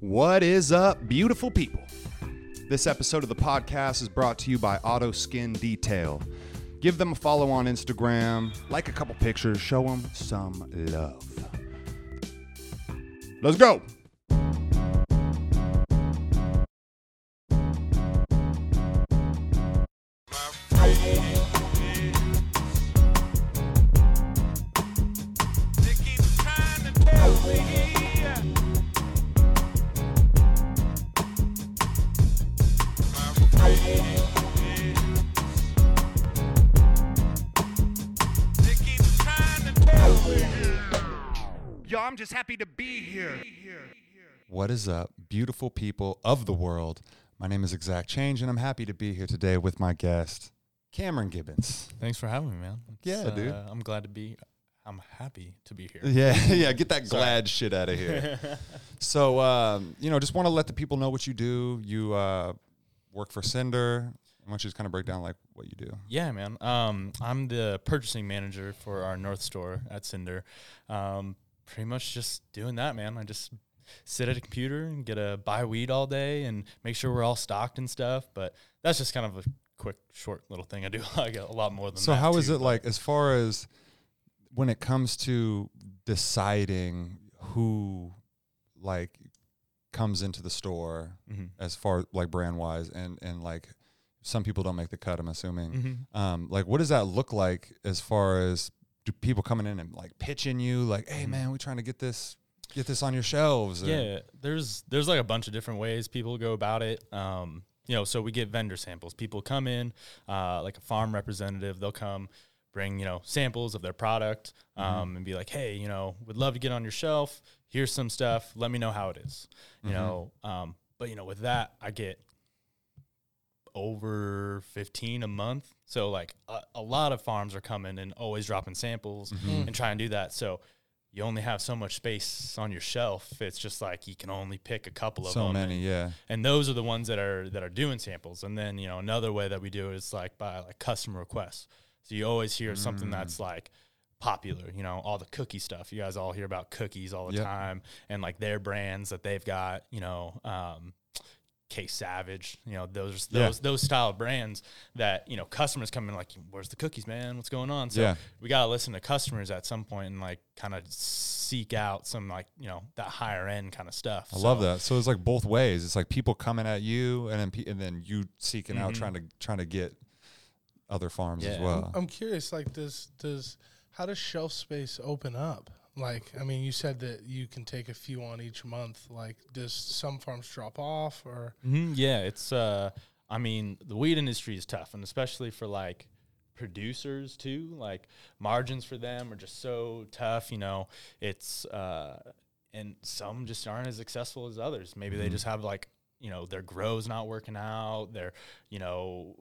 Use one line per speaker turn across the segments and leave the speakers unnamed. What is up, beautiful people? This episode of the podcast is brought to you by Auto Skin Detail. Give them a follow on Instagram, like a couple pictures, show them some love. Let's go. Yo, I'm just happy to be here. What is up, beautiful people of the world? My name is Exact Change, and I'm happy to be here today with my guest, Cameron Gibbons.
Thanks for having me, man. uh,
Yeah, dude.
I'm glad to be. I'm happy to be here.
Yeah, yeah, get that glad shit out of here. so, um, you know, just want to let the people know what you do. You uh, work for Cinder. I want you to just kind of break down like what you do.
Yeah, man. Um, I'm the purchasing manager for our North Store at Cinder. Um, pretty much just doing that, man. I just sit at a computer and get a buy weed all day and make sure we're all stocked and stuff. But that's just kind of a quick, short little thing I do. I got a lot more than
So,
that.
how is
too,
it
but-
like as far as when it comes to deciding who like comes into the store
Mhm.
as far like brand wise and and like some people don't make the cut, I'm assuming.
Mhm.
um, like what does that look like as far as do people coming in and like pitching you like hey
Mhm.
man we're trying to get this get this on your shelves or-
Yeah, there's there's like a bunch of different ways people go about it. Um, you know, so we get vendor samples. People come in, uh, like a farm representative. They'll come, bring you know samples of their product, um, and be like, hey, you know, would love to get on your shelf. Here's some stuff. Let me know how it is. You know, um, but you know, with that, I get over 15 a month so like a, a lot of farms are coming and always dropping samples and try and do that so you only have so much space on your shelf it's just like you can only pick a couple of
so
them
many yeah
and those are the ones that are that are doing samples and then you know another way that we do it is like by like custom requests so you always hear something that's
Mm.
like popular you know all the cookie stuff you guys all hear about cookies all the
Yep.
time and like their brands that they've got you know um K Savage, you know those
Yeah.
those those style of brands that you know customers come in like, where's the cookies, man? What's going on? So
Yeah.
we gotta listen to customers at some point and like kind of seek out some like you know that higher end kind of stuff.
i love that so it's like both ways it's like people coming at you and then pe- and then you seeking out trying to trying to get other farms as
Mm-hmm. Yeah. Oh,
well
I'm curious, like, does does how does shelf space open up? Like, I mean, you said that you can take a few on each month. Like, does some farms drop off, or
hmm Yeah, it's. Uh, I mean, the weed industry is tough, and especially for like producers too. Like margins for them are just so tough. You know, it's uh, and some just aren't as successful as others. Maybe
Mm-hmm.
they just have like you know their grows not working out. They're you know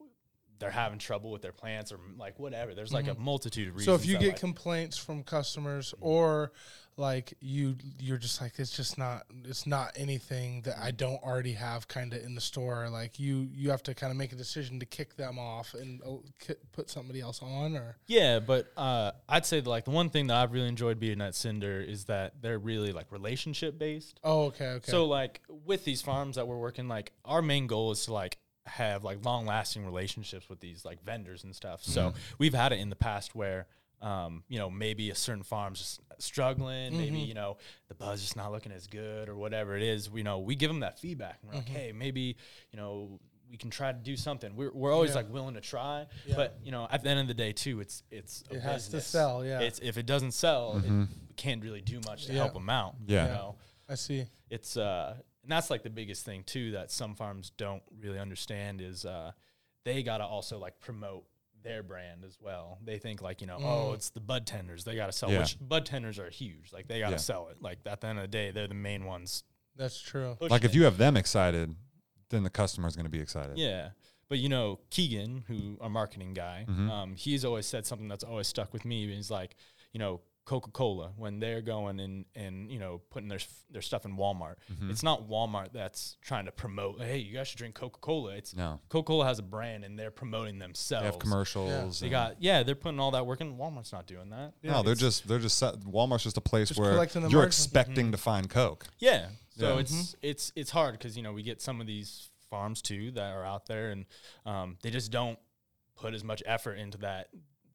they're having trouble with their plants or like whatever. There's like a multitude of
Mm-hmm. so
reasons.
if you
that,
get
like- Mm-hmm.
complaints from customers, or like you you're just like it's just not it's not anything that I don't already have kind of in the store. Like, you you have to kind of make a decision to kick them off and uh, ki- put somebody else on, or
Yeah, but uh, I'd say like the one thing that I've really enjoyed being at Cinder is that they're really like relationship based.
oh, okay, okay.
So like with these farms that we're working, like our main goal is to like have like long lasting relationships with these like vendors and stuff.
Mm-hmm.
So we've had it in the past where um, you know, maybe a certain farm's just struggling, maybe,
Mm-hmm.
you know, the buzz just not looking as good or whatever it is, you know, we give them that feedback and we're
Mm-hmm.
like, hey, maybe, you know, we can try to do something. We're, we're always
Yeah.
like willing to try, but you know, at the end of the day too, it's, it's, a
It has to
business.
sell, yeah. Mm-hmm.
It's, if it doesn't sell, it can't really do much to
Yeah.
help them out.
Yeah.
You know?
I see.
it's uh and that's like the biggest thing too that some farms don't really understand is uh they gotta also like promote their brand as well. They think like, you know, oh, it's the bud tenders. They gotta sell
Mm. Yeah.
which bud tenders are huge. Like they gotta
Yeah.
sell it. Like at the end of the day, they're the main ones.
That's true.
pushing
like if
it.
you have them excited then the customer's going to be excited
Yeah. But you know,
Mm-hmm.
Keegan, who our marketing guy, um, he's always said something that's always stuck with me. And he's like, you know, Coca Cola when they're going and and you know putting their s- their stuff in Walmart.
Mm-hmm.
It's not Walmart that's trying to promote. Hey, you guys should drink Coca Cola. It's
No.
Coca Cola has a brand and they're promoting themselves.
They have commercials.
They
and-
got yeah, they're putting all that work in. Walmart's not doing that.
no, they're just they're just set, Walmart's just a place
Just
where
collecting the
you're
margin.
expecting
Mm-hmm.
to find Coke.
Yeah. So
Yeah. Mm-hmm.
it's it's it's hard because you know we get some of these farms too that are out there and um, they just don't put as much effort into that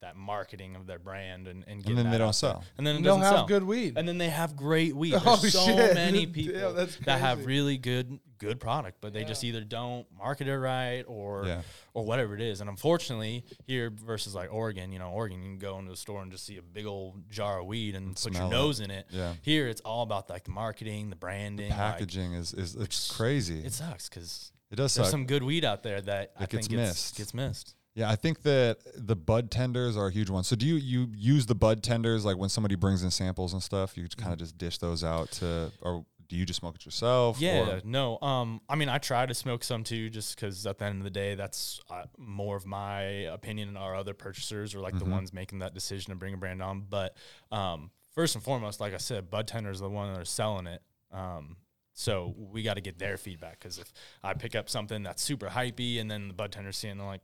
that marketing of their brand and and, getting
then they
that
don't
out there.
sell.
and then it
And don't
doesn't
have
sell.
good weed.
and then they have great weed. There's
Oh,
so
shit.
many
Damn,
people
that's
that have
crazy.
really good good product, but they just either don't market it right or
Yeah.
or whatever it is. And unfortunately, here versus like Oregon, you know, Oregon, you can go into the store and just see a big old jar of weed and, put
smell
your
it.
nose in it.
Yeah.
Here, it's all about like the marketing, the branding, like,
Packaging is, is it's crazy.
it sucks because
it does
there's
suck.
some good weed out there that I
It gets
think gets
missed.
Gets missed.
Yeah, I think that the bud tenders are a huge one. So do you you use the bud tenders like when somebody brings in samples and stuff? You
Mm-hmm.
kind of just dish those out to, or do you just smoke it yourself?
Yeah,
or-
no. Um, I mean, I try to smoke some too, just because at the end of the day, that's uh, more of my opinion and our other purchasers are like
Mm-hmm.
the ones making that decision to bring a brand on. But um, first and foremost, like I said, Bud Tender is the one that are selling it. Um, so we got to get their feedback because if I pick up something that's super hypey and then the Bud Tender's seeing, it, they're like,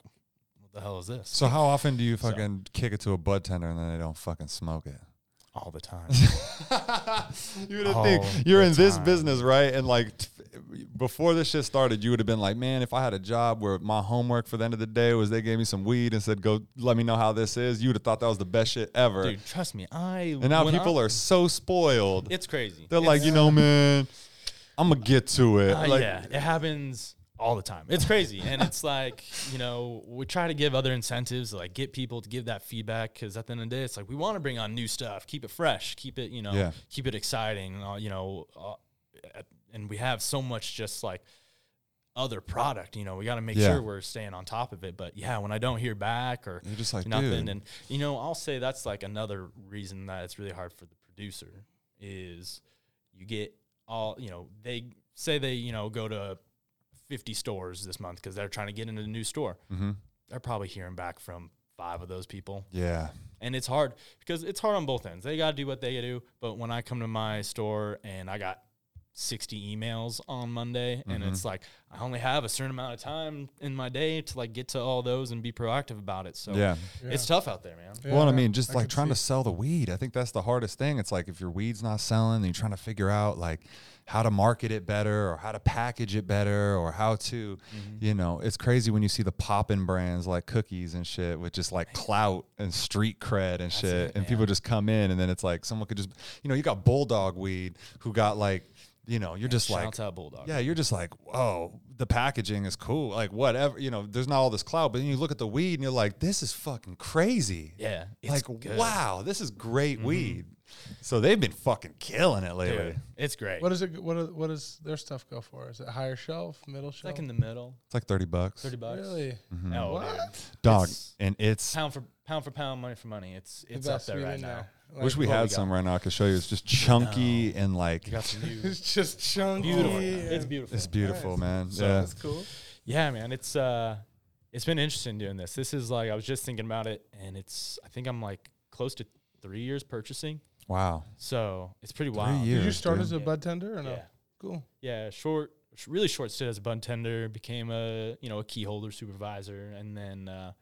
"What the hell is this?"
so how often do you fucking kick it to a bud tender and then they don't fucking smoke it?
All the time.
you would have
All
think you're
the
in this
time.
business, right? And like t- before this shit started, you would have been like, man, if I had a job where my homework for the end of the day was they gave me some weed and said, go, let me know how this is. You would have thought that was the best shit ever.
Dude, trust me, I
and now
when
people
I-
are so spoiled.
It's crazy.
They're like, you know, man, I'm gonna get to it.
Uh,
like,
yeah, it happens all the time. It's crazy, and it's like you know we try to give other incentives, like get people to give that feedback, because at the end of the day, it's like we want to bring on new stuff, keep it fresh, keep it you know,
Yeah.
keep it exciting, and all, you know, uh, and we have so much just like other product, you know, we got to make
Yeah.
sure we're staying on top of it. But yeah, when I don't hear back or
You're just like,
nothing,
dude.
and you know, I'll say that's like another reason that it's really hard for the producer is you get all you know they say they you know go to 50 stores this month because they're trying to get into a new store
Mhm.
they're probably hearing back from five of those people
yeah,
and it's hard because it's hard on both ends they got to do what they do but when i come to my store and i got 60 emails on monday and
Mm-hmm.
it's like i only have a certain amount of time in my day to like get to all those and be proactive about it so
yeah.
it's tough out there man
well, I
Yeah,
mean, just like
can
trying to
see.
sell the weed. I think that's the hardest thing. It's like if your weed's not selling, then you're trying to figure out like how to market it better or how to package it better or how to,
Mm-hmm.
you know, it's crazy when you see the poppin' brands like cookies and shit with just like clout and street cred and shit. and people just come in and then it's like someone could just, you know, you got bulldog weed who got like, you know, you're just like
Shouts out bulldog
Yeah, you're just like, oh, the packaging is cool. Like, whatever, you know, there's not all this cloud, but then you look at the weed and you're like, this is fucking crazy.
yeah it's
Like,
good. Mm-hmm.
wow, this is great weed. So they've been fucking killing it
Dude,
lately.
it's great
What is it? What is, what does their stuff go for? Is it higher shelf, middle
It's
shelf?
like in the middle,
It's like 30 bucks.
thirty bucks.
really?
Mm-hmm.
No, dude.
What?
Dog.
It's
and it's,
pound for pound for pound, money for money. It's
The
it's up
best
there
weed
right
in
now.
there. Like,
wish we
what we
had
got?
some right now. I could show you. It's just chunky and like,
You got some new,
It's just chunky.
beautiful.
and-
It's beautiful.
it's beautiful,
Nice.
man.
So
yeah.
that's cool.
yeah, man. It's uh, it's been interesting doing this. This is like I was just thinking about it, and it's I think I'm like close to three years purchasing,
Wow.
so it's pretty wild.
years.
Did you start
dude.
as a bud tender or no?
Yeah,
Cool.
yeah. Short, sh- really short stint as a bun tender. Became a you know a key holder supervisor, and then uh,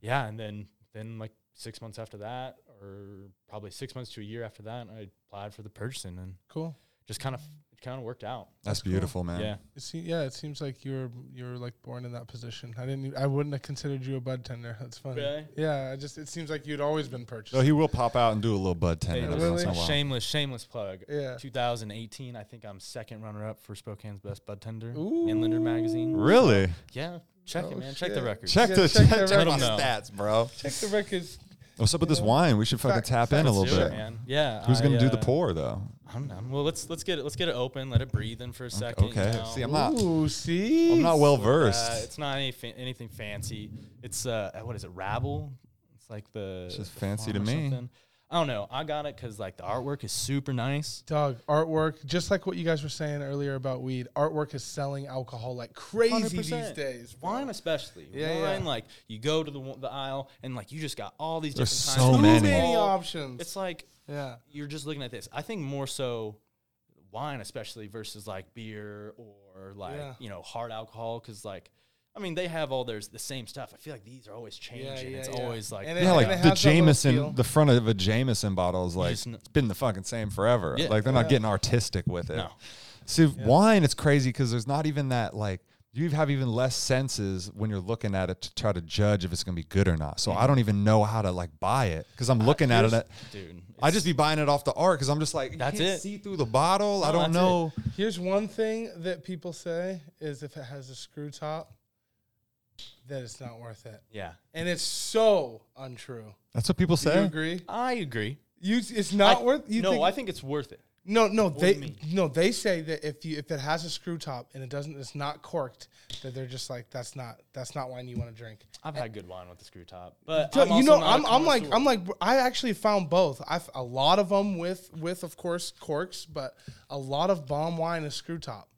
yeah, and then then like six months after that, or probably six months to a year after that, I applied for the purchasing and
Cool.
just kind of it kind of worked out.
That's
cool.
beautiful, man.
Yeah.
It seems, yeah, it seems like you were you were like born in that position. I didn't. e- I wouldn't have considered you a bud tender. That's funny.
Really?
Yeah. I just. It seems like you'd always been purchased.
So he will pop out and do a little bud
Hey,
tender every
really?
once in a
a
while.
shameless, shameless plug.
yeah.
2018, I think I'm second runner up for Spokane's best bud tender
Ooh.
Inlander magazine.
Really?
Yeah, check it,
Oh,
man. Check the
shit.
record.
Check
Yeah,
the
check
check,
the
check,
record.
my
Let 'em know.
stats, bro.
Check the records.
What's up with
You
this
know?
wine? We should fucking
Fact-
tap in a
Let's
little
do
bit.
it, man. Yeah.
Who's
I,
gonna do the
uh,
pour though?
I don't know. Well, let's let's get it. Let's get it open. Let it breathe in for a second. you
okay.
know.
See, I'm not.
Ooh, see.
I'm not well
Uh,
versed.
it's not any fa- anything fancy. It's uh, what is it? Rabble. It's like the.
It's just
the
fancy
farm
to
or
me.
something. I don't know. I got it because like the artwork is super nice.
Dog artwork, just like what you guys were saying earlier about weed. Artwork is selling alcohol like crazy
100%.
these days. bro.
Wine especially.
Yeah,
Wine
yeah.
like you go to the wa- the aisle and like you just got all these
There's
different
so
kinds
many.
of
Many
alcohol.
options.
It's like
yeah,
you're just looking at this. I think more so wine, especially versus like beer or like
Yeah.
you know hard alcohol, because like I mean they have all their the same stuff. I feel like these are always changing. it's
yeah.
always like
And
that.
it-
Yeah,
it
like the
has that little feel.
Jameson, the front of a Jameson bottle is like
just kn-
it's been the fucking same forever.
Yeah.
Like they're not getting artistic with it.
No.
See, wine, it's crazy because there's not even that like you have even less senses when you're looking at it to try to judge if it's gonna be good or not. So I don't even know how to like buy it because I'm looking at it.
Mm-hmm. Uh, Here's-
At,
dude.
I just be buying it off the art because I'm just like you
That's
can't
it.
See through the bottle. I
No,
don't
that's it.
know.
Here's one thing that people say is if it has a screw top, that it's not worth it.
yeah.
And it's so untrue.
That's what people
Do you
say.
agree?
I agree.
You it's not
I-
worth you
no,
think,
I think it's worth it.
no no
do you
they
mean?
no they say that if you if it has a screw top and it doesn't it's not corked that they're just like that's not that's not wine you want to drink.
I've had good wine with the screw top, but
So,
I'm
you
also
know,
not a
I'm, I'm like,
connoisseur.
I'm like, I actually found both. I a lot of them with, with of course corks, but a lot of bomb wine is screw top.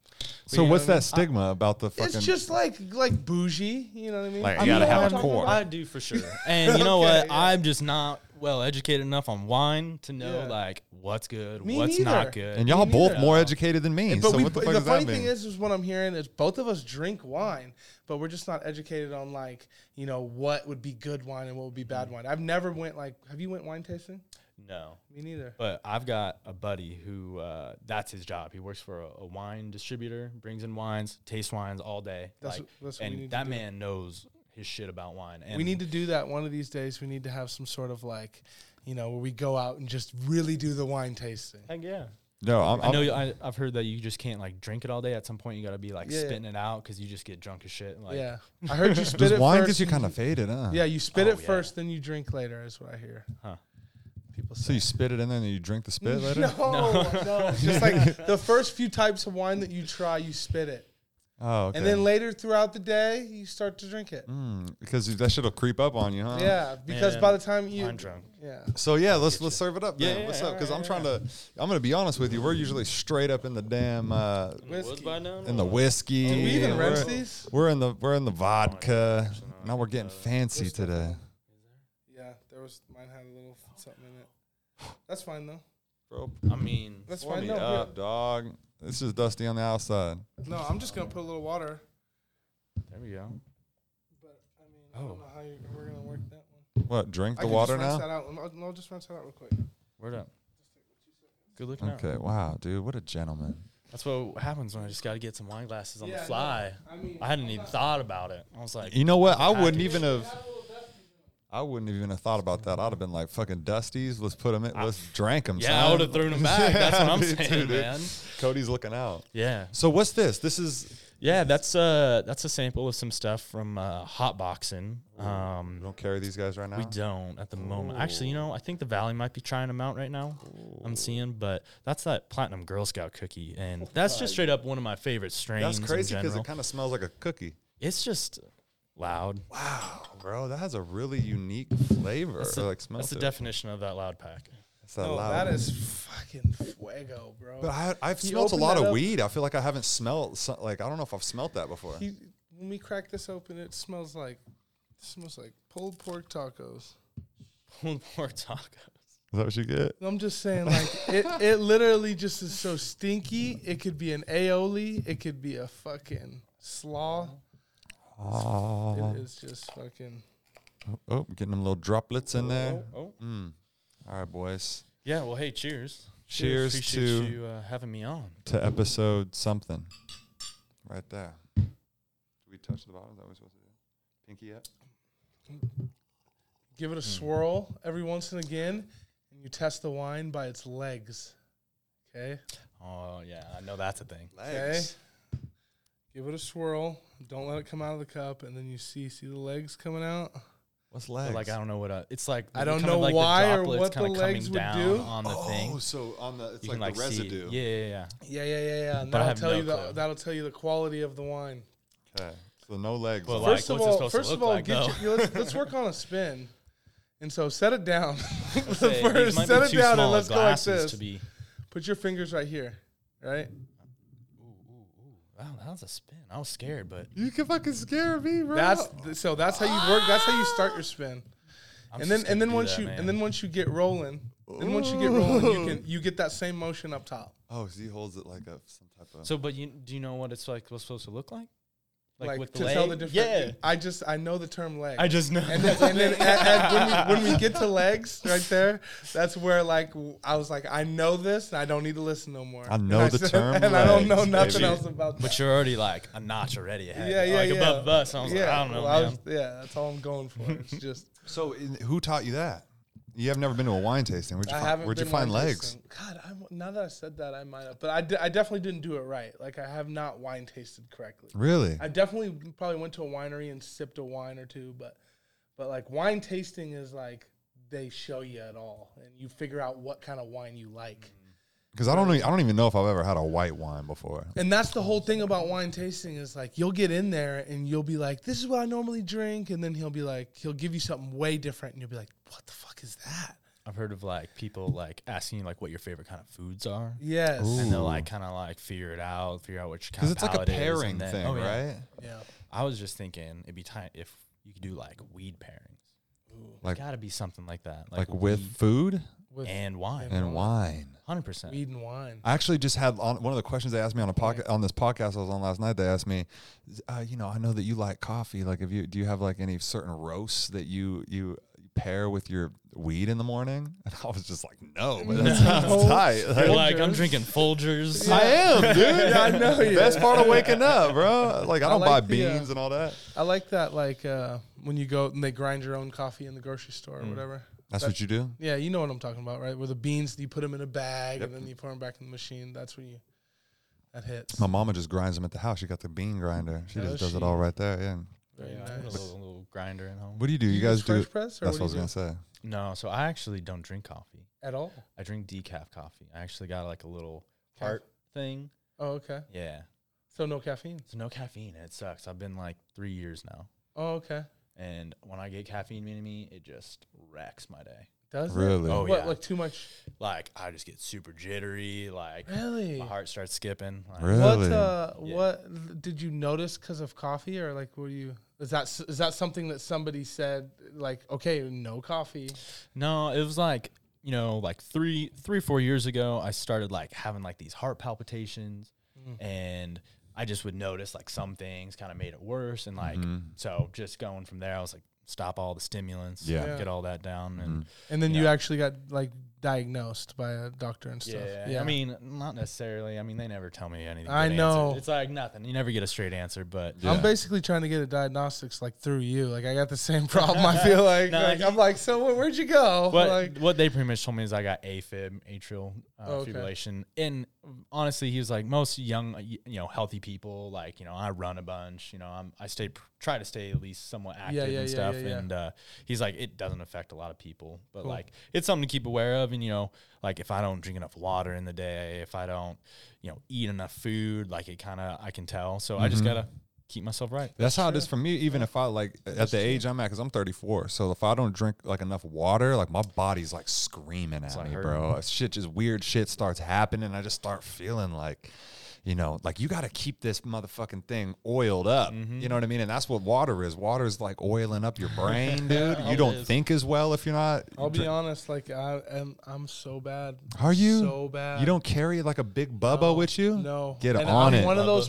So what's that stigma about the fucking?
It's just like, like bougie. You know what I mean?
Like, you
I mean,
gotta
know
have
what
a
I'm talking
cork.
about?
I do for sure. And you know what? I'm just not well educated enough on wine to know
Yeah.
like what's good,
Me
what's
neither.
not good.
and y'all
Me
both
neither.
more educated than me.
But
so
we,
what the
the,
fuck does
funny
that mean?
thing is, is what I'm hearing is both of us drink wine, but we're just not educated on like, you know, what would be good wine and what would be bad
Mm-hmm.
wine. I've never went like, have you went wine tasting?
no.
Me neither.
But I've got a buddy who uh, that's his job. He works for a, a wine distributor, brings in wines, tastes wines all day.
That's
like,
wh- that's what we
and
need to
that
do.
man knows his shit about wine. And
we need to do that one of these days. We need to have some sort of like, you know, where we go out and just really do the wine tasting.
Heck yeah.
no, I'm,
i
I'm-
know. you- I, I've heard that you just can't like drink it all day. At some point, you got to be like
Yeah, yeah.
spitting it out because you just get drunk as shit. Like,
yeah, I heard you spit
Does
it
wine
first.
gets you kind of faded, huh?
yeah, you spit
Oh,
it
yeah.
first, then you drink later. Is what I hear.
Huh.
People
So
say.
you spit it in there and then you drink the spit later?
no, no, just like the first few types of wine that you try, you spit it,
Oh, okay.
and then later throughout the day, you start to drink it.
Mm, because that shit'll creep up on you, huh?
Yeah, because
Man,
by the time you,
wine drunk.
yeah,
So yeah, let's let's serve it up. Yeah,
yeah,
what's up? Because I'm trying to. I'm gonna be honest with you. We're usually straight up in the damn uh,
whiskey.
in the whiskey.
Did we even
we're-
rinse these?
We're in the we're in the vodka. Now we're getting fancy today,
Yeah, there was mine had a little something in it. That's fine though.
bro.
I mean,
That's
Warm
fine.
me
No, we're-
up, dog. This is dusty on the outside.
No, I'm just gonna put a little water.
there we go.
But I mean,
Oh.
I don't know how you're, we're gonna work that one.
What? Drink
I
the
can
water
just rinse
now?
That out. I'll, I'll just rinse that out real quick.
Word up. Good looking out.
Okay. Wow, dude. What a gentleman.
That's what happens when I just got to get some wine glasses on
Yeah,
the
no,
fly.
I mean,
I hadn't even thought about it. I was like,
You know what? I wouldn't
Package.
even have. I wouldn't even have thought about that. I'd have been like, "Fucking dusties, let's put them in, let's drank them."
yeah, I would have thrown them back. That's what I'm saying, man.
Cody's looking out.
Yeah,
So what's this? This is
yeah. That's uh, that's a sample of some stuff from uh, Hotboxing. Um,
we don't carry these guys right now.
We don't at the moment. Actually, you know, I think the Valley might be trying them out right now. I'm seeing, but that's that Platinum Girl Scout cookie, and that's just straight up one of my favorite strains.
That's crazy
because
because it kind of smells like a cookie.
it's just loud.
Wow, bro, that has a really unique flavor.
That's,
or,
the-
like smells.
that's the
to it.
definition of that loud pack.
It's that
Oh,
loud.
that is fucking fuego, bro.
But I, I've
You
smelled a
open
lot
that
of
up-
weed. I feel like I haven't smelled so- like I don't know if I've smelled that before.
He- when we crack this open, it smells like it smells like pulled pork tacos.
Pulled pork tacos.
that what you get?
I'm just saying, like it, it literally just is so stinky. It could be an aioli. It could be a fucking slaw.
Oh,
It is just fucking.
oh, getting them little droplets in there.
Oh, oh.
Mm. All right, boys.
yeah. Well, hey, cheers.
Cheers
Appreciate
to-
you uh, having me on.
to episode something. Right there. Do we touch the bottom? Is that what we're supposed to do? Pinky up?
Give it a swirl every once and again, and you test the wine by its legs. Okay.
Oh yeah, I know that's a thing.
Legs. Give it a swirl. Don't let it come out of the cup, and then you see see the legs coming out.
What's
But
legs?
like I don't know what a, it's like.
I don't
kinda
know
like
why
the
or
droplets
what the
kinda coming
legs would
down
do.
on the thing.
Oh, so on the it's
You
like,
can like
the
see-
residue.
Yeah, yeah, yeah.
Yeah, yeah, yeah, yeah. And
But I
that'll
have
tell
no
you the
clue.
that'll tell you the quality of the wine.
Okay. So no legs. though.
But like-
First of
what's it
all,
supposed to
first of
look
all,
like,
get
though?
your, let's, let's work on a spin. And so set it down.
Say, these
First,
might be
set it
too
down
small
and let's go like
glasses
this.
To be,
Put your fingers right here, right?
wow, that was a spin. I was scared, but
You can fucking scare me, bro.
That's th- so that's how you work. That's how you start your spin.
I'm just
and then
gonna
and then
do
once
that,
you
man.
and then once you get rolling, then once you get rolling, you can you get that same motion up top.
oh, he holds it like a some type of.
so, but you do you know what it's like? What's supposed to look like? Like,
Like,
with
to
the leg?
tell the difference.
Yeah,
I just I know the term leg.
I just know.
and then, and then at- at- when, we, when we get to legs right there, that's where like w- I was like, I know this, and I don't need to listen no more.
I know
and
the
said-
term
and I don't
legs,
know nothing
baby.
else about. That.
but you're already like a notch already ahead.
yeah, yeah,
like
yeah.
above us. And I was like,
Yeah,
I don't know,
well, I
man.
was- yeah, that's all I'm going for. It's just
So, in, who taught you that? You have never been to a wine tasting. Where'd you,
I
fi-
haven't.
where'd you
been
find
wine
legs?
tasting. God, I'm, now that I said that, I might have, but I, di- I definitely didn't do it right. Like I have not wine tasted correctly.
Really?
I definitely probably went to a winery and sipped a wine or two, but but like wine tasting is like they show you it all, and you figure out what kind of wine you like.
Because I don't. e- I don't even know if I've ever had a white wine before.
And that's the whole thing about wine tasting is like you'll get in there and you'll be like, "This is what I normally drink," and then he'll be like, he'll give you something way different, and you'll be like, "What the fuck is that?"
I've heard of like people like asking you like what your favorite kind of foods are.
Yes.
Ooh.
And they'll like kind of like figure it out, figure out which kind
Because
of
it's like a
palate is, and
pairing
then-
thing,
oh, yeah.
right?
Yeah.
I was just thinking it'd be time if you could do like weed pairings.
Like-
Like, gotta be something like that,
Like, with food
With
and wine,
and wine.
hundred percent.
weed and wine.
I actually just had on, one of the questions they asked me on a podcast on this podcast I was on last night. They asked me, uh, you know, I know that you like coffee. Like, if you do you have like any certain roasts that you you pair with your weed in the morning? And I was just like, no, but that's, that's
No.
tight. Like,
You're like I'm drinking Folgers.
I am, dude.
Yeah, I know you.
Best part of waking up, bro. Like I
I
don't buy
like the, uh,
beans and all that.
I like that, like uh, when you go and they grind your own coffee in the grocery store or whatever.
That's
that-
what you do.
Yeah, you know what I'm talking about, right? Where the beans, you put them in a bag and then you pour them back in the machine. That's when you that hits.
My mama just grinds them at the house. She got the bean grinder. She just
Does
does it
she?
all right there. Yeah.
Very
Yeah, I have a
nice.
little, little grinder at home.
What do you do? You, guys
use
do?
French press or
That's what I
what
was
do you
gonna say.
No, so I actually don't drink coffee.
do? At all?
I drink decaf coffee. I actually got like a little
Caf-
heart thing.
Oh, okay.
Yeah,
So no caffeine.
so no caffeine. It sucks. I've been like three years now,
Oh, okay.
and when I get caffeine in me, it just wrecks my day.
Does
Really?
It?
Oh,
what?
yeah.
Like too much?
Like I just get super jittery. Like
Really?
my heart starts skipping. Like,
Really?
What? Uh,
Yeah.
What did you notice because of coffee, or like were you? Is that s- is that something that somebody said? Like, okay, no coffee.
No, it was like you know, like three, three, four years ago, I started like having like these heart palpitations, and I just would notice like some things kind of made it worse, and like
Mm-hmm.
so just going from there, I was like, stop all the stimulants,
Yeah. Mm-hmm.
Yeah.
get all that down, and
And then you
Yeah.
actually got like diagnosed by a doctor and stuff.
yeah, I mean, not necessarily. I mean, they never tell me anything.
I
good answer.
know.
it's like nothing. You never get a straight answer, but
Yeah.
I'm basically trying to get a diagnostics like through you. Like I got the same problem. I feel like,
Nah,
like
he-
I'm like, so where- where'd you go?
What,
like
what they pretty much told me is I got AFib, atrial uh,
Oh, okay.
fibrillation, and honestly, he was like most young, you know, healthy people. Like you know, I run a bunch. You know, I'm I stay try to stay at least somewhat active
yeah,
and
yeah,
stuff.
yeah, yeah.
And uh, he's like, it doesn't affect a lot of people, but
Cool.
like it's something to keep aware of. And you know, like if I don't drink enough water in the day, if I don't, you know, eat enough food, like it kind of I can tell. So I
Mm-hmm.
just gotta keep myself right.
That's how it is for me. Even if I like at the age I'm at, because I'm 34. So if I don't drink like enough water, like my body's like screaming at
like
me,
hurting.
bro. Shit, just weird shit starts happening. I just start feeling like, you know, like you got to keep this motherfucking thing oiled up.
Mm-hmm.
You know what I mean? And that's what water is. Water is like oiling up your brain, dude. you don't think as well if you're not.
I'll be
drink-
honest, like I am I'm so bad.
Are you?
so bad?
You don't carry like a big bubba with you?
No.
Get
And
on
I'm
it.
one of those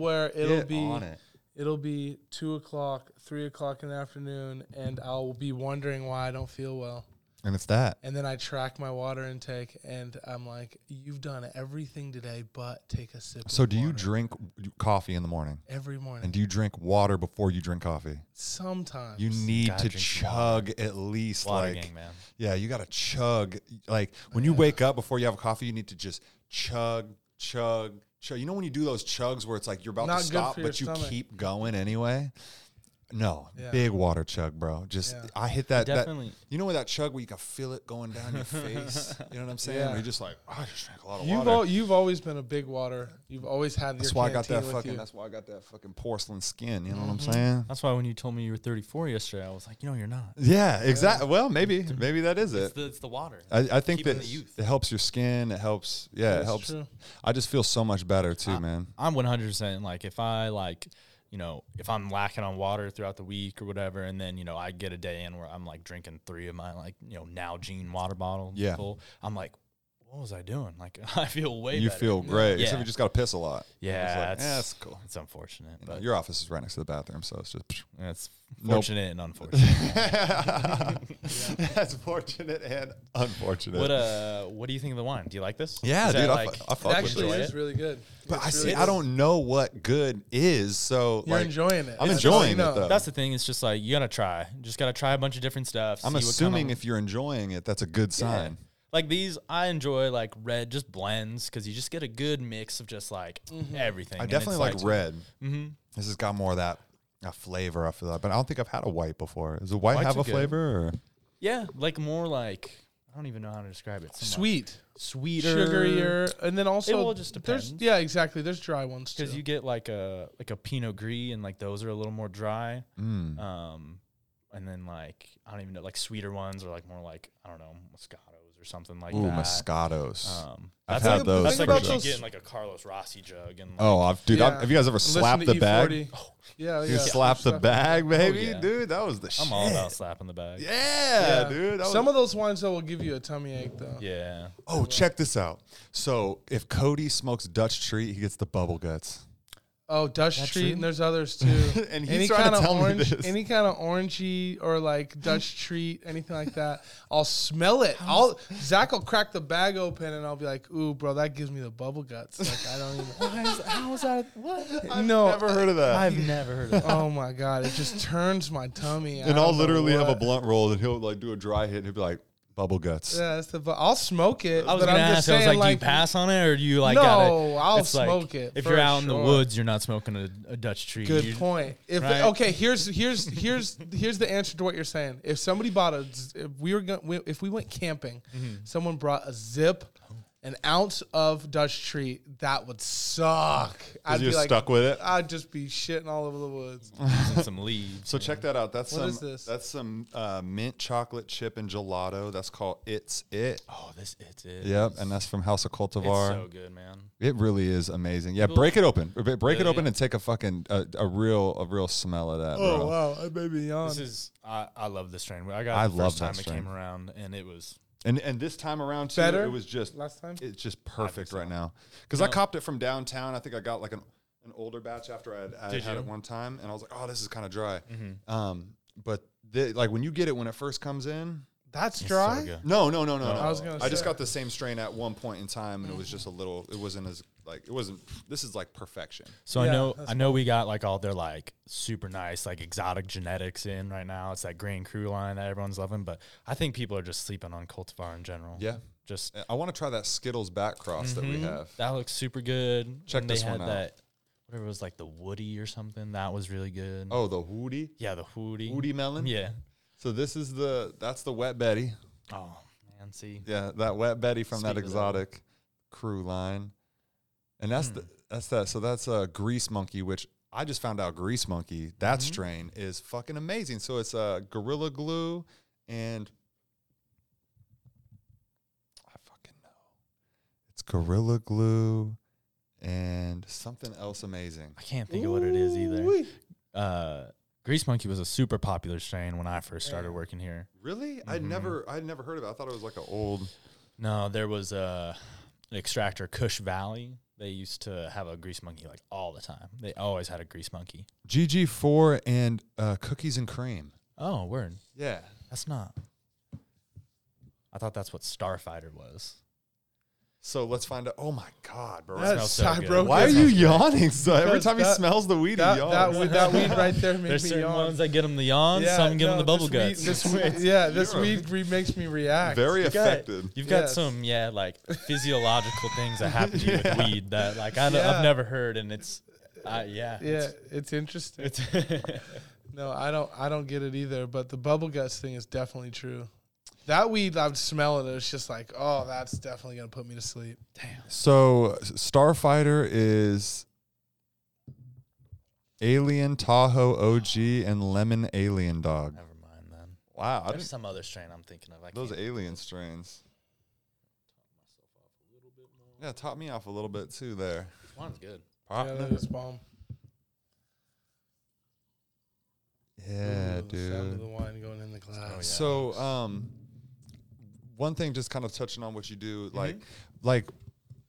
where it'll
Get
be
on it.
will be two o'clock, three o'clock in the afternoon, and I'll be wondering why I don't feel well.
And it's that.
And then I track my water intake, and I'm like, "You've done everything today, but take a sip." of
So do you
water."
drink coffee in the morning?
every morning?
And do you drink water before you drink coffee?
Sometimes
You need
Gotta
to
drink some water.
chug at least
Water
like
gang, man.
yeah, you gotta chug. Like when you wake up before you have a coffee, you need to just chug, chug, chug. You know when you do those chugs where it's like you're about
Not
to
good
stop,
for your
but you
stomach.
keep going anyway. No,
Yeah.
big water chug, bro. Just
Yeah.
I hit that, that.
Definitely.
You know where that chug where you can feel it going down your face. You know what I'm saying?
Yeah.
Where you're just like, "Oh, I just drank a lot of
You've
water.
al- you've always been a big water. You've always had.
that's
your
why I got
canteen
that
with
fucking.
you.
That's why I got that fucking porcelain skin. You know what I'm saying?
That's why when you told me you were 34 yesterday, I was like, you know, you're not.
Yeah, exactly. Well, maybe, maybe that is
It's
it.
the, it's the water.
I, I think
keeping
that
the youth.
it helps your skin. It helps. Yeah, it
That's
helps.
true.
I just feel so much better too, man.
I'm 100% like if I like, you know, if I'm lacking on water throughout the week or whatever, and then, you know, I get a day in where I'm like drinking three of my like, you know, Nalgene water bottle.
Yeah.
full, I'm like, what was I doing? Like, I feel way
You
better.
feel great.
Yeah.
Except you just got to piss a lot.
Yeah.
It's like,
it's,
"Eh, that's cool.
It's unfortunate,
You know,
but
your office is right next to the bathroom, so it's just.
it's
Nope.
fortunate and unfortunate.
That's fortunate and unfortunate.
what, uh, what do you think of the wine? Do you like this?
Yeah,
Is that,
dude, I
like-
fu- I fuck
It
with
actually
enjoy
is
it.
really good.
but
It's
I see.
really
I
good.
don't know what good is, so
You're
like,
enjoying it.
I'm
That's all
enjoying
you
it
know.
though.
That's the thing. It's just like you gotta try. Just gotta try a bunch of different stuff.
I'm
see what kinda-
assuming if you're enjoying it, that's a good sign.
like these, I enjoy like red just blends because you just get a good mix of just like everything.
I
and
definitely
it's
like, Mm-hmm. red. This has got more of that a flavor. I feel like, but I don't think I've had a white before. Does a white
Whites
have
are
a
good.
flavor? Or?
Yeah, like more like I don't even know how to describe it. Some, like,
Sweet,
sweeter,
sugarier, and then also
will just
there's
depend.
yeah exactly. There's dry ones too.
Because you get like a like a Pinot Gris, and like those are a little more dry.
Mm.
Um, and then like I don't even know, like sweeter ones or like more like I don't know Moscatos or something like
Ooh,
that.
Moscatos.
Um,
I've
that's
had
like,
those
That's
for
like what
sure.
you get in like a Carlos Rossi jug, and like,
oh, I've, dude, I've,
Yeah.
have you guys ever
Listen
slapped
to
the bag?
E40. Yeah,
You
yeah.
slapped the bag, baby,
yeah.
dude. That was the shit.
I'm all about slapping the bag.
Yeah,
Yeah.
dude. That was
Some of those wines though will give you a tummy ache though.
Yeah.
Oh, check this out. So if Cody smokes Dutch treat, he gets the bubble guts.
Oh, Dutch
That's
Treat,
true.
and there's others too.
And he's
any
trying to
kind of
tell me
orange,
this.
any kind of orangey or like Dutch Treat, anything like that. I'll smell it. I'll Zach will crack the bag open, and I'll be like, "Ooh, bro, that gives me the bubble guts." Like I don't
How was that? What?
even. no,
Never heard of that.
I've never heard of that.
oh my god, it just turns my tummy. I
and I'll
don't know
literally have a
what.
blunt roll, and he'll like do a dry hit, and he'll be like, "Bubble guts."
Yeah, that's the. bu- I'll smoke it.
I was
but
gonna
I'm
ask.
just
I was
saying,
like,
like,
do you pass on it, or do you like?
No,
gotta,
I'll
it's like,
smoke it
If
for
you're out in the
sure.
woods, you're not smoking a, a Dutch tree.
Good
You're-
point. If
right?
okay, here's here's here's here's the answer to what you're saying. If somebody bought a, z- if we were going, if we went camping,
Mm-hmm.
someone brought a zip, an ounce of Dutch treat, that would suck. I'd
you're stuck with it?
I'd just be shitting all over the woods.
using some leaves.
So check that out. That's
What
some.
is this?
That's some uh, mint chocolate chip and gelato. That's called It's It.
Oh, this it's it.
Yep, and that's from House of
It's
Cultivar.
so good, man.
It really is amazing. Yeah, break it open. Bre- Break it
Yeah,
open
yeah. Oh,
and take a fucking a, a real a real smell of that, bro.
Oh, wow, that made me yawn.
This is I, I love this strain. I got it
I
the
love
first
that
time it
strain.
came around, and it was
And and this time around too,
Better?
it was just
Last time?
It's just perfect right now because I
No.
copped it from downtown. I think I got like an an older batch after I had, I had
Did
had
you? Mm-hmm.
it one time, and I was like, oh, this is kind of dry. Um, but the, like when you get it when it first comes in,
That's
it's
dry.
So good.
no, no, no, no. no.
I was gonna
I just
say.
got the same strain at one point in time, and it was just a little. It wasn't as like it wasn't. This is like perfection.
So
Yeah,
I know
that's
I know we got like all their like super nice like exotic genetics in right now. It's that Grand Cru line that everyone's loving, but I think people are just sleeping on cultivar in general.
Yeah.
just
I want to try that Skittles back cross that
Mm-hmm.
we have.
that looks super good.
Check
And they
this one
had
out.
That, whatever it was like the woody or something that was really good.
Oh, the Hootie
yeah, the woody.
Hootie melon.
Yeah.
So this is the that's the Wet Betty.
Oh man, see.
Yeah, that wet Betty from that Hmm.
Speak of that one.
exotic crew line, and that's the that's that. So that's a uh, grease monkey, which I just found out grease monkey that strain is fucking amazing. So it's a uh, gorilla glue and I fucking know it's gorilla glue and something else amazing.
I can't think of what it is either.
Ooh-wee.
Uh, Grease Monkey was a super popular strain when I first started
Yeah.
working here.
Really, I never I would never heard of it. I thought it was like an old.
No, there was a an extractor Cush Valley. They used to have a grease monkey like all the time. They always had a grease monkey.
GG4 and uh, cookies and cream.
Oh, word.
Yeah.
That's not. I thought that's what Starfighter was.
So let's find out. Oh my God, bro.
That
smells so
I
good.
broke
Why are
it.
you yawning? So every
Because
time he
that-
smells the weed,
That,
he yawns.
that, weed, that weed right there made
There's
me
certain
yawn.
ones that get them the yawns,
Yeah,
some get them the
no,
bubble
this
guts.
weed- this weed- yeah, this
You're a-
weed re- makes me react.
Very
You got-
affected.
You've got
Yes.
some, yeah, like physiological things that happen to you with weed that, like, I don't,
Yeah.
I've never heard, and it's, uh, yeah,
yeah, it's interesting.
it's, it's
No, I don't. I don't get it either. But the bubble guts thing is definitely true. That weed, I'd smell it. It's just like, oh, that's definitely gonna put me to sleep.
So S- Starfighter is Alien Tahoe OG and Lemon Alien Dog.
Never mind then.
Wow, I
There's
didn't-
some other strain I'm thinking of. I
those
can't-
alien strains. Yeah, top me off a little bit too there.
One's good.
Uh,
Yeah, that is bomb.
Yeah,
Ooh, The sound of
dude.
the wine going in the glass.
yeah.
So, um, one thing, just kind of touching on what you do, like, like,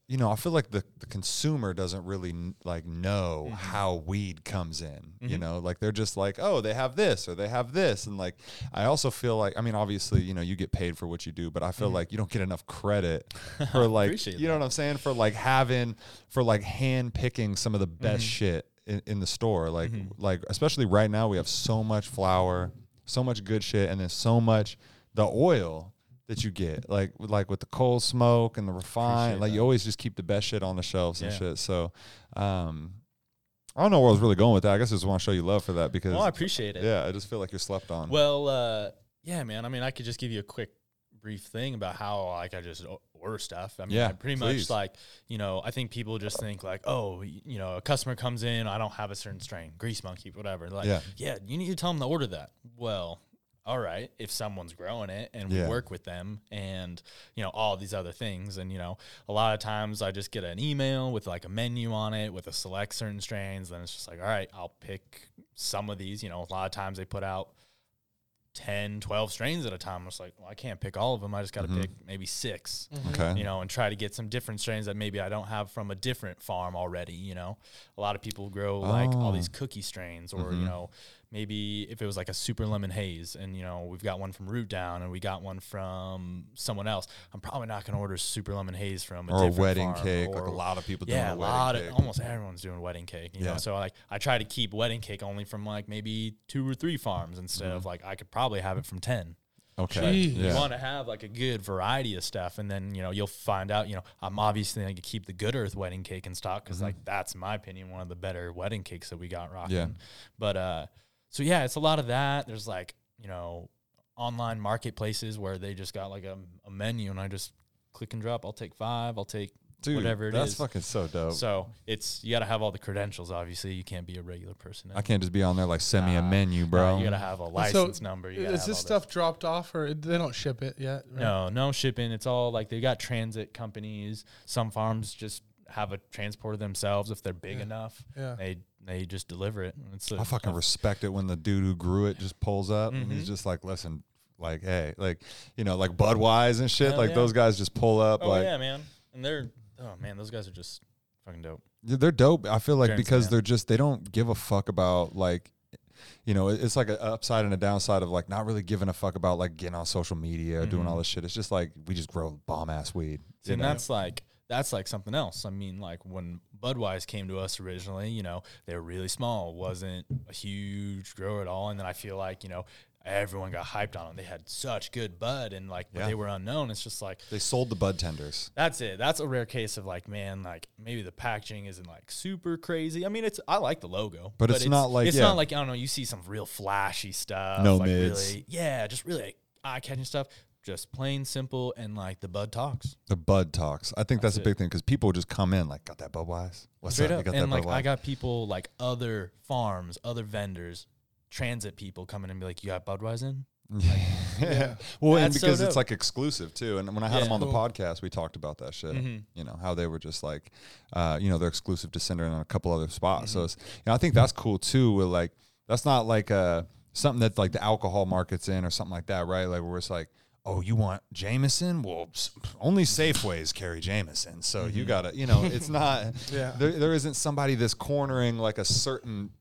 you know, I feel like the, the consumer doesn't really kn- like know how weed comes in. You know, like they're just like, oh, they have this or they have this, and like, I also feel like, I mean, obviously, you know, you get paid for what you do, but I feel like you don't get enough credit for like, you
Appreciate
know what I'm saying, for like having, for like hand picking some of the
Mm-hmm.
best shit in, in the store. Like like especially right now we have so much flour, so much good shit, and then so much the oil that you get. Like with- like with the coal smoke and the refined.
Appreciate
Like you
that.
always just keep the best shit on the shelves and
Yeah.
shit. So um I don't know where I was really going with that. I guess I just want to show you love for that because
Well, Oh, I appreciate it.
yeah, I just feel like you're slept on.
Well, uh, yeah, man. I mean, I could just give you a quick, brief thing about how like I just o- order stuff. I mean,
Yeah,
I pretty
please.
much like you know, I think people just think like, oh, y- you know, a customer comes in, I don't have a certain strain, grease monkey, whatever. Like,
Yeah.
yeah, you need to tell them to order that. Well. All right, if someone's growing it and
Yeah.
we work with them and you know all these other things and you know a lot of times I just get an email with like a menu on it with a select certain strains then it's just like all right, I'll pick some of these, you know, a lot of times they put out 10, 12 strains at a time. I was like, well, I can't pick all of them. I just got to pick maybe 6
Mm-hmm.
okay.
you know, and try to get some different strains that maybe I don't have from a different farm already. You know, a lot of people grow like all
Oh.
these cookie strains, or
Mm-hmm.
you know, maybe if it was like a super lemon haze, and you know, we've got one from Root Down and we got one from someone else. I'm probably not going to order super lemon haze from a
or a
different
wedding
farm,
cake,
or-
like a lot of people
yeah,
doing a,
a lot
wedding
of
cake.
almost everyone's doing wedding cake. You
Yeah.
know, so like I try to keep wedding cake only from like maybe two or three farms instead
Mm-hmm.
of like I could probably have it from ten.
okay.
Jeez.
Yeah.
oh, You want to have like a good variety of stuff, and then you know you'll find out. You know, I'm obviously going to keep the Good Earth wedding cake in stock
Mm-hmm.
because like that's in my opinion one of the better wedding cakes that we got rocking. But uh, so yeah, it's a lot of that. There's like you know online marketplaces where they just got like a, a menu, and I just click and drop. I'll take five. I'll take
Dude,
whatever it is.
that's fucking so dope.
So it's you got to have all the credentials. Obviously, you can't be a regular person.
I can't just be on there like send me a
Nah,
menu, bro.
you got to have a
So,
license number. You gotta
is
have
this
all that.
stuff dropped off or they don't ship it yet? right?
No, no shipping. It's all like they got transit companies. Some farms just have a transporter themselves if they're big
Yeah.
enough.
Yeah.
They they just deliver it. It's a-
I fucking respect it when the dude who grew it just pulls up and
Mm-hmm.
he's just like, listen, like, hey, like, you know, like Budweiser and shit.
Hell
like
yeah.
those guys just pull up.
oh
like,
yeah, man. And they're oh man, those guys are just fucking dope.
Yeah, they're dope. I feel like
Guarantee
because
that.
they're just they don't give a fuck about like you know, it- it's like an upside and a downside of like not really giving a fuck about like getting on social media or doing all this shit. It's just like we just grow bomb ass weed. you
Mm-hmm. and
know?
that's like that's like something else. I mean, like when Budweiser came to us originally, you know, they were really small, wasn't a huge grower at all. And then I feel like you know everyone got hyped on them. They had such good bud, and like but
Yeah.
they were unknown. It's just like
they sold the bud tenders.
That's it. That's a rare case of like, man, like maybe the packaging isn't like super crazy. I mean, it's I like the logo,
But it's not like-
it's
yeah.
not like I don't know. You see some real flashy stuff,
No
like
mids.
really, yeah, just really like, eye catching stuff. Just plain simple and like the bud talks
The bud talks. I think that's, a
it.
big thing because people just come in like, got that Budweiser? What's
straight
up? You
up,
got
and
that
like I
Budweiser?"
got people like other farms, other vendors, transit people coming and be like, "You got Budweiser?" in?"
Yeah. Well, and
That's so
because it's
dope.
like exclusive too. And when I had
Yeah. Mm-hmm.
them on the
Cool.
podcast, we talked about that shit. You know how they were just like, uh, you know, they're exclusive to Cinder and a couple other spots.
Mm-hmm.
So it's, you know, I think that's cool too. Where like that's not like uh something that like the alcohol market's in or something like that, right? Like where it's like. Oh, you want Jameson? Well, s- only Safeways carry Jameson, so
Mm-hmm.
you gotta, you know, it's not.
Yeah.
There, there isn't somebody that's cornering like a certain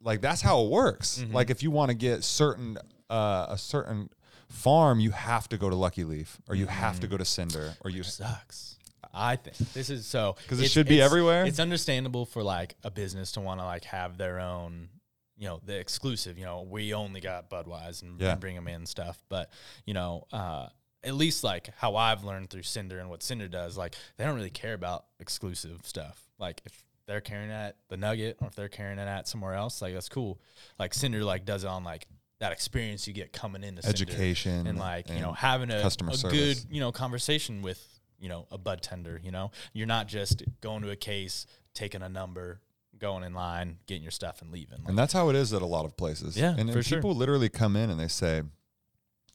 like that's how it works.
Mm-hmm.
Like if you want to get certain uh, a certain farm, you have to go to Lucky Leaf or you have to
Mm-hmm.
go to Cinder or you.
sucks. I think this is so
'Cause it
it's-
should be
it's-
everywhere?
It's understandable for like a business to want to like have their own, you know, the exclusive. You know, we only got Budweiser and,
Yeah.
and bring them in and stuff. But you know, uh, at least like how I've learned through Cinder and what Cinder does, like they don't really care about exclusive stuff. Like if they're carrying it at the Nugget or if they're carrying it at somewhere else, like that's cool. Like Cinder like does it on like that experience you get coming into Cinder
Education
and like you know
and
having a,
customer
a good
service.
you know conversation with you know a bud tender. You know you're not just going to a case, taking a number, going in line, getting your stuff and leaving. Like,
And that's how it is at a lot of places.
Yeah,
and, and
for sure.
people literally come in and they say,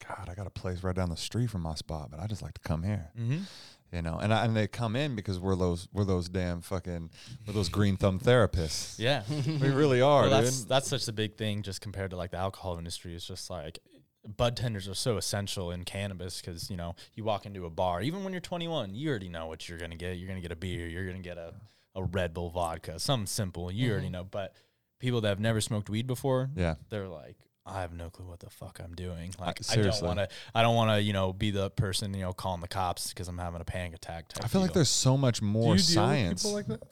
"God, I got a place right down the street from my spot, but I just like to come here."
Mhm.
You know, and I, and they come in because we're those we're those damn fucking we're those green thumb therapists.
Yeah.
We really are,
Well, that's
dude.
that's such a big thing just compared to like the alcohol industry. It's just like bud tenders are so essential in cannabis because you know you walk into a bar, even when you're 21, you already know what you're gonna get. You're gonna get a beer. You're gonna get a a Red Bull vodka, something simple. You already know. But people that have never smoked weed before,
Yeah.
they're like. I have no clue what the fuck I'm doing. Like, I, don't
seriously.
want to. I don't want to, you know, be the person, you know, calling the cops because I'm having a panic attack. Type
I feel like
deal.
there's so much more
you
science,
deal with people like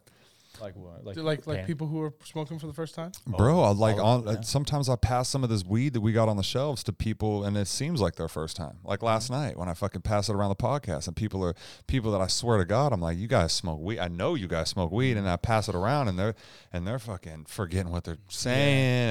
like what, like
that? Like like
panic-
people who are smoking for the first time?
bro. I like
all of
on
it, Oh, yeah.
sometimes I pass some of this weed that we got on the shelves to people, and it seems like their first time.
Mm-hmm.
Like last night when I fucking pass it around the podcast, and people are people that I swear to God, I'm like, you guys smoke weed. I know you guys smoke weed,
Mm-hmm.
and I pass it around, and they're and they're fucking forgetting what they're saying,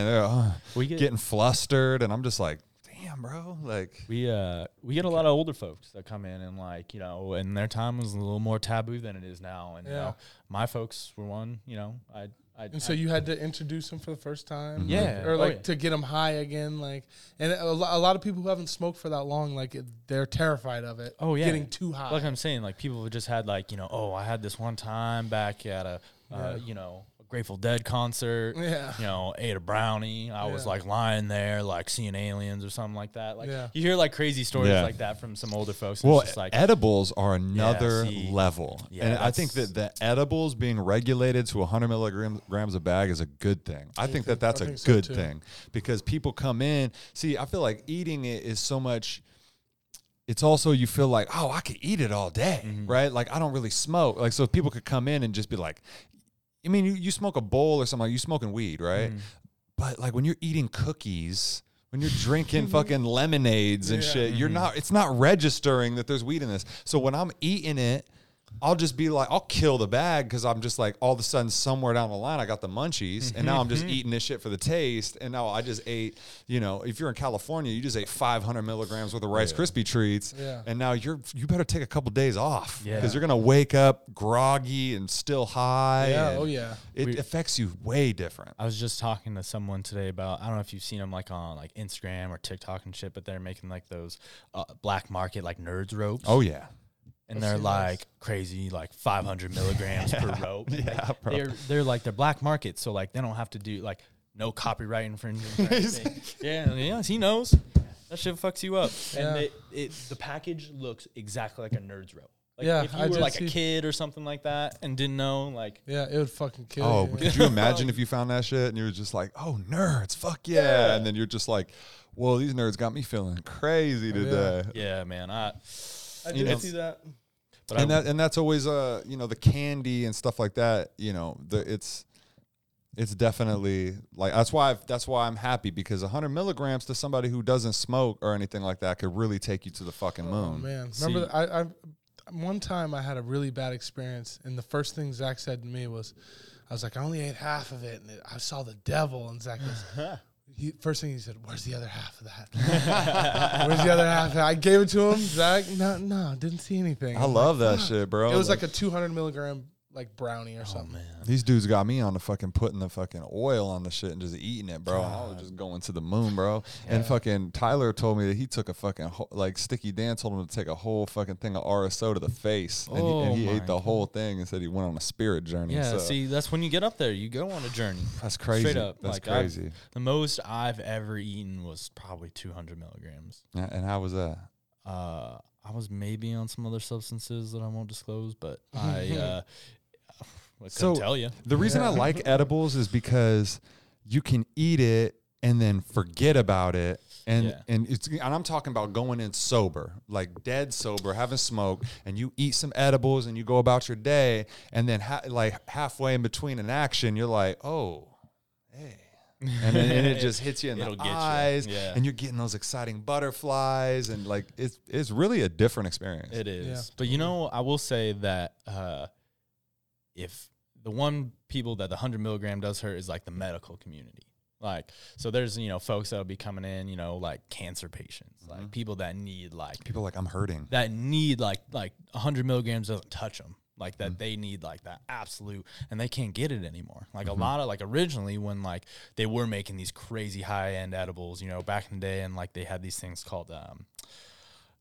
and they're uh,
We get-
getting flustered, and I'm just like, damn, bro, like.
We uh we get a lot of older folks that come in and like you know, and their time was a little more taboo than it is now. And you
Yeah.
know, my folks were one. You know, I I,
And so
I-
you had to introduce them for the first
Mm-hmm.
time,
Yeah.
or
Oh,
like
yeah.
to get them high again, like. And a, lo- a lot of people who haven't smoked for that long, like it, they're terrified of it.
Oh, yeah.
getting too high.
like I'm saying, like people have just had like you know, oh, I had this one time back at a uh, you know a Grateful Dead concert.
Yeah.
You know, ate a brownie. I was
Yeah.
like lying there, like seeing aliens or something like that. Like
Yeah.
you hear like crazy stories
Yeah.
like that from some older folks. and
Well, e-
it's just like
edibles are another
see.
level,
Yeah,
and I think
that's-
that the edibles being regulated to 100 milligrams grams a bag is a good thing. I think that that's
I
a
think so,
good
too.
thing because people come in. See, I feel like eating it is so much. It's also you feel like, oh, I could eat it all day,
Mm-hmm.
right? Like I don't really smoke. Like so, if people could come in and just be like, I mean, you, you smoke a bowl or something. Like you smoking weed,
Mm-hmm.
right? But like when you're eating cookies, when you're drinking fucking lemonades and
Yeah.
shit, you're not. It's not registering that there's weed in this. So when I'm eating it, I'll just be like, I'll kill the bag because I'm just like, all of a sudden, somewhere down the line, I got the munchies, and now I'm
Mm-hmm.
just eating this shit for the taste. And now I just ate. You know, if you're in California, you just ate 500 milligrams worth of Rice Krispie treats,
Yeah.
and now you're you better take a couple days off
Yeah.
because you're gonna wake up groggy and still high.
Yeah,
and
oh yeah.
it affects you way different.
I was just talking to someone today about I don't know if you've seen them like on like Instagram or TikTok and shit, but they're making like those uh, black market like nerds ropes.
Oh yeah,
and they're like crazy like 500 milligrams per rope. Yeah, they're they're like they're black market, so like they don't have to do like no copyright infringement. or anything. yeah, yes, he knows. That shit fucks you up, and
Yeah.
it, it the package looks exactly like a nerds rope. Like
Yeah,
if you
I
were
did
like a
see-
kid or something like that and didn't know, like
Yeah, it would fucking kill.
Oh,
you.
but could you imagine if you found that shit and you were just like, "Oh, nerds, fuck yeah!" And then you're just like, "Whoa, these nerds got me feeling crazy today."
yeah, man, I.
I
know,
did see that.
But I
And that and that's always uh, you know, the candy and stuff like that. You know, the it's it's definitely like that's why I've, that's why I'm happy because 100 milligrams to somebody who doesn't smoke or anything like that could really take you to the fucking
Oh
moon.
man,
See-
remember I, I one time I had a really bad experience, and the first thing Zach said to me was, "I was like, I only ate half of it, and it, I saw the devil." And Zach goes. He, first thing he said, "Where's the other half of that? Where's the other half?" I gave it to him. Zach, no, no, didn't see anything.
I
I'm
love that
"Fuck."
shit, bro.
It was like a 200 milligram like brownie
Oh,
or something.
These dudes got me on the fucking putting the fucking oil on the shit and just eating it, bro. And I was just going to the moon, bro. And fucking Tyler told me that he took a fucking ho- like sticky Dan told him to take a whole fucking thing of RSO to the face, and he,
Oh
and he
my
ate the whole thing and said he went on a spirit journey.
Yeah,
so
see, that's when you get up there. You go on a journey.
that's crazy.
Straight up,
that's
like, I've-
crazy.
The most I've ever eaten was probably 200 milligrams.
Yeah, and how was that?
Uh, I was maybe on some other substances that I won't disclose, but I, uh, I couldn't
So-
tell you.
The reason I like edibles is because you can eat it and then forget about it. And
Yeah.
and it's and I'm talking about going in sober, like dead sober, having smoked, and you eat some edibles and you go about your day, and then ha- like halfway in between an action, you're like, oh, hey, and then and it just hits you in
It'll
the
get you.
eyes,
Yeah.
and you're getting those exciting butterflies, and like it's it's really a different experience.
It is. But you know, I will say that uh, if the one people that the 100 milligram does hurt is like the medical community. Like, so there's, you know, folks that'll be coming in, you know, like cancer patients, like people that need like
People are like I'm hurting.
that need like like 100 milligrams doesn't touch them like that they need like that absolute and they can't get it anymore like a lot of like originally when like they were making these crazy high end edibles you know back in the day and like they had these things called um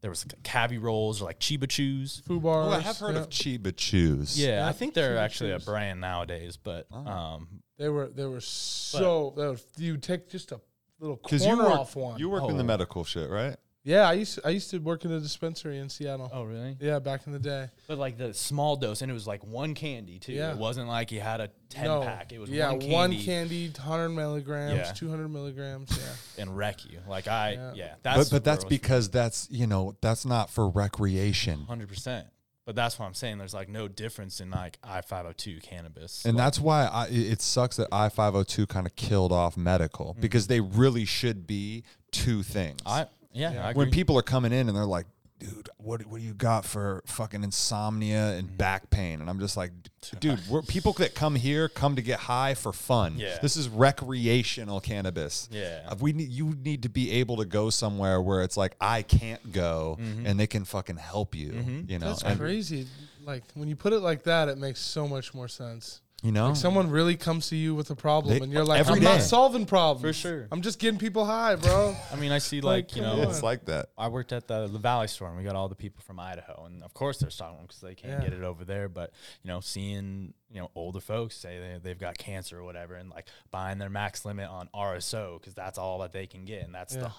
there was like, cavi rolls or like chiba chews
Foo bars.
Oh, I have heard
yeah.
of Chiba Chews.
yeah i
Yeah,
think they're
Chiba
actually
Chews.
a brand nowadays but um
They were they were so they were, you take just a little
Because you
corner
work,
off one.
you work in the
Oh.
medical shit, right?
yeah, I used to, I used to work in a dispensary in Seattle.
oh really
Yeah, back in the day.
but like the small dose and it was like one candy too
Yeah.
it wasn't like you had a 10 pack it was
yeah,
one candy,
candy, hundred milligrams,
Yeah.
two hundred milligrams. Yeah,
and wreck you like i yeah,
Yeah.
that's
but but that's
where it was
because that's you know that's not for recreation,
Hundred percent. But that's what I'm saying. There's like no difference in like I five hundred two cannabis.
and that's why I, it it sucks that I five hundred two kind of killed off medical because they really should be two things.
Mm. I yeah. I agree.
when people are coming in and they're like, dude, what what do you got for fucking insomnia
Mm.
and back pain? And I'm just like, dude, we're, people that come here come to get high for fun.
Yeah.
This is recreational cannabis.
Yeah.
Uh, We need, you need to be able to go somewhere where it's like I can't go and they can fucking help you. You know,
Mm-hmm. that's
and,
crazy. Like when you put it like that, it makes so much more sense.
you know,
Oh.
Like someone really comes to you with a problem,
They-
and you're like,
every
"I'm not
day.
solving problems
For sure.
I'm just getting people high, bro."
I mean, I see like,
Like,
you
come
know,
on.
it's like that.
I worked at the, the Valley store and we got all the people from Idaho, and of course they're selling them because they can't
Yeah.
get it over there. But you know, seeing you know older folks say they, they've got cancer or whatever, and like buying their max limit on RSO because that's all that they can get, and that's the
Yeah.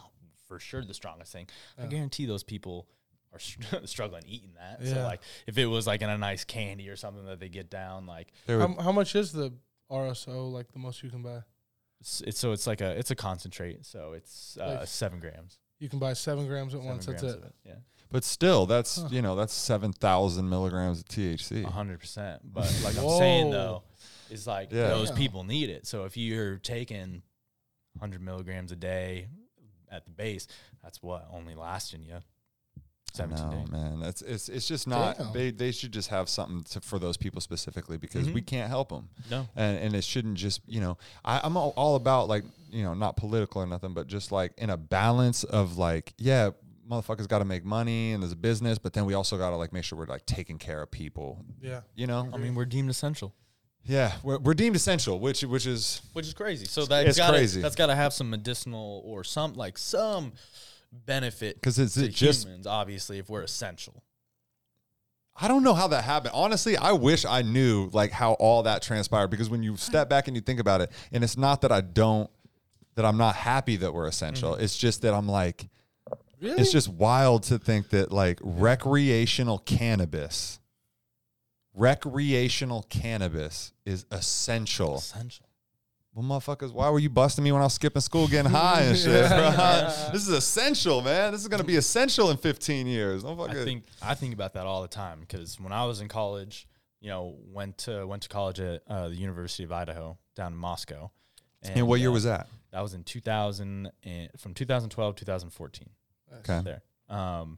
for sure the strongest thing. I guarantee those people are str- struggling eating that. So
Yeah.
like, if it was like in a nice candy or something that they get down, like
There were-
how, how much is the RSO? Like the most you can buy?
S- it's so it's like a it's a concentrate so it's uh,
Like-
seven grams
You can buy seven grams at
seven
once. That's
grams
it.
of yeah
but still, that's
Huh.
you know, that's seven thousand milligrams of THC.
a 100% but like i'm saying
Whoa.
though is like
Yeah.
those
Yeah.
people need it so if you're taking 100 milligrams a day at the base that's what only lasting you 17
no,
days
man. That's it's it's just not.
Damn.
They they should just have something to, for those people specifically because we can't help them,
no
and and it shouldn't just you know. I, I'm all, all about like you know not political or nothing, but just like in a balance of like yeah. Motherfuckers got to make money and there's a business, but then we also got to like make sure we're like taking care of people,
Yeah.
you know?
i mean we're deemed essential
Yeah, we're, we're deemed essential, which which is
which is crazy so that's
it's
gotta,
crazy.
that's got to have some medicinal or some like some benefit
'Cause it's-
to
it just-
humans obviously if we're essential
I don't know how that happened. Honestly, I wish I knew like how all that transpired because when you step back and you think about it, and it's not that I don't that I'm not happy that we're essential.
Mm-hmm.
It's just that I'm like
Really?
Mm.
it's just wild to think that like recreational cannabis recreational cannabis is essential.
essential
Well motherfuckers, why were you busting me when I was skipping school getting high and shit? bruh? This is essential, man. This is gonna be essential in 15 years. Don't
I
fucking-
think I think about that all the time because when I was in college, you know, went to went to college at uh, the University of Idaho down in Moscow.
and what year
uh,
was that?
That was in 2000 and from 2012 2014
Okay.
there. Um,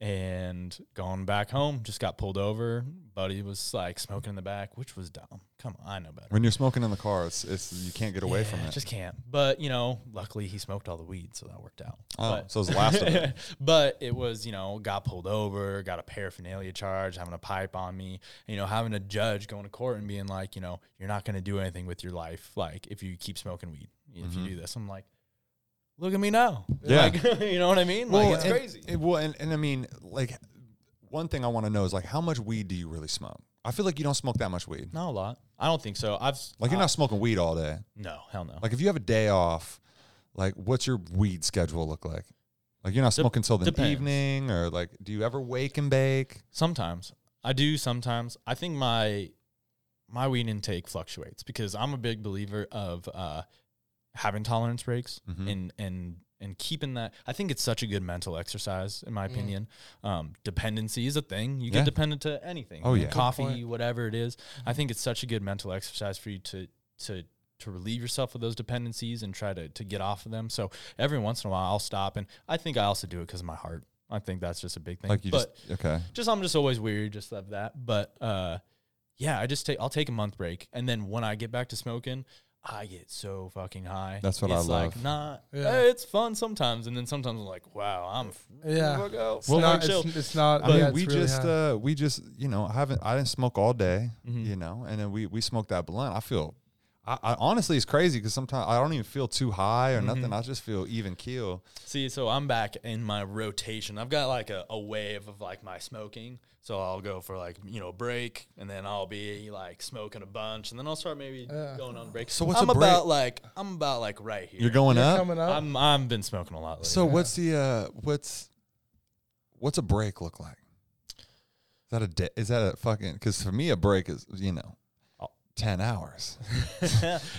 and going back home, just got pulled over. Buddy was like smoking in the back, which was dumb. Come on, I know better.
When you're smoking in the car, it's it's you can't get away from
Yeah,
it.
Just can't. But you know, luckily he smoked all the weed, so that worked out.
Oh,
but,
so it was the last of it.
but it was you know got pulled over, got a paraphernalia charge, having a pipe on me, you know, having a judge going to court and being like, you know, you're not going to do anything with your life, like if you keep smoking weed, if you do this. I'm like, look at me now.
Mm-hmm. Yeah.
Like, you know what I mean?
Well,
like it's
and-
crazy.
and- well, and, and I mean, like, one thing I want to know is like, how much weed do you really smoke? I feel like you don't smoke that much weed.
not a lot. I don't think so. I've
Like, you're not smoking weed all day.
no hell no.
Like, if you have a day off, like, what's your weed schedule look like? Like, you're not smoking till the
depends.
evening, or like, do you ever wake and bake?
Sometimes I do. Sometimes I think my my weed intake fluctuates because I'm a big believer of uh, having tolerance breaks
Mhm.
and and and keeping that. I think it's such a good mental exercise, in my opinion. Um, dependency is a thing. You
Yeah.
get dependent to anything.
Oh,
you know,
yeah. Good
coffee,
point.
whatever it is. I think it's such a good mental exercise for you to to to relieve yourself of those dependencies and try to to get off of them. So every once in a while, I'll stop, and I think I also do it because of my heart. I think that's just a big thing.
Like, you
but
just okay.
just I'm just always weary just of that. But uh yeah, I just take I'll take a month break, and then when I get back to smoking, I get so fucking high.
That's what I
it's Like
love.
not,
Yeah.
eh, it's fun sometimes, and then sometimes I'm like, wow, I'm f-
Yeah.
fuck out.
It's not,
chill.
it's, it's not.
I mean,
yeah, it's
we
really
just
high. Mm-hmm.
uh, we just you know I haven't I didn't smoke all day, you know, and then we we smoked that blunt. I feel, I, I honestly it's crazy because sometimes I don't even feel too high or
Mm-hmm.
nothing. I just feel even keel.
See, so I'm back in my rotation. I've got like a, a wave of like my smoking. So I'll go for like, you know, break and then I'll be like smoking a bunch and then I'll start maybe going on break.
So what's
I'm
a break?
about like I'm about like right here.
You're going
You're
uh, up.
coming up.
I'm I've been smoking a lot lately.
so what's the uh what's what's a break look like? Is that a day? Is that a fucking? Because for me a break is you know.
Oh.
Ten hours.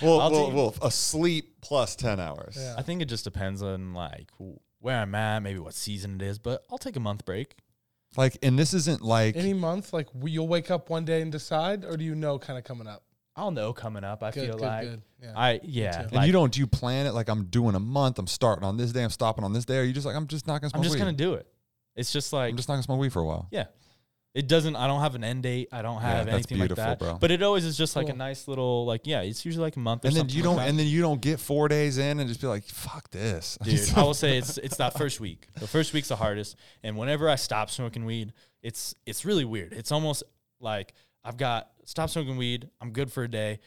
well,
I'll
well,
do-
well, a sleep plus ten hours.
Yeah.
I think it just depends on like w- where I'm at, maybe what season it is, but I'll take a month break.
Like, and this isn't like
Any month, like w- you'll wake up one day and decide, or do you know kind of coming up?
I'll know coming up. I
Good,
feel
good,
like
good. Yeah.
I yeah.
too.
And
like,
you don't do you plan it like I'm doing a month, I'm starting on this day, I'm stopping on this day, or you just like I'm just not gonna smoke
I'm just
weed.
gonna do it. It's just like
I'm just not gonna smoke weed for a while.
Yeah. It doesn't I don't have an end date. I don't have
that's
anything like
beautiful,
that.
bro.
But it always is just like
Cool.
a nice little like yeah, it's usually like a month or
And then
something.
you
like
don't
that.
and then you don't get four days in and just be like, fuck this.
Dude, I will say it's it's that first week. The first week's the hardest. And whenever I stop smoking weed, it's it's really weird. It's almost like I've got stop smoking weed, I'm good for a day.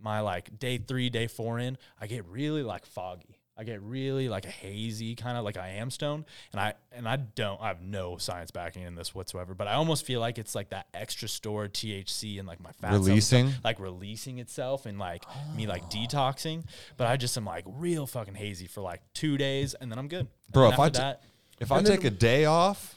My like day three, day four in, I get really like foggy. I get really like a hazy kind of like I am stoned. And I and I don't I have no science backing in this whatsoever. But I almost feel like it's like that extra stored THC and like my fat cells and stuff
Releasing?
like releasing itself and like me like detoxing. But I just am like real fucking hazy for like two days and then I'm good.
Bro,
And
if I
after
t-
that,
If I
And then-
take a day off,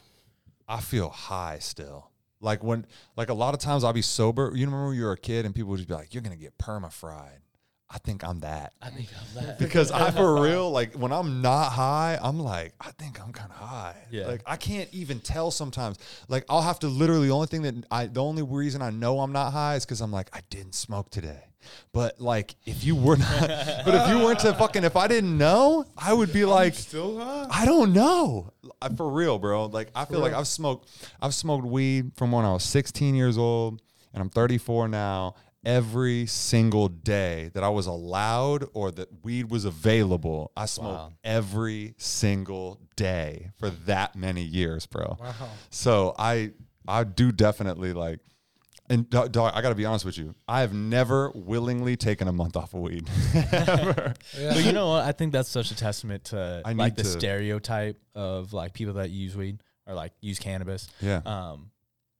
I feel high still. Like when like a lot of times I'll be sober. You remember when you were a kid and people would just be like, You're gonna get perma fried. I think I'm that.
I think I'm that.
Because I for real, like when I'm not high, I'm like, I think I'm kind of high.
Yeah.
Like I can't even tell sometimes. Like I'll have to literally the only thing that I the only reason I know I'm not high is because I'm like I didn't smoke today. But like if you were not, but if you weren't to fucking if I didn't know, I would be like
Still high?
I don't know. I, for real, bro. Like I feel like I've smoked I've smoked weed from when I was 16 years old and I'm 34 now. Every single day that I was allowed or that weed was available, I smoked every single day for that many years, bro. Wow. So I I do definitely like and dog, dog, I gotta be honest with you. I have never willingly taken a month off of weed. Ever.
But you know what? I think that's such a testament to
I
like
need
the
to-
stereotype of like people that use weed or like use cannabis.
Yeah.
Um,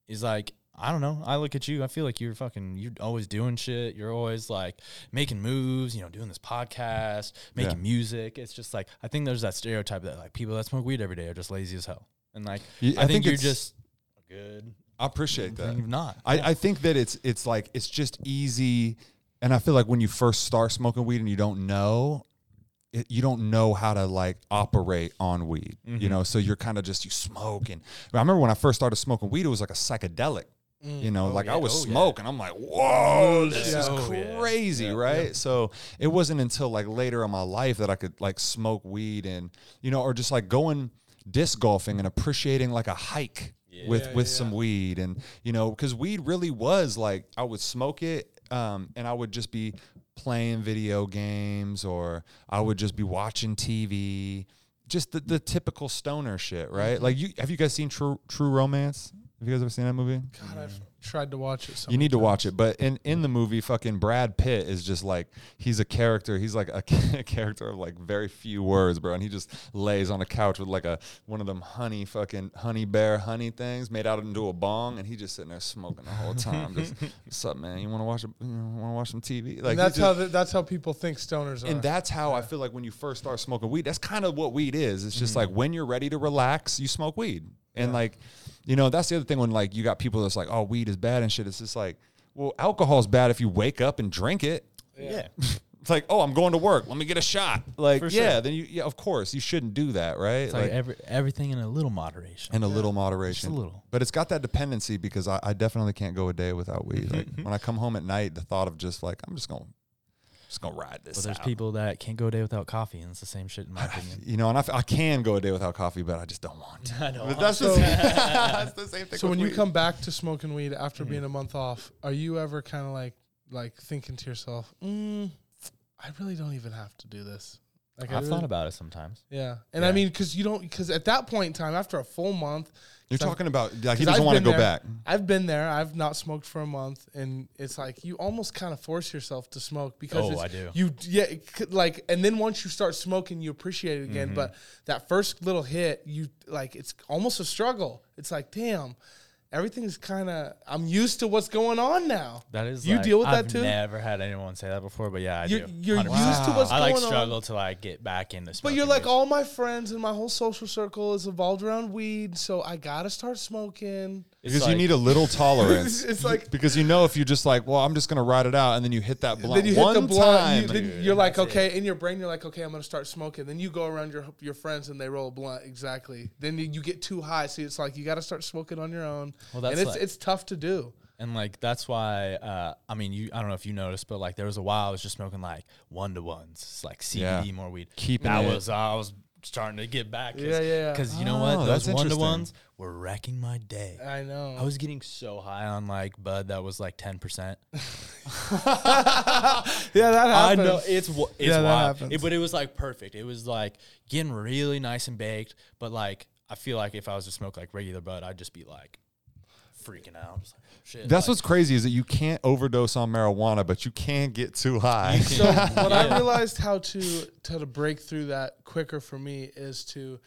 is like I don't know. I look at you. I feel like you're fucking. You're always doing shit. You're always like making moves. You know, doing this podcast, making
Yeah.
music. It's just like I think there's that stereotype that like people that smoke weed every day are just lazy as hell. And like
Yeah,
I,
I
think,
think
you're
it's-
just good.
I appreciate that.
You're not.
I, I think that it's it's like it's just easy, and I feel like when you first start smoking weed and you don't know, it, you don't know how to like operate on weed, you know. So you're kind of just you smoke, and I remember when I first started smoking weed, it was like a psychedelic, you know, like I was smoking, I'm like, whoa, this
yeah.
is
Oh, yeah.
crazy, right? So it wasn't until like later in my life that I could like smoke weed and you know, or just like going disc golfing and appreciating like a hike with with some weed and you know, because weed really was like I would smoke it um, and I would just be playing video games or I would just be watching TV. Just the, the typical stoner shit,
Mm-hmm.
right? Like you have you guys seen True True Romance? Have you guys ever seen that movie?
God, I've tried to watch it. So
You need to watch it. But in in the movie, fucking Brad Pitt is just like he's a character. He's like a, ca- character of like very few words, bro. And he just lays on a couch with like a one of them honey fucking honey bear honey things made out into a bong, and he just sitting there smoking the whole time. just what's up, man? You want to watch a, you want to watch some TV? Like
and
he
that's
just-
how the, that's how people think stoners are.
and that's how I feel like when you first start smoking weed, that's kind of what weed is. It's just
Mm-hmm.
like when you're ready to relax, you smoke weed. And like, you know, that's the other thing when like you got people that's like, oh, weed is bad and shit. It's just like, well, alcohol's bad if you wake up and drink it.
yeah.
It's like, oh, I'm going to work. Let me get a shot. Like,
For
yeah,
sure.
then you, yeah, of course, you shouldn't do that, right?
It's like every, everything in a little moderation.
and a little moderation.
little.
But it's got that dependency because
Mm-hmm.
I, I definitely can't go a day without weed. Like when I come home at night, the thought of just like I'm just gonna just gonna ride this.
But there's
out.
people that can't go a day without coffee, and it's the same shit in my opinion.
you know, and I, f- I can go a day without coffee, but I just don't want to.
I know.
But that's, the, that's the same thing.
So
with
when you
weed.
come back to smoking weed after being a month off, are you ever kind of like like thinking to yourself, mm, "I really don't even have to do this." Like I
I've
really-
thought about it sometimes.
Yeah, and I
Yeah.
mean, because you don't, because at that point in time, after a full month,
You're
'cause I've-
talking about like
'cause
he doesn't
I've
want to
been
go
there.
back.
I've been there. I've not smoked for a month, and it's like you almost kind of force yourself to smoke because
Oh,
it's,
I do.
You yeah, it could- like, and then once you start smoking, you appreciate it
Mm-hmm.
again. But that first little hit, you like, it's almost a struggle. It's like, damn, everything's kind of. I'm used to what's going on now.
That is,
You
like-
deal with
I've
that too?
Never had anyone say that before, but yeah, I
You're,
do.
you're used
100%.
to what's
I
going
like
on.
struggle to like get back into.
But
Smoking
you're like,
weed.
all my friends and my whole social circle is evolved around weed, so I gotta start smoking.
It's
because you
like-
need a little tolerance.
It's like-
because you know if you're just like, well, I'm just gonna ride it out, and then you hit that blunt
then you
one
hit the blunt.
time.
you, then you're like, okay, in your brain, you're like, okay, I'm gonna start smoking. Then you go around your your friends and they roll a blunt. Exactly. Then you you get too high, so it's like you gotta start smoking on your own.
Well, that's
and it's
like-
it's tough to do.
And like that's why uh, I mean you I don't know if you noticed, but like there was a while I was just smoking like one to ones, It's like CBD
Yeah.
more weed.
Keeping
that
it.
was I was starting to get back. Cause,
Yeah, yeah, yeah.
Because you know what,
Oh,
those
that's
one to
interesting.
ones were wrecking my day.
I know.
I was getting so high on like bud that was like ten percent.
yeah, that
I know it's wa- it's
Yeah, that
wild,
happens.
It- but it was like perfect. It was like getting really nice and baked. But like I feel like if I was to smoke like regular bud, I'd just be like freaking out. Just like, shit,
That's
like,
what's crazy is that you can't overdose on marijuana, but you can get too high.
So what I realized how to how to break through that quicker for me is to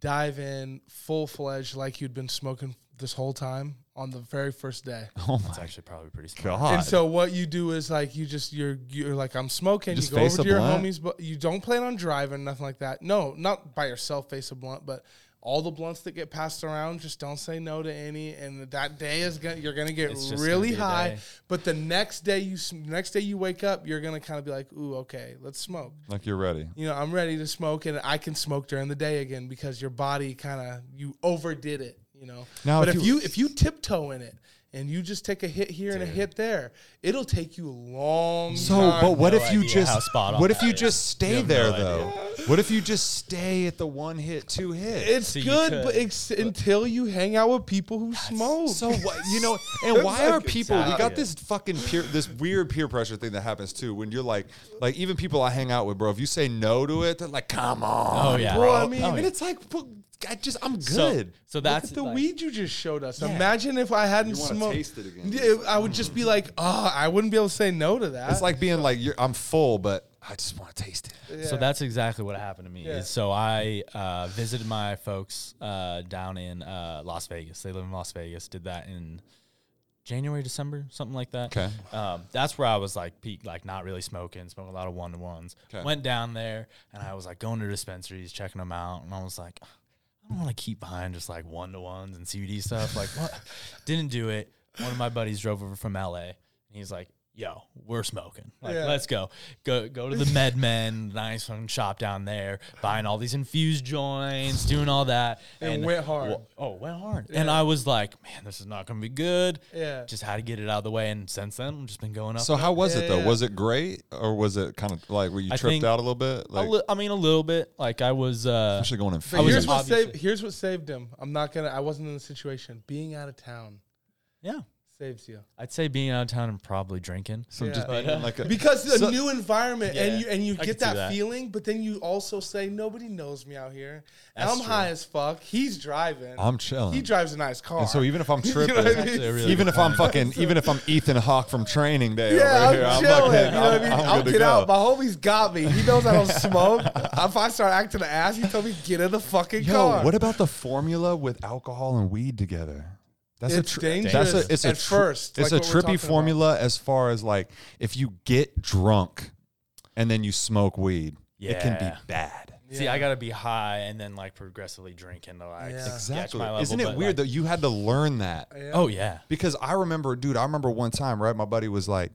dive in full fledged like you'd been smoking this whole time on the very first day.
oh my
It's actually probably pretty smart.
god!
And so what you do is like you just you're you're like I'm smoking. You,
Just
go
face
over
a
to your
blunt?
homies, but you don't plan on driving, nothing like that. No, not by yourself. Face a blunt, but all the blunts that get passed around, just don't say no to any. And that day is gonna you're gonna get
It's just gonna
really
be a
high.
day.
But the next day you s- next day you wake up, you're gonna kind of be like, ooh, okay, let's smoke.
like you're ready.
You know, I'm ready to smoke, and I can smoke during the day again because your body kind of you overdid it. You know,
Now,
but
if
if
you-
you if you tiptoe in it and you just take a hit here and a hit there, it'll take you a long
So,
time.
but what
no
if you
idea how
just
spot on
what if
that
you
is.
just stay
You have
there
no
though? What if you just stay at the one hit, two hit?
it's
So you
good, but
could-
it's until you hang out with people who smoke.
So what you know, and why are people? We got
exactly.
this fucking peer, this weird peer pressure thing that happens too. When you're like, like even people I hang out with, bro. If you say no to it, they're like, come on,
Oh, yeah.
bro. I
Oh,
mean,
yeah.
and it's like, bro, I just, I'm
So-
good.
So
Look at
that's
the
like-
weed you just showed us. Imagine if I hadn't
You wanna
smoked.
taste it again.
Yeah, I would just be like, oh, I wouldn't be able to say no to that.
it's like being like, you're, I'm full, but I just want to taste it.
So that's exactly what happened to me.
Yeah.
So I uh, visited my folks uh, down in uh, Las Vegas. They live in Las Vegas. Did that in January, December, something like that.
Okay.
Um, that's where I was like peak, like not really smoking, smoking a lot of one to ones.
Okay.
Went down there and I was like going to dispensaries, checking them out, and I was like, I don't want to keep buying just like one to ones and CBD stuff. Like, what? Didn't do it. One of my buddies drove over from LA and he's like, yo, we're smoking. Like,
Yeah.
let's go. Go go to the Med Men, nice fucking shop down there, buying all these infused joints, doing all that.
And went hard.
Wha- oh, went hard. And I was like, man, this is not going to be good.
Yeah.
Just had to get it out of the way. And since then, I've just been going up.
So how was it though?
Yeah.
Was it great, or was it kind of like were you
I
tripped
think-
out a little bit?
a
Like,
li- I mean, a little bit. Like, I was. Uh,
especially going in.
But
I was
Philly.
here's what saved.
obviously-
Here's what saved him. I'm not gonna. I wasn't in the situation. Being out of town
yeah.
saves you.
I'd say being out of town and probably drinking.
So
Yeah.
just being
But, uh,
like a,
because a
So-
new environment and
Yeah,
you and you
I
get
can see
that,
that.
feeling but then you also say nobody knows me out here and
That's
i'm
true.
high as fuck he's driving
I'm
he
chilling.
drives a nice car
And so even if I'm
You know
tripping,
what I
That's
mean?
actually a really
even
good
if I'm
point.
fucking, even if I'm Ethan Hawk from Training Day
yeah,
over here,
I'm
I'm
chilling.
fucking,
you know what I mean?
I'm, I'm
I'll
good
get
to go.
out. My homie's got me. He knows I don't smoke. if I start acting an ass, he told me get in the fucking
Yo,
car.
what about the formula with alcohol and weed together? That's
It's
tr-
dangerous
That's a, it's a
at
tr-
first,
It's
like
a
what we're talking
trippy
about.
formula as far as like if you get drunk and then you smoke weed, it can
Yeah.
be bad.
See, I gotta be high and then like progressively drink into like
Yeah.
catch
Exactly.
my level.
Isn't it
but,
weird that
like-
you had to learn that?
Oh yeah.
Because I remember, dude, I remember one time, right? My buddy was like,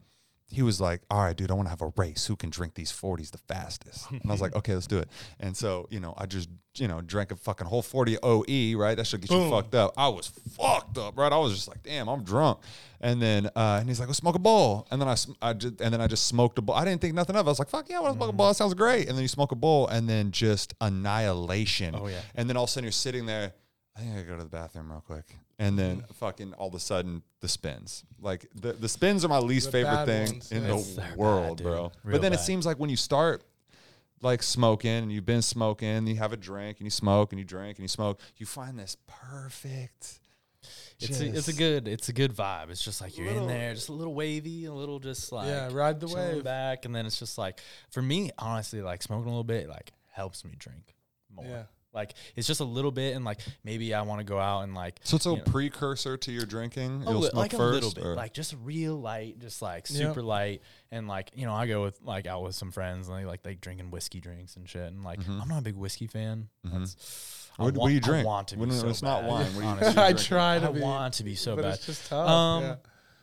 he was like, "All right, dude, I want to have a race. Who can drink these 40s the fastest?" And I was like, "Okay, let's do it." And so, you know, I just, you know, drank a fucking whole 40 OE, right? That should get you
Boom.
fucked up. I was fucked up, right? I was just like, "Damn, I'm drunk." And then, uh, and he's like, "Let's smoke a bowl." And then I, sm- I just, and then I just smoked a bowl. I didn't think nothing of. it. I was like, "Fuck yeah, I want to
Mm-hmm.
smoke a bowl. That sounds great." And then you smoke a bowl, and then just annihilation.
Oh, yeah.
And then all of a sudden you're sitting there. I think I go to the bathroom real quick. And then
Mm-hmm.
fucking all of a sudden the spins. Like the, the spins are my least
The
favorite
bad
thing
ones,
in
yeah.
the
It's- they're bad,
world,
dude.
bro.
Real
but then it
bad.
seems like when you start like smoking and you've been smoking, you have a drink and you smoke and you drink and you smoke, you find this perfect.
It's a, it's a
just-
good it's a good vibe. It's just like you're
Little-
in there, just a little wavy, a little just like
Yeah, ride the
chilling
wave.
back, and then it's just like for me, honestly, like smoking a little bit like helps me drink more.
Yeah.
Like it's just a little bit, and like maybe I want to go out and like
So it's a
you know,
precursor to your drinking.
a
You'll
Oh, li-
smoke
like
first.
a little bit,
or-
like just real light, just like
Yeah.
super light, and like you know, I go with like out with some friends, and they like they drinking whiskey drinks and shit, and like I'm not a big whiskey fan. That's, I
Mm-hmm. what, what
want-
do you
I
drink?
want to be
when,
so
it's not
bad,
wine. What do you,
honestly.
I
drink?
try to
I
be,
want to be so
but
bad.
it's just tough.
Um,
yeah.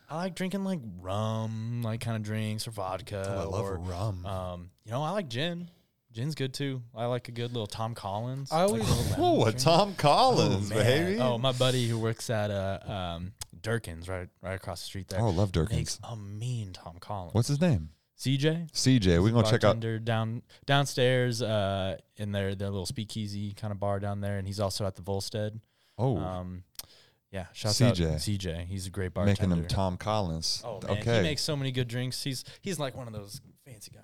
I like drinking like rum, like kind of drinks or vodka.
Oh, I love
uh, or,
rum.
Um, you know, I like gin. Gin's good too. I like a good little Tom Collins.
I
like a
always-
little lemon
oh, a
drink.
Tom Collins,
Man.
baby.
Oh, my buddy who works at uh, um, Durkin's right right across the street there.
Oh, I love
makes
Durkins.
a mean Tom Collins.
What's his name?
CJ?
CJ. We're gonna check out
bartender down downstairs uh, in their their little speakeasy kind of bar down there, and he's also at the Volstead.
Oh,
Um, yeah, shout out
CJ.
CJ. He's a great bartender.
making him Tom Collins.
Oh man,
okay.
he makes so many good drinks. He's he's like one of those fancy guys.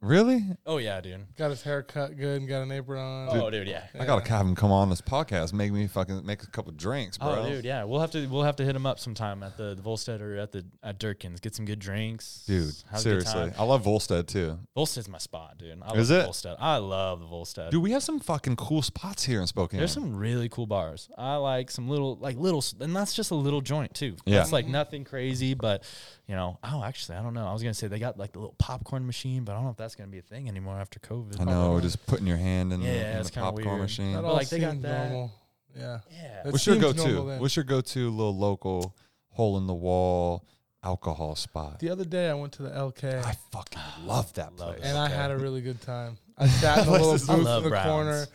really?
Oh yeah, dude.
Got his hair cut good and got an apron on.
Oh dude, yeah.
I gotta have him come on this podcast, make me fucking make a couple drinks, bro.
Oh dude, yeah. We'll have to we'll have to hit him up sometime at the, the Volstead or at the at Durkin's. Get some good drinks.
Dude,
have a good
seriously,
time.
I love Volstead too.
Volstead's my spot, dude. I
Is
love
it?
The Volstead. I love the Volstead.
Dude, we have some fucking cool spots here in Spokane.
There's some really cool bars. I like some little, like little, and that's just a little joint too.
Yeah.
it's like nothing crazy, but you know, oh, actually, I don't know. I was gonna say they got like the little popcorn machine, but I don't know if that's gonna be a thing anymore after COVID.
I know, just putting your hand in, the-
Yeah,
in the
it's kinda
popcorn
weird.
machine.
That
But,
all
like, they got
seemed
that-
normal. Yeah.
Yeah,
That's-
What's your
seems
go-to?
normal then.
What's your go-to little local hole in the wall alcohol spot?
The other day I went to the LK
I fucking love that
Love
place.
it.
and I
Okay.
had a really good time. I sat in a little
This is-
booth
I
in
love
the
Browns.
corner,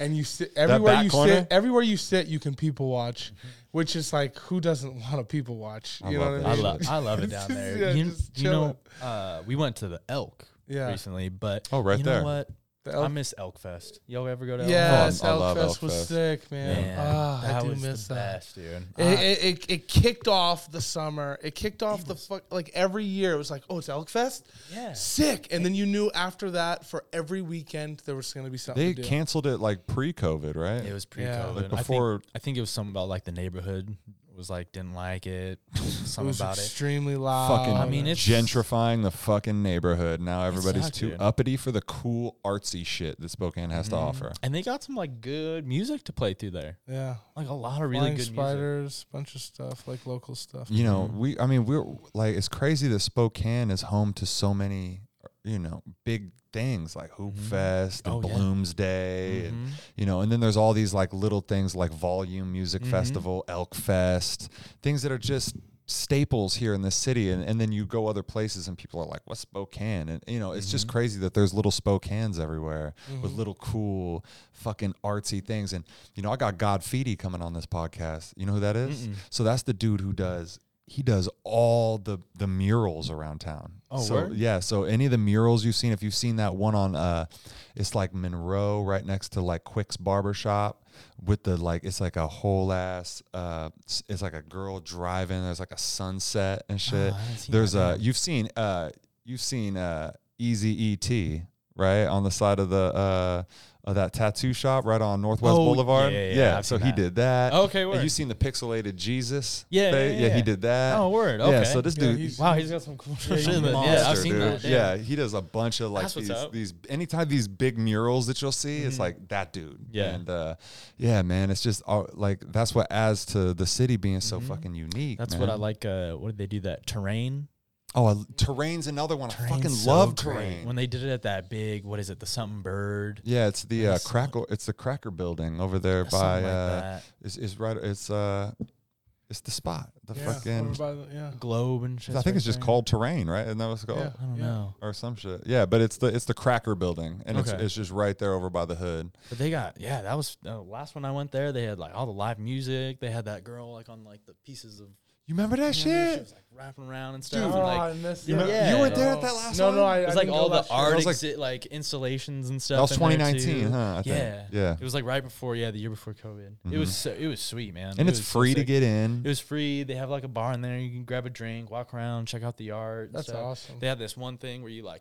and you sit everywhere
back
you
corner?
sit. Everywhere you sit, you can people watch, which is like who doesn't want to people watch?
I
you
love
know what
that
I
I mean?
love, I love it down there.
Yeah,
you,
just
you know, uh, we went to the Elk
Yeah.
recently, but
Oh, right
you know
there.
what?
The
I
elk-
miss Elk Fest. Y'all ever go to? Elk?
Yes,
I
Elk
love
Fest
Elk
was
Fest.
sick, man.
Man,
Ah,
that
I do
was
miss
the
that.
best, dude. Ah,
It, it, it, it kicked off the summer. It kicked off the fuck like every year. It was like, oh, it's Elk Fest,
yeah,
sick. And then you knew after that for every weekend there was going to be something.
They
to do.
canceled it like pre-COVID, right?
It was pre-COVID.
Yeah.
Like
I
before-
think, I think it was something about like the neighborhood was like didn't like it.
It
Something
was
about it.
extremely loud.
fucking
I mean, it's-
gentrifying the fucking neighborhood. Now everybody's
sucked,
too
dude. Mm-hmm.
uppity for the cool artsy shit that Spokane has to offer.
And they got some like good music to play through there.
yeah,
Like a lot of really
Flying
good music.
spiders, bunch of stuff like local stuff.
You know,
Mm-hmm.
we I mean we're like it's crazy that Spokane is home to so many you know, big things like Hoop Fest and
Oh, yeah. Mm-hmm.
Bloomsday and you know, and then there's all these like little things like Volume Music
Mm-hmm.
Festival, Elk Fest, things that are just staples here in this city and, and then you go other places and people are like what's spokane and you know it's just
Mm-hmm.
crazy that there's little spokanes everywhere with little cool fucking artsy things and you know i got god feedy coming on this podcast you know who that is? so that's the dude who does he does all the the murals around town
Oh,
so
word?
yeah so any of the murals you've seen if you've seen that one on uh it's like monroe right next to like quick's barbershop with the like it's like a whole ass uh s- it's like a girl driving there's like a sunset and shit
Oh, I haven't seen
there's
that
a you've seen uh you've seen uh easy et right on the side of the uh of that tattoo shop right on northwest
Oh,
boulevard
yeah, yeah, yeah, I've
so
seen
he
that.
did that
Okay,
And
word.
you seen the pixelated jesus
Yeah, yeah,
thing?
yeah,
he
yeah.
did that
Oh, word.
yeah
Okay.
so this
Yeah,
dude
he's-
Wow, he's got some cool shit. in there. yeah, I've
monster,
seen that.
dude. Yeah. he does a bunch of like
That's what's
these,
up. Mm-hmm.
these anytime these big murals that you'll see, it's like that dude.
Yeah.
and uh, yeah, man, it's just all, like that's what adds to the city being so fucking unique.
Mm-hmm. That's what I
man.
like. Uh, what did they do? That terrain.
Oh, I, terrain's another one. I
Terrain's
fucking
so
love
great.
terrain.
When they did it at that big, what is it? The something bird.
yeah, it's the uh,
That's-
crackle. It's the Cracker Building over there
Something
by.
like
uh,
that.
it's, it's right. It's uh, it's the spot. The
yeah,
fucking.
over by the- yeah.
globe and shit.
I think it's just called terrain, right? Isn't that what it's called?
Yeah.
I don't
Yeah.
know,
Or some shit. Yeah, but it's the it's the cracker building, and it's
Okay.
it's just right there over by the hood.
but they got yeah. That was uh, last when I went there. They had like all the live music. They had that girl like on like the pieces of
You remember that
She
shit?
was like wrapping around and stuff.
Oh,
and,
I
like,
missed
you
that.
remember- you weren't
there at that last
no,
one?
No, I,
it was
I
like
didn't
all
go
the
last year.
art
was, like-
exi- like installations and stuff.
That was
in there,
2019,
too.
huh? I think.
Yeah,
Yeah. Mm-hmm.
It was like right before, yeah, the year before COVID. It was so, it was sweet, man.
And
It
it's
was so
free to
sick.
get in.
It was free. They have like a bar in there. You can grab a drink, walk around, check out the art. and
That's
stuff.
awesome.
They had this one thing where you like,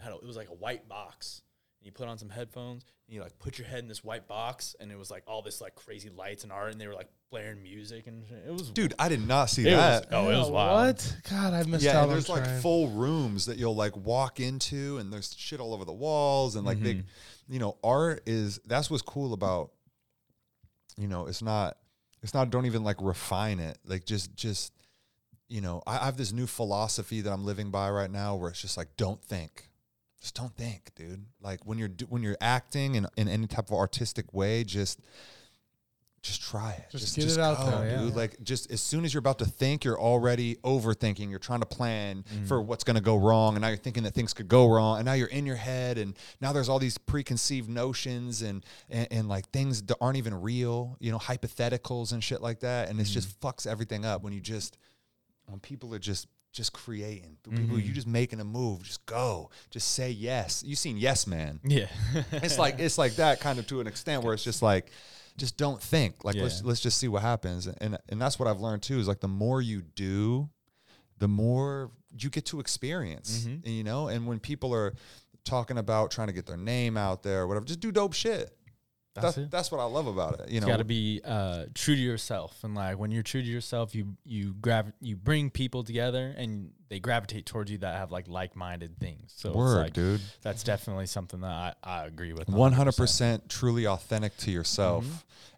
had a, it was like a white box. And you put on some headphones and you like put your head in this white box, and it was like all this like crazy lights and art, and they were like blaring music and shit. it was
Dude, I did not see
It was,
that.
oh, it was
Yeah,
wild.
What? God, I missed
yeah,
out
and
on
there's like
trying.
full rooms that you'll like walk into, and there's shit all over the walls, and like they,
Mm-hmm.
you know, art is that's what's cool about, you know, it's not, it's not. Don't even like refine it. Like just, just, you know, I, I have this new philosophy that I'm living by right now, where it's just like, don't think, just don't think, dude. Like when you're do- when you're acting in in any type of artistic way, just. Just try it.
Just get it out there, yeah.
dude. Like just as soon as you're about to think, you're already overthinking. You're trying to plan
Mm-hmm.
for what's going to go wrong, and now you're thinking that things could go wrong, and now you're in your head, and now there's all these preconceived notions and and, and like things that aren't even real, you know, hypotheticals and shit like that,
Mm-hmm.
and it's just fucks everything up when you just when people are just just creating, people you just making a move, just go, just say yes. You've seen Yes Man,
yeah.
it's like it's like that kind of to an extent where it's just like just don't think like let's
Yeah.
let's just see what happens and and that's what i've learned too is like the more you do the more you get to experience you know and when people are talking about trying to get their name out there or whatever just do dope shit that's,
That's
that's,
it.
what i love about it you know
got to be uh, true to yourself, and like when you're true to yourself, you you grav- you bring people together, and they gravitate towards you that have like like-minded things. So it's
Word,
like,
dude.
that's definitely something that I, I agree with.
100% truly authentic to yourself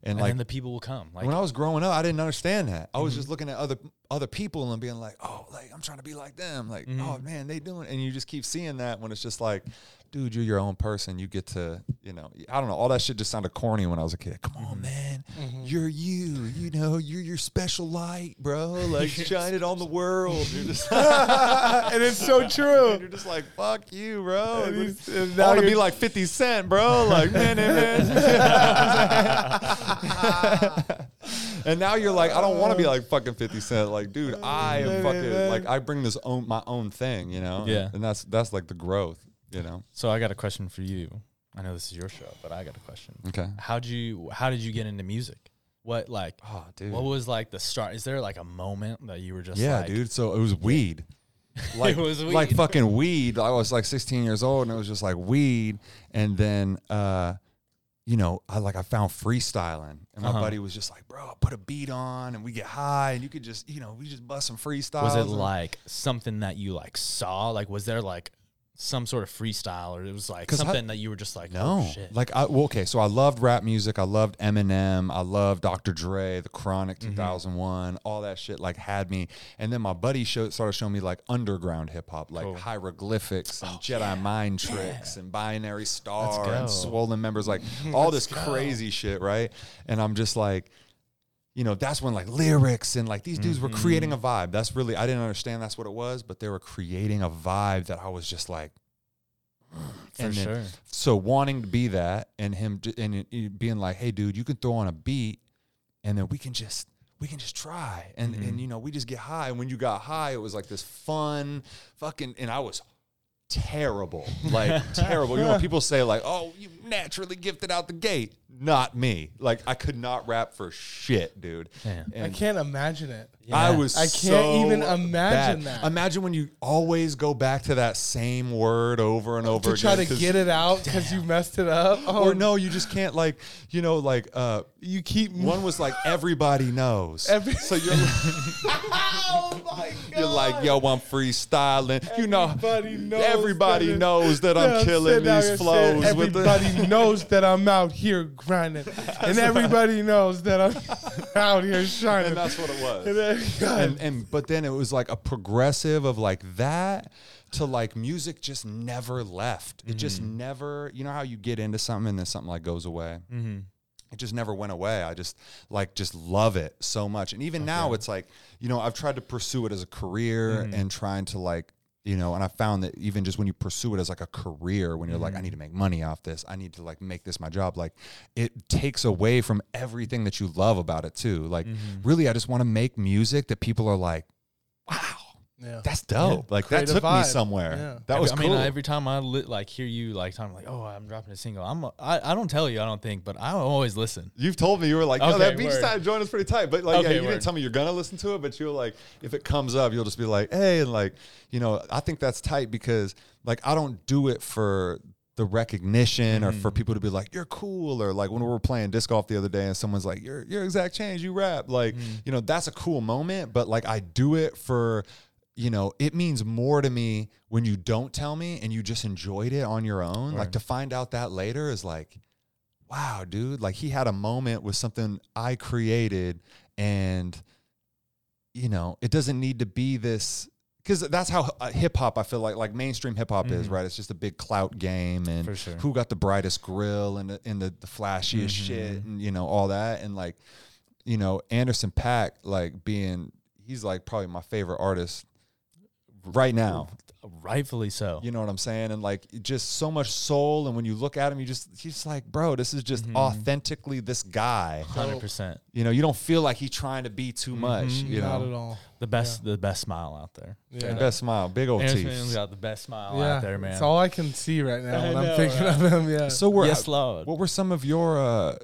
and
And
like
then the people will come. Like
when I was growing up, I didn't understand that. I was just looking at other other people and being like, "Oh, like I'm trying to be like them." Like, "Oh man, they doing." And you just keep seeing that when it's just like, "Dude, you're your own person. You get to, you know, I don't know. All that shit just sounded corny when I was a kid. Come on, man, you're you. You know, you're your special light, bro. Like, shine it on the world. You're just, and it's so true. you're just like, "Fuck you, bro." I want to be like 50 Cent, bro. Like, man, man. And now you're like, I don't want to be like fucking 50 Cent. Like, dude, I am fucking like I bring this own my own thing, you know?
Yeah.
And that's that's like the growth, you know.
so I got a question for you. I know this is your show, but I got a question.
Okay.
How would you how did you get into music? What like
Oh, dude.
what was like the start? Is there like a moment that you were just
yeah,
like,
dude. So it was weed. Like,
was
like
weed.
fucking weed. I was like 16 years old and it was just like weed. And then uh, you know, I like I found freestyling. And my
Uh-huh.
buddy was just like, bro, I put a beat on and we get high and you could just, you know, we just bust some freestyles.
was it
and-
like something that you like saw like was there like some sort of freestyle or it was like
'Cause I-
something that you were just like
No,
oh shit
like I well, okay. So I loved rap music. I loved Eminem. I loved Dr. Dre, The Chronic,
Mm-hmm.
two thousand one, all that shit. Like had me. And then my buddy showed, started showing me like underground hip hop, like hieroglyphics and Jedi mind tricks and binary star
go.
and swollen members, like all this crazy shit, right? And I'm just like. You know, that's when like lyrics and like these dudes
Mm-hmm.
were creating a vibe. That's really, I didn't understand that's what it was, but they were creating a vibe that I was just like,
for
and then-
sure
so wanting to be that and him j- and it- it being like hey dude you can throw on a beat and then we can just we can just try and
Mm-hmm.
and you know we just get high and when you got high it was like this fun fucking and i was terrible like terrible you know people say like oh you naturally gifted out the gate not me like i could not rap for shit dude
Yeah.
I
and
can't imagine it.
I was.
I can't
so
even imagine
bad.
that.
Imagine when you always go back to that same word over and over
To try to
again 'cause-
get it out because you messed it up. Oh,
or no, you just can't like you know like uh you keep one was like everybody knows.
Every-
so you're
oh my god!
you're like yo, I'm freestyling. you know,
Everybody knows
everybody
that it-
knows that I'm
Yeah,
killing
sitting out
these
here
flows
saying,
with the-
Everybody knows that I'm out here grinding, and everybody knows that I'm out here shining.
and that's what it was.
And then- God.
and and but then it was like a progressive of like that to like music just
Mm.
never left. It just never. You know how you get into something and then something like goes away. it just never went away. I just like just love it so much. And even now it's like, you know, I've tried to pursue it as a career and trying to like, you know, and I found that even just when you pursue it as like a career, when you're like, I need to make money off this, I need to like make this my job, like it takes away from everything that you love about it too. Like, really, I just want to make music that people are like, wow,
Yeah.
that's dope. Like, that
Creative
took me
vibe.
somewhere.
Yeah.
That was
I
cool.
mean, every time I li- like hear you like talking like, oh, I'm dropping a single. I'm a, I, I don't tell you, I don't think, but I always listen.
You've told me you were like, no,
Okay,
that beach
word.
time joint is pretty tight. But like,
Okay,
yeah, you
word.
didn't tell me you're gonna listen to it, but you were like, if it comes up, you'll just be like, hey, and like, you know, I think that's tight because like I don't do it for the recognition or
Mm.
for people to be like, you're cool, or like when we were playing disc golf the other day and someone's like, You're you're exact change, you rap. Like,
Mm.
you know, that's a cool moment, but like I do it for you know, it means more to me when you don't tell me and you just enjoyed it on your own. Like to find out that later is like, wow, dude, like he had a moment with something I created and you know, it doesn't need to be this cuz that's how uh, hip hop I feel like like mainstream hip hop is, right? It's just a big clout game and
Mm-hmm. For sure. Mm-hmm.
who got the brightest grill and the, and the, the flashiest shit and you know all that and like you know, Anderson Pack like being he's like probably my favorite artist right now.
Rightfully so.
You know what I'm saying? And like just so much soul. And when you look at him, you just he's just like, bro, this is just authentically this guy.
Hundred percent.
You know, you don't feel like he's trying to be too
Mm,
much. You
Not at
know,
all.
The best, the best smile out there.
Yeah.
best smile, big old
Aaron
teeth.
has got the best smile
yeah.
out there, man.
It's all I can see right now
I
when
know,
I'm thinking
right?
of him. Yeah.
So we're uh,
yes, Lord.
what were some of your uh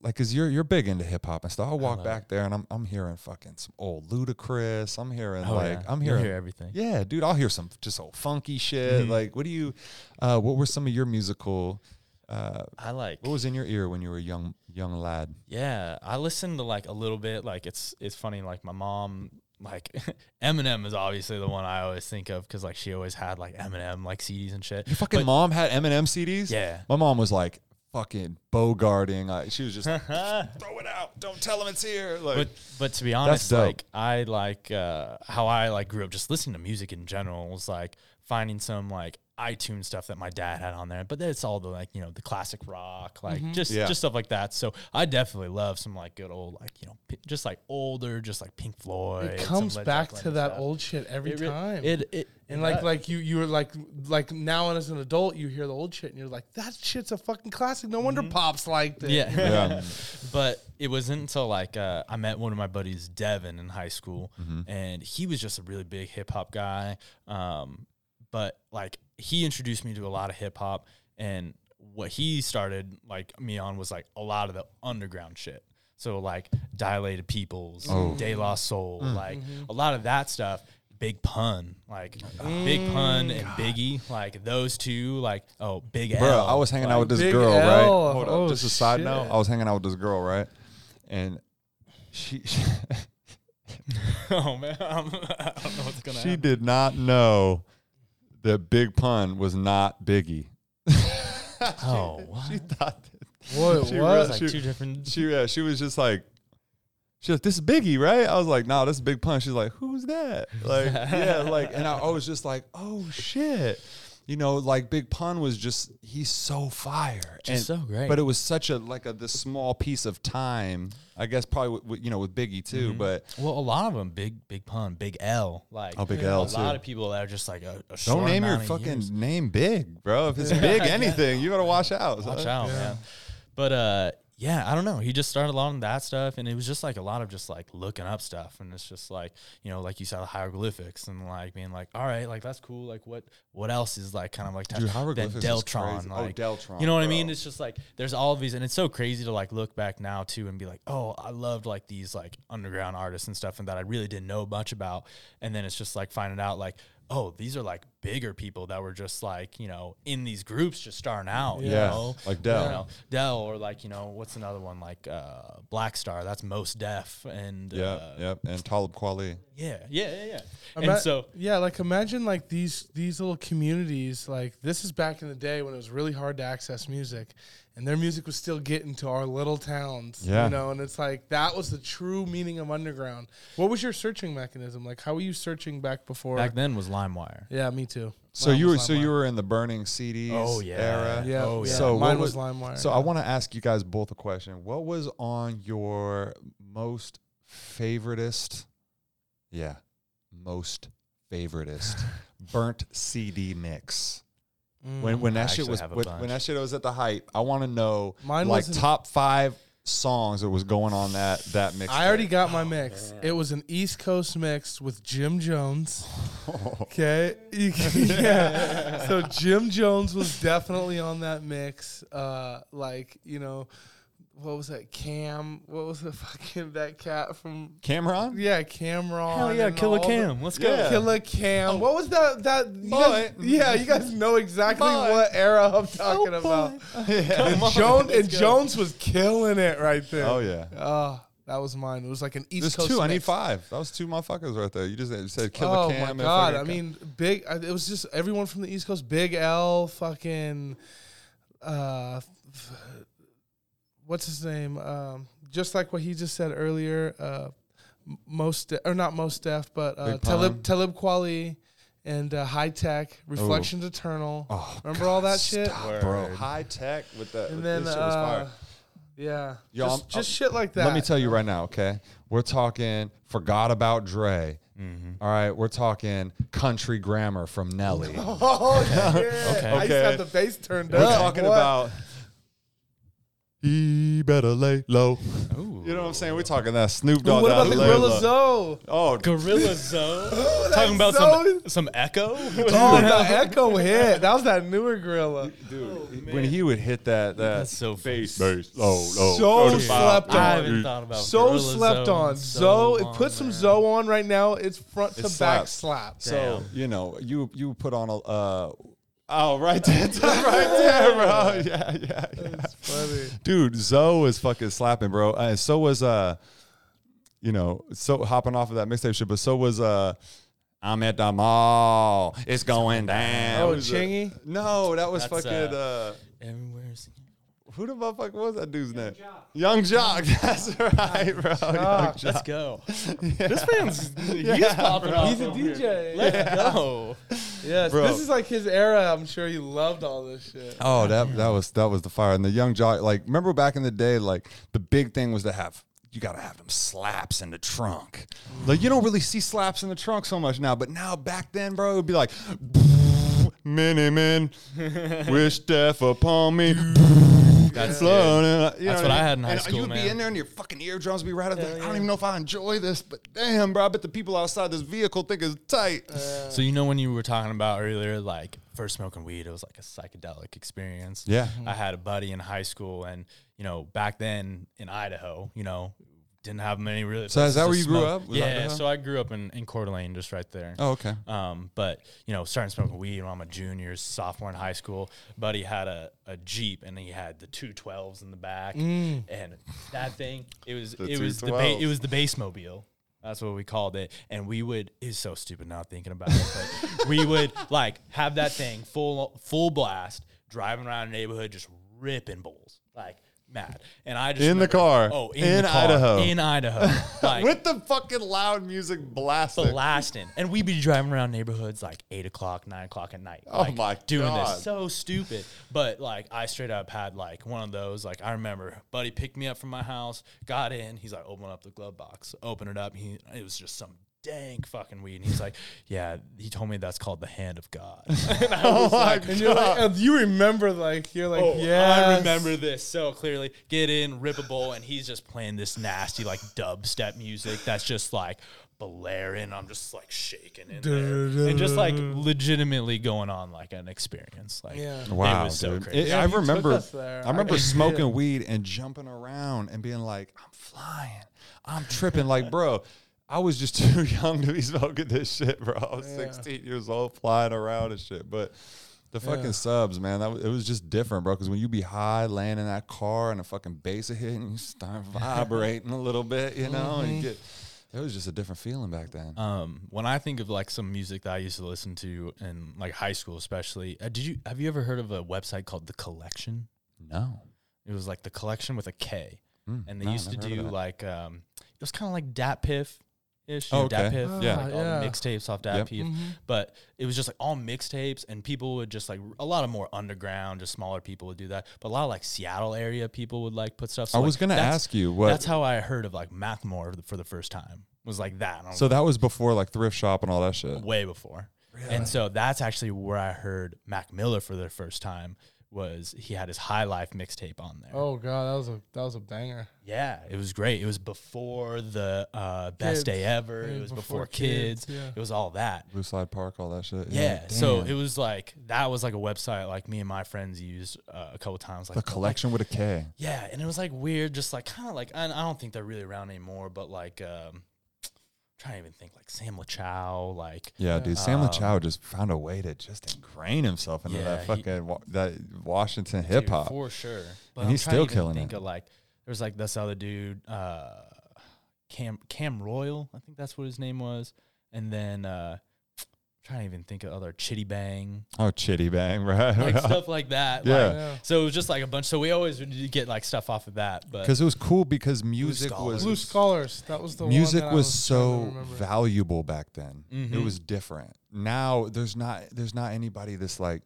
like cause you're you're big into hip hop and stuff. I'll walk
love
back there and I'm I'm hearing fucking some old ludicrous. I'm hearing
Oh,
like
yeah.
I'm
You'll
hearing
hear everything.
Yeah, dude, I'll hear some just old funky shit. Like what do you uh what were some of your musical uh
I like.
what was in your ear when you were a young young lad?
Yeah, I listened to like a little bit. Like it's it's funny. Like my mom, like Eminem is obviously the one I always think of because like she always had like Eminem like CDs and shit.
Your fucking
But-
mom had Eminem CDs?
Yeah.
My mom was like fucking bogarting. Like, she was just like,
but
throw it out. Don't tell him it's here. Like
but to be honest,
dope.
like I like uh, how I like grew up just listening to music in general was like finding some like iTunes stuff that my dad had on there. But then it's all the like you know the classic rock, like
Mm-hmm.
just
Yeah.
just stuff like that. So I definitely love some like good old like you know pi- just like older, just like Pink Floyd.
it
some
comes
Led
back
Zeppelin
to
and
that
stuff.
old shit every
It re-
time.
It, it
and
it
like
does.
like you you were like like now and as an adult you hear the old shit and you're like that shit's a fucking classic. No wonder pops like this.
Mm-hmm. Yeah.
Yeah.
but it wasn't until like uh, I met one of my buddies, Devin, in high school,
Mm-hmm.
and he was just a really big hip hop guy. Um, but like he introduced me to a lot of hip hop, and what he started like me on was like a lot of the underground shit. So like dilated peoples,
Oh.
De La Soul,
Mm.
like a lot of that stuff. Big pun, like Big Pun and
Mm.
Biggie, like those two, like oh Big L.
Bro, I was hanging out with this
Big
girl,
L.
right? Hold up,
Oh,
just a side
shit.
note. I was hanging out with this girl, right? And she she,
Oh man, I'm, I don't know what's gonna
she
happen.
did not know that Big Pun was not Biggie.
Oh, what?
She thought that
What
She
what?
was
like
She-
two different.
she yeah, she was just like she was like, this is Biggie, right? I was like, no, this is Big Pun. She's like, who's that? Like, yeah, like, and I, I was just like, oh shit. You know, like Big Pun was just he's so fire.
Just so great.
But it was such a like a this small piece of time. I guess probably with, with, you know, with Biggie too,
Mm-hmm.
but
Well, a lot of them, big, big pun, big L, like
Oh, Big
a
L,
lot
too.
of people that are just like a, a short
don't name your
amount of
fucking
years.
name big, bro. If it's big anything, you gotta watch out.
Watch
son.
out, man. But uh, yeah, I don't know. He just started along that stuff, and it was just like a lot of just like looking up stuff, and it's just like you know, like you saw the hieroglyphics, and like being like, all right, like that's cool. Like what what else is like kind of like
Dude, hieroglyphics is
that Deltron,
crazy. Oh,
like
Deltron,
You know what I mean?
bro.
It's just like there's all of these, and it's so crazy to like look back now too and be like, oh, I loved like these like underground artists and stuff, and that I really didn't know much about, and then it's just like finding out like. Oh, these are like bigger people that were just like, you know, in these groups just starting out. You
Yeah.
know?
Like Dell.
You know, Dell or like, you know, what's another one? Like uh Black Star, that's most deaf and
Yeah,
uh,
yep. And Talib Kweli.
yeah, yeah, yeah, yeah.
Ima-
and so
yeah, like imagine like these these little communities. Like this is back in the day when it was really hard to access music, and their music was still getting to our little towns.
Yeah.
you know, and it's like that was the true meaning of underground. What was your searching mechanism? Like, how were you searching back before?
back then was LimeWire.
yeah, me too.
So
Mine
you were
was
so
LimeWire.
you were in the burning CDs
Oh, yeah.
era.
Yeah.
Oh, yeah.
So
mine
what
was
was-
LimeWire.
So
yeah.
I want to ask you guys both a question. What was on your most favoritist? Yeah, most favoritist burnt CD mix.
Mm.
When when
I
that shit
actually
was
have a
when,
bunch.
when that shit was at the height, I want to know
Mine
like
wasn't-
top five songs that was going on that that mix.
I already got my mix. It was an East Coast mix with Jim Jones. Okay. yeah. So Jim Jones was definitely on that mix. Uh, like, you know, what was that? Cam. What was the fucking that cat from
Cameron.
yeah, Cameron.
Hell yeah,
and
Killer
all the-
Cam. Let's go.
Yeah.
Killer Cam. What was that? That you guys-
Boy.
yeah, you guys know exactly
Boy.
what era I'm talking about. And, Jones, and Jones was killing it right there.
Oh yeah.
Oh, that was mine. It was like an East
There's
Coast.
two. I need
mix.
five. That was two motherfuckers right there. You just you said killer
Oh
cam.
my
and
god!
fucking
I
Cam.
mean, big. I- It was just everyone from the East Coast. Big L, fucking, uh, f- what's his name? Um, just like what he just said earlier. Uh, M- most De- or not most deaf, but uh,
Big
Talib
Pun.
Talib Kweli and uh, High Tech Reflections Eternal.
Oh,
Remember all that shit?
stop, bro.
Word.
High tech with that.
And then,
this shit was fire.
uh, yeah,
Yo,
just,
I'm-
just shit like that.
Let me tell you right now, okay? We're talking forgot about Dre. All right, we're talking country grammar from Nelly.
Oh yeah!
Okay.
I used to
Okay.
have the bass turned
we're
up.
talking
boy.
about he better lay low.
Ooh.
You know what I'm saying? We're talking that Snoop
Ooh,
Dogg.
what about
that
the
lay
Gorilla
low.
Zoe?
Oh,
Gorilla Zoe. Talking about some some echo.
Oh, the Echo hit. That was that newer Gorilla.
when he would hit that, that
That's so
bass,
funny.
bass low, low.
So
go to five,
slept
eight,
on.
I
eight.
haven't thought about
So
Gorilla
slept
Zoe
on.
in
Zoe,
so long,
put some
man.
Zoe on right now. It's front to
It
back
slaps.
slap.
So
Damn.
you know, you you put on a. Uh, Oh, right there, right there, bro. Yeah, yeah, yeah.
Funny.
dude zoe was fucking slapping bro and so was uh you know so hopping off of that mixtape shit but so was uh i'm at the mall it's going down
Oh,
What is that?
Chingy?
no that was
That's,
fucking uh,
uh, Everywhere's
who the motherfucker was that dude's name young jock that's right bro young jock.
Let's go. This man's he's
Yeah,
popping
bro.
off.
He's a
over here.
DJ.
Let's go.
Yes,
Bro.
this is like his era. I'm sure he loved all this shit.
Oh, that that was that was the fire. And the young jock, like remember back in the day, like the big thing was to have you gotta have them slaps in the trunk. Like you don't really see slaps in the trunk so much now, but now back then, bro, it would be like mini men wish death upon me.
That's
Blown
good.
and, uh, you know
That's
I
what I
mean?
had in high
and
school,
You'd be
man.
in there and your fucking eardrums would be right up there. I don't even know if I enjoy this, but damn, bro, I bet the people outside this vehicle think it's tight.
So you know when you were talking about earlier, like first smoking weed, it was like a psychedelic experience.
Yeah.
Mm-hmm.
I had a buddy in high school, and you know back then in Idaho, you know, didn't have many really.
So is that
places to
where you grew
smoke.
up? Was
yeah.
Idaho?
So I grew up in in Coeur d'Alene, just right there.
Oh, okay.
Um, but you know, starting smoking weed when I'm a junior, sophomore in high school. Buddy had a, a Jeep and he had the two twelves in the back, and that thing it was it was the ba-
212s.
it was the base mobile. That's what we called it, and we would. It's so stupid now thinking about it, but we would like have that thing full full blast, driving around the neighborhood, just ripping bulls like mad. And I just
In the car.
Oh, in,
In
the car,
Idaho.
in Idaho, like
With the fucking loud music blasting.
blasting, and we'd be driving around neighborhoods like eight o'clock, nine o'clock at night.
Oh
like,
my
doing
God.
this so stupid. But like, I straight up had like one of those. Like, I remember, buddy picked me up from my house, got in. He's like, open up the glove box, open it up. He it was just some. Dank fucking weed, and he's like, "Yeah." He told me that's called the hand of God. And I was like,
And you're like, and you remember, like, you're like,
Oh,
yeah.
I remember this so clearly. Get in, rip a bowl, and he's just playing this nasty like dubstep music that's just like blaring. I'm just like shaking in there and just like legitimately going on like an experience. Like
Yeah.
Wow,
it was so
dude.
crazy.
It- I
you took
remember,
us there.
I remember
I-
smoking weed and jumping around and being like, "I'm flying, I'm tripping." Like, bro, I was just too young to be smoking this shit, bro. I was 16 years old, flying around and shit. But the fucking subs, man, that was, it was just different, bro. Because when you be high, laying in that car and a fucking bass is hitting, you start vibrating a little bit, you know, and you
Mm-hmm.
get. It was just a different feeling back then.
Um, when I think of like some music that I used to listen to in like high school, especially, uh, did you have you ever heard of a website called The Collection?
no.
It was like The Collection with a K, and they
Mm, no,
used to
never heard of
do
that.
like um, it was kind of like Dat Piff. ish.
Oh,
Oh, okay.
okay.
Dap Piff,
Ah,
like all the
yeah. Mm-hmm.
mixtapes off
Yep.
Dap Piff. But it was just like all mixtapes, and people would just like a lot of more underground, just smaller people would do that. But a lot of like Seattle area people would like put stuff.
I
like,
was gonna
that's-
ask you what-
That's how I heard of like Mackmore for the first time. Was like that. And I was
So that was before like thrift shop and all that shit.
way before. And so that's actually where I heard Mac Miller for the first time was he had his High Life mixtape on there.
Oh god, that was a that was a banger.
Yeah, it was great. It was before the uh, best
Kids.
day ever.
Yeah,
It was before,
before kids,
kids.
yeah.
It was all that.
Blue Slide Park, all that shit.
Yeah. so
damn.
it was like that was like a website like me and my friends used uh, a couple times. Like
the collection with a K.
yeah, and it was like weird, just like kind of like I, I don't think they're really around anymore, but like um, trying to even think like Sam LaChow, like
Yeah, dude. Sam
Um,
LaChow just found a way to just ingrain himself into
Yeah,
that
he-
fucking wa- that Washington
Dude,
hip hop.
for sure. But
And he's
trying to
still
even
killing
think
it.
Of like there's like this other dude, uh, Cam Cam Royal, I think that's what his name was, and then uh, trying to even think of other Chitty Bang,
Oh, chitty bang, right?
like stuff like that.
Yeah.
Like, so it was just like a bunch. So we always would get like stuff off of that, but
Because it was cool because music
Scholar.
was
Blue Scholars. That was the
music
one that I
was,
trying to
so
remember.
valuable back then. It
Mhm.
was different. Now there's not there's not anybody that's like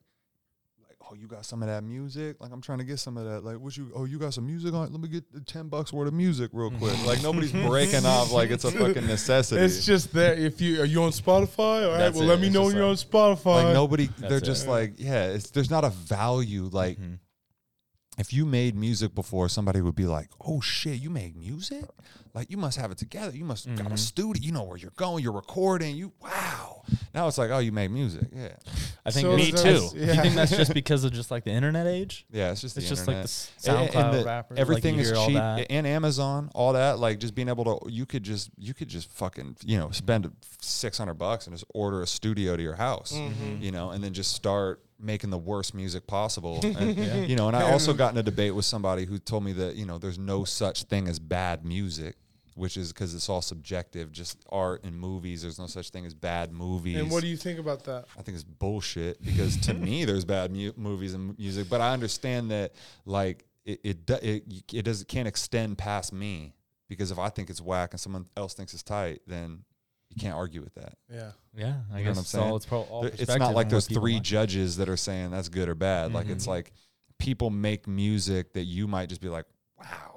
like oh you got some of that music like I'm trying to get some of that like what you oh you got some music on it? let me get the ten bucks worth of music real quick like nobody's breaking off like it's a fucking necessity.
It's just there. If you are you on Spotify, all right.
That's
Well,
it.
let me
It's
know
just
you're on
like-
Spotify.
like nobody they're
it.
just like yeah it's there's not a value like
Hmm.
if you made music before somebody would be like oh shit you make music like you must have it together you must got
Mm-hmm.
a studio you know where you're going you're recording you wow now it's like oh you make music yeah
I think
So
me
does-
too.
yeah.
You think that's just because of just like the internet age?
yeah it's just the
It's just
internet.
like the s-
And- and
SoundCloud
the-
rappers.
everything
like, you
is
hear all
cheap
that.
and amazon all that like just being able to you could just you could just fucking you know spend 600 bucks and just order a studio to your house
Mm-hmm.
you know and then just start making the worst music possible and, you know and i also got in a debate with somebody who told me that you know there's no such thing as bad music which is because it's all subjective just art and movies there's no such thing as bad movies
and what do you think about that?
I think it's bullshit because to me there's bad mu- movies and mu- music, but I understand that like it it do- it, you- it does it can't extend past me because if I think it's whack and someone else thinks it's tight, then you can't argue with that.
Yeah.
You
yeah, I
know
guess
what I'm
it's all
saying?
it's pro- all
There- it's
perspective
not
and
like
what
there's
people
three
like.
judges that are saying that's good or bad. Like it's like people make music that you might just be like, wow.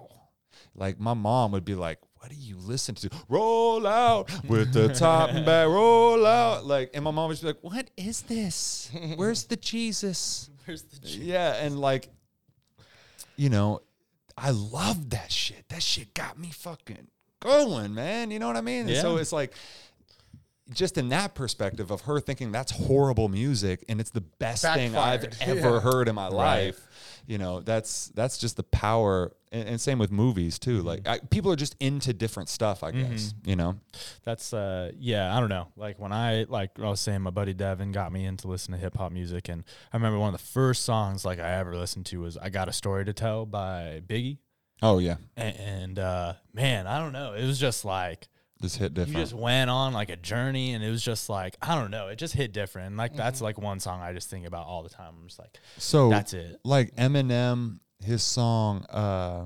Like my mom would be like, what do you listen to? Roll out with the top and back, roll out. Like, and my mom would just be like, what is this? Where's the Jesus?
Where's the
Yeah, and like, you know, I love that shit. That shit got me fucking going, man. You know what I mean? And so
Yeah.
it's like, just in that perspective of her thinking that's horrible music and it's the best thing I've
Backfired.
ever
Yeah.
heard in my life. You know, that's that's just the power, and, and same with movies
Mm-hmm.
too. Like I, people are just into different stuff, I guess. You know,
that's uh yeah i don't know like when i like i was saying my buddy devin got me into listening to hip-hop music and i remember one of the first songs like i ever listened to was i got a story to tell by biggie
oh yeah,
and, and uh man i don't know it was just like
this hit
you
different.
just went on like a journey and it was just like i don't know it just hit different and, like that's like one song i just think about all the time i'm just like
So
That's it.
Like Eminem, his song, uh,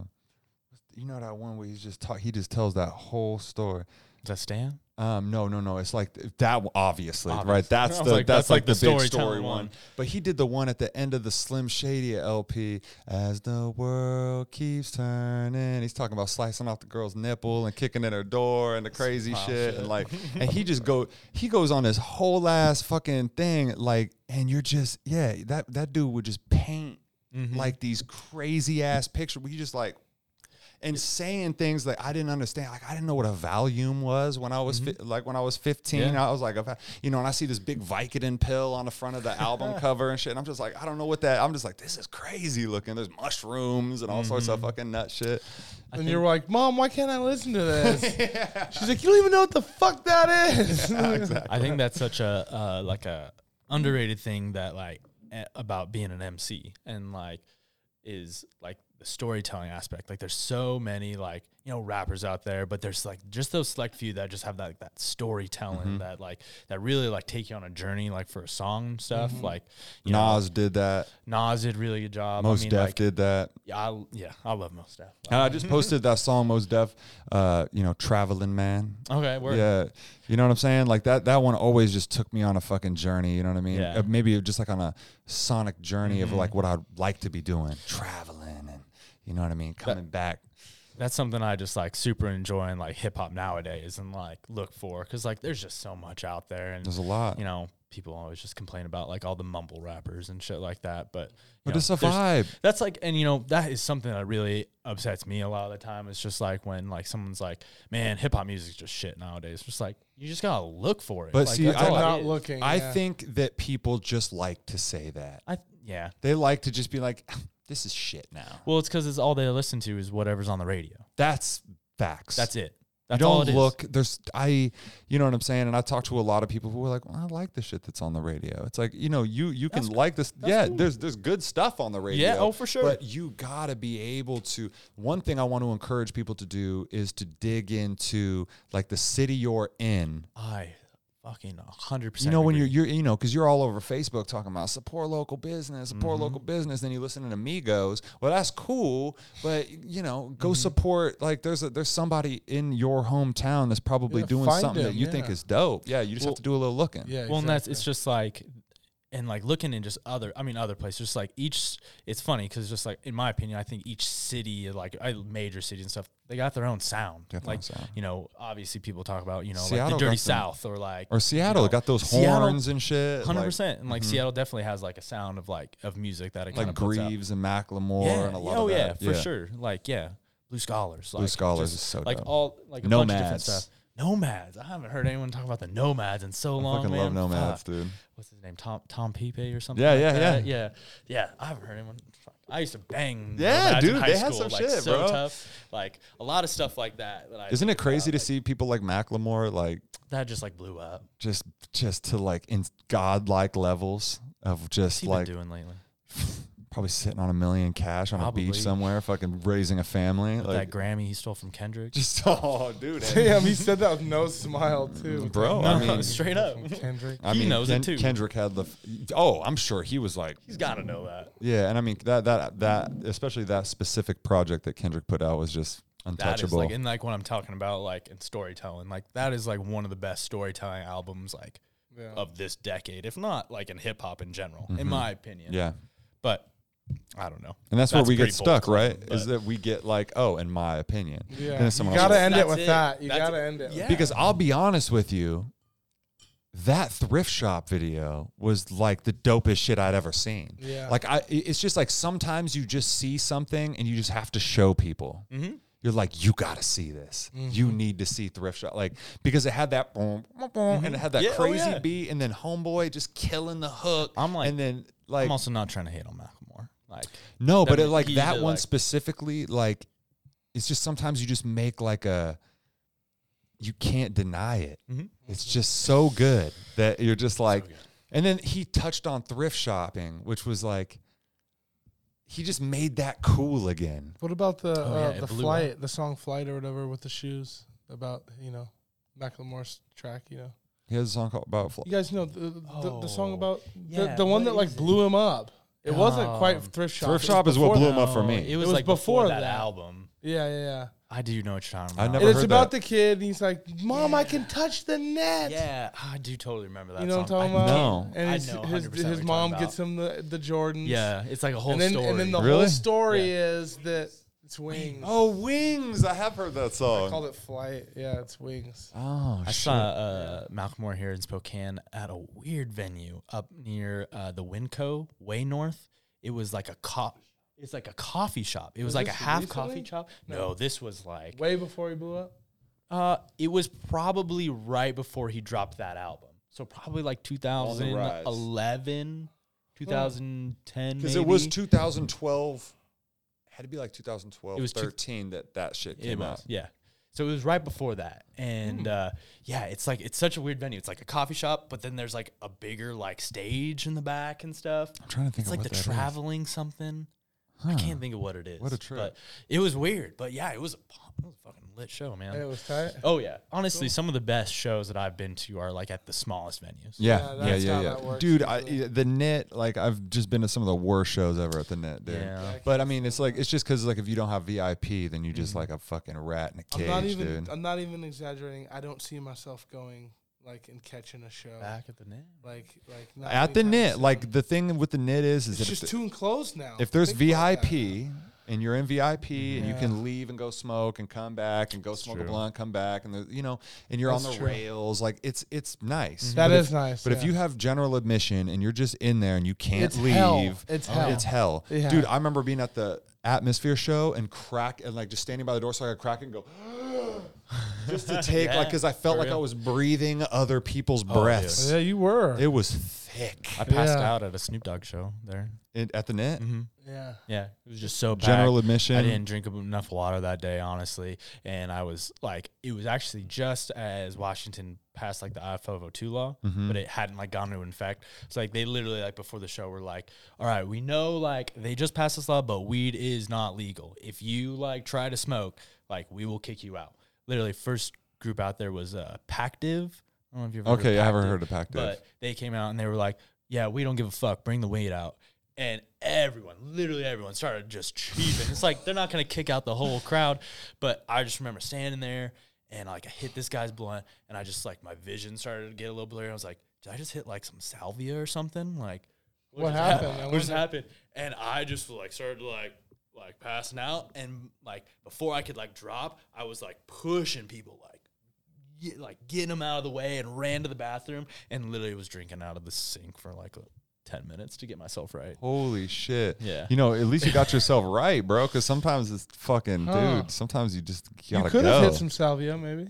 you know that one where he's just talk, he just tells that whole story.
is that stan
Um, no, no, no. It's like th- that, one- obviously, right?
Obviously.
That's the
I was like,
that's,
that's
like
like
the,
the
big
storytelling
story one.
one.
But he did the one at the end of the Slim Shady LP, as the world keeps turning. He's talking about slicing off the girl's nipple and kicking in her door and the crazy shit, and like, and he just go he goes on this whole ass fucking thing like, and you're just yeah that that dude would just paint
Mm-hmm.
like these crazy ass pictures. We just like and saying things that I didn't understand. Like I didn't know what a Valium was when I was
Mm-hmm.
fi- like when I was 15. I was like, a va- you know, and I see this big Vicodin pill on the front of the album cover and shit. And I'm just like, I don't know what that. I'm just like, this is crazy looking. There's mushrooms and all sorts
Mm-hmm.
of fucking nut shit.
and you're like, Mom, why can't I listen to this? She's like, You don't even know what the fuck that is.
I think that's such a uh, like a underrated thing that like a- about being an MC and like is like the storytelling aspect. Like there's so many like, you know, rappers out there, but there's like just those select few that just have that that storytelling
Mm-hmm.
that like that really like take you on a journey like for a song and stuff.
Mm-hmm.
Like you
Nas did that.
know, Nas did really good job.
Most
I mean,
Def
like,
did that.
yeah, I, yeah, I love most Def.
And I just posted that song Most Def, uh, you know, Traveling Man.
Okay, we're
Yeah, you know what I'm saying? Like that that one always just took me on a fucking journey. You know what I mean?
Yeah. Mm-hmm.
Uh, Maybe just like on a sonic journey of like what I'd like to be doing, traveling, and you know what I mean, coming back.
that's something I just like super enjoy in like hip hop nowadays and like look for because like there's just so much out there and
There's a lot,
you know people always just complain about like all the mumble rappers and shit like that but you
but
know,
it's a
there's-
vibe.
that's like and you know that is something that really upsets me a lot of the time it's just like when like someone's like man hip hop music's just shit nowadays it's just like you just gotta look for it
But
like,
see,
that's
I-
all it
not
is.
looking.
I
yeah.
think that people just like to say that.
I yeah
They like to just be like, "Ah, "This is shit now."
well it's because it's all they listen to is whatever's on the radio
That's facts.
that's it
You
that's all
don't
it is.
look. There's I, you know what I'm saying, and I talk to a lot of people who are like, well, I like the shit that's on the radio. It's like you know, you you can like this. Yeah, there's there's good stuff on the radio.
oh, for sure.
But you gotta be able to. One thing I want to encourage people to do is to dig into like the city you're in.
i fucking 100%
You know when
agree.
you're you're you know because you're all over Facebook talking about support local business, support
Mm-hmm.
local business, then you listen to Amigos. Well, that's cool, but you know,
Mm-hmm.
go support like there's a, there's somebody in your hometown that's probably
Yeah,
doing
find
something that
them,
you think
yeah.
is dope. Yeah, you just have to do a little looking.
Yeah.
well and that's
exactly.
it's just like and like looking in just other i mean other places just like each it's funny because just like in my opinion i think each city like I, major cities and stuff they got their own sound
Got their own
like
sound.
you know obviously people talk about you know
Seattle
like
got
the dirty
them.
south or like
Or Seattle
you know,
got those
Seattle-
horns and shit.
100%
Like, mm-hmm.
and like seattle definitely has like a sound of like of music that it
like
kinda puts out.
Greaves and Macklemore
yeah
and a lot
oh
of
yeah
that.
for sure like yeah blue scholars like,
Blue Scholars
just,
is so
like
dope.
all like a bunch of different
Nomads.
stuff nomads i haven't heard anyone talk about the nomads in so
I
long
fucking
man.
love Nomads,
Fuck
dude.
what's his name? Tom Tom Pepe or something.
Yeah,
like
yeah,
that.
yeah.
yeah, yeah. I haven't heard anyone. fuck, I used to bang.
Yeah,
Nomads in
dude,
high
they had some
school, like,
shit,
so
bro.
Tough, like a lot of stuff like that. that I
Isn't it
think
crazy to
about,
see people like Macklemore like
like, that? Just like blew up.
just just to like in godlike levels of
What's
just
he
like
been doing lately?
probably sitting on a million cash on a
Probably.
beach somewhere, fucking raising a family.
With
Like
that Grammy he stole from Kendrick.
just oh, dude,
Damn, he said that with no smile too,
bro. I
No,
mean,
straight up.
Kendrick.
I
he
mean,
knows it too.
Kendrick had the. f- Oh, I'm sure he was like,
He's got to know that.
yeah, and I mean that that that especially that specific project that Kendrick put out was just
That is
untouchable.
like, and like what I'm talking about, like in storytelling, like that is like one of the best storytelling albums, like
Yeah.
of this decade, if not like in hip hop in general, in my opinion.
Mm-hmm. yeah.
But I don't know.
And that's, where
That's
we
a
get
pretty bold
stuck, right?
claim,
Is
but-
that we get like, oh, in my opinion,
Yeah.
And then someone
you gotta
else-
end it
That's
with
it.
that. You
That's
gotta
it.
end it.
Yeah.
Because I'll be honest with you, that thrift shop video was like the dopest shit I'd ever seen.
Yeah.
Like I, i- it's just like sometimes you just see something and you just have to show people.
Mm-hmm.
You're like, you got to see this. You need to see thrift shop, like because it had that boom, boom, boom, and it had that
Yeah, oh,
crazy
yeah.
beat, and then Homeboy just killing the hook.
I'm like-
and then like
I'm also not trying to hate on Macklemore. Like,
no, but
That
it, like
he's
that
a,
one
like-
specifically, like it's just sometimes you just make like a you can't deny it.
Mm-hmm.
It's just so good that you're just like, and then he touched on thrift shopping, which was like he just made that cool again.
What about the
Oh,
uh,
yeah, it
the
blew
flight, the song "Flight" or whatever with the shoes? About you know, Macklemore's track. You know,
He has a song called about fl-
you guys know the the, the song
Oh,
about the,
yeah,
the one
what
that like
is it?
blew him up. It wasn't quite
Um,
thrift shop.
thrift
it
shop
was
is what
before
blew
that.
him up for me.
It was,
was
like before,
before
that,
that.
album.
Yeah, yeah, yeah.
I do know what you're talking
I
about.
never
And it's
heard
about
that.
the kid, and he's like, "Mom, I can touch the net."
yeah, I do totally remember that.
You know what I'm
song.
talking
I
about?
No.
And
I
his,
know
his,
100% what
his
you're
mom
talking
gets him the, the Jordans.
Yeah, it's like a whole
And then
story.
and then the
Really?
whole story is that it's wings.
Oh, Wings! I have heard that
I
song.
called it flight. Yeah, it's wings.
Oh,
I
shit.
saw uh, Malcolm Moore here in Spokane at a weird venue up near uh, the Winco, way north. It was like a cop. It's like a coffee shop. It was, like a
this
half
recently?
coffee shop. No. this was like
Way before he blew up.
uh, it was probably right before he dropped that album. So probably like 2011, 2010.
because it was
maybe.
2012. Had to be like 2012,
It was two-
13 that that shit
It
came out. Hmm.
was, yeah. So it was right before that, and uh, yeah, it's like it's such a weird venue. It's like a coffee shop, but then there's like a bigger like stage in the back and stuff.
I'm trying to think
It's
of
like
what
the
that is.
traveling something. I can't think of what it is.
What a trip.
But it was weird. But yeah, it was a, pu- it was a fucking lit show, man.
It was tight.
Oh yeah, honestly, some of the best shows that I've been to are like at the smallest venues.
Yeah,
Yeah,
yeah, yeah,
that's
yeah.
how that works,
Dude, I,
usually.
the knit, like I've just been to some of the worst shows ever at the knit, dude.
Yeah.
But I mean, it's like it's just because like if you don't have VIP, then you just like a fucking rat in a
Mm-hmm. I'm
cage,
not even.
dude.
I'm not even exaggerating. I don't see myself going like and catching a show
Back at the net.
like like not
at the
anytime
knit,
soon.
like the thing with the knit is, is
it's
that
just
if, the-
too enclosed now.
if there's
Think about that.
VIP and you're in VIP and you
Yeah.
can leave and go smoke and come back and go smoke a
true.
blunt, come back and the, you know, and you're on
That's
the
true. Mm-hmm.
rails, like it's it's nice.
That
But
is
if-
nice.
But if
yeah.
you have general admission and you're just in there and you can't
It's
leave, Oh,
hell. It's hell.
It's hell.
Yeah.
Dude, I remember being at the Atmosphere show and crack and like just standing by the door so I could crack and go just to take like because I felt like I was breathing other people's breaths.
Oh, yeah, you were.
It was thick
I passed
Yeah.
out at a Snoop Dogg show there.
In- at the net.
Mm-hmm. yeah.
Yeah, it was just so
General
packed.
admission.
I didn't drink enough water that day, honestly, and I was like, it was actually just as Washington passed like the IFOVO2 law,
Mm-hmm.
but it hadn't like gone into effect. So like they literally like before the show were like, all right, we know like they just passed this law, but weed is not legal. If you like try to smoke, like we will kick you out. Literally, first group out there was uh, Pactiv. I don't know if you've heard
Okay,
of
I haven't
Pactiv.
heard of Pactive.
But they came out and they were like, "Yeah, we don't give a fuck. Bring the weight out." And everyone, literally everyone, started just cheeping. it's like they're not gonna kick out the whole crowd. But I just remember standing there and like I hit this guy's blunt, and I just like my vision started to get a little blurry. I was like, "Did I just hit like some salvia or something?" Like,
What
just
happened? I
hap- What just
wonder.
happened? And I just like started like like passing out, and like before I could like drop, I was like pushing people like get, like getting him out of the way and ran to the bathroom and literally was drinking out of the sink for like 10 minutes to get myself right.
Holy shit.
Yeah.
You know, at least you got yourself right, bro. Cause sometimes it's fucking
Huh.
dude, sometimes you just
You
gotta
could
go.
have hit some salvia, maybe.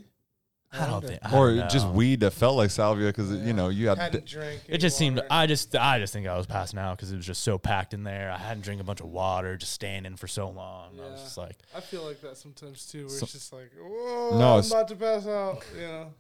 I don't think I
or
don't
just
know.
weed that felt like salvia because you know you had
Hadn't drank.
It just seemed I just I just think I was passing out cuz it was just so packed in there. I hadn't drank a bunch of water just standing for so long. I was
Yeah.
just like
I feel like that sometimes too, where
So-
it's just like, whoa,
No,
I'm
it's-
about to pass out. You know.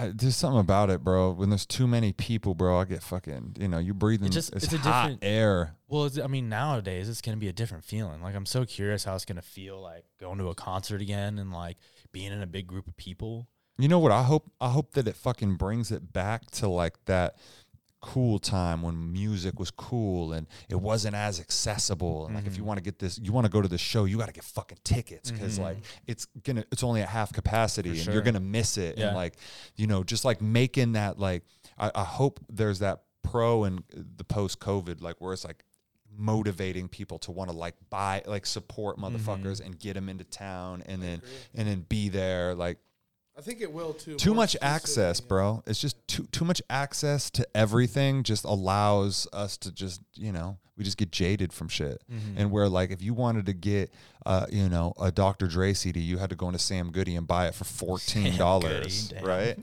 I- there's something about it, bro. When there's too many people, bro, I get fucking. You know, you breathing.
It just-
it's,
it's a
hot
different-
air.
well, it's, I mean, nowadays it's gonna be a different feeling. Like I'm so curious how it's gonna feel like going to a concert again and like being in a big group of people.
You know what? I hope. I hope that it fucking brings it back to like that cool time when music was cool and it wasn't as accessible. And like,
Mm-hmm.
if you want to get this, you want to go to the show, you got to get fucking tickets because like it's gonna, it's only at half capacity and you're
Mm-hmm. sure.
gonna miss it.
Yeah.
And like, you know, just like making that like, I, I hope there's that pro and the post COVID like where it's like motivating people to want to like buy like support
Mm-hmm.
motherfuckers and get them into town and then and then be there like
I think it will too.
too
more
much
specific,
access,
yeah.
bro. It's just too too much access to everything. Just allows us to just you know we just get jaded from shit.
Mm-hmm.
And where like if you wanted to get uh you know a Dr. Dre CD, you had to go into Sam Goody and buy it for fourteen dollars,
Goody, damn.
right?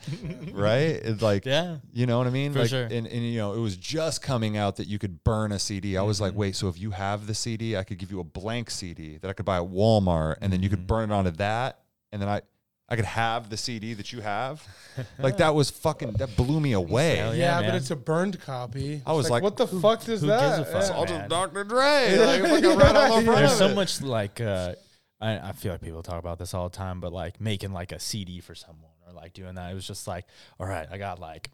right? It's like
Yeah.
you know what I mean?
For
like,
sure.
And, and you know, it was just coming out that you could burn a CD. I was
Mm-hmm.
like, wait, so if you have the CD, I could give you a blank CD that I could buy at Walmart, and then you
Mm-hmm.
could burn it onto that, and then I, I could have the CD that you have. like that was fucking that blew me
Hell
away.
yeah.
Yeah,
man.
but it's a burned copy.
I was
It's
like,
what the fuck is
who
that?
gives a fuck?
Yeah.
I'll
Man.
just Dr. Dre, like, fucking right on the front
There's
of
so
it.
much like uh, I, I feel like people talk about this all the time, but like making like a CD for someone or like doing that. It was just like, all right, I got like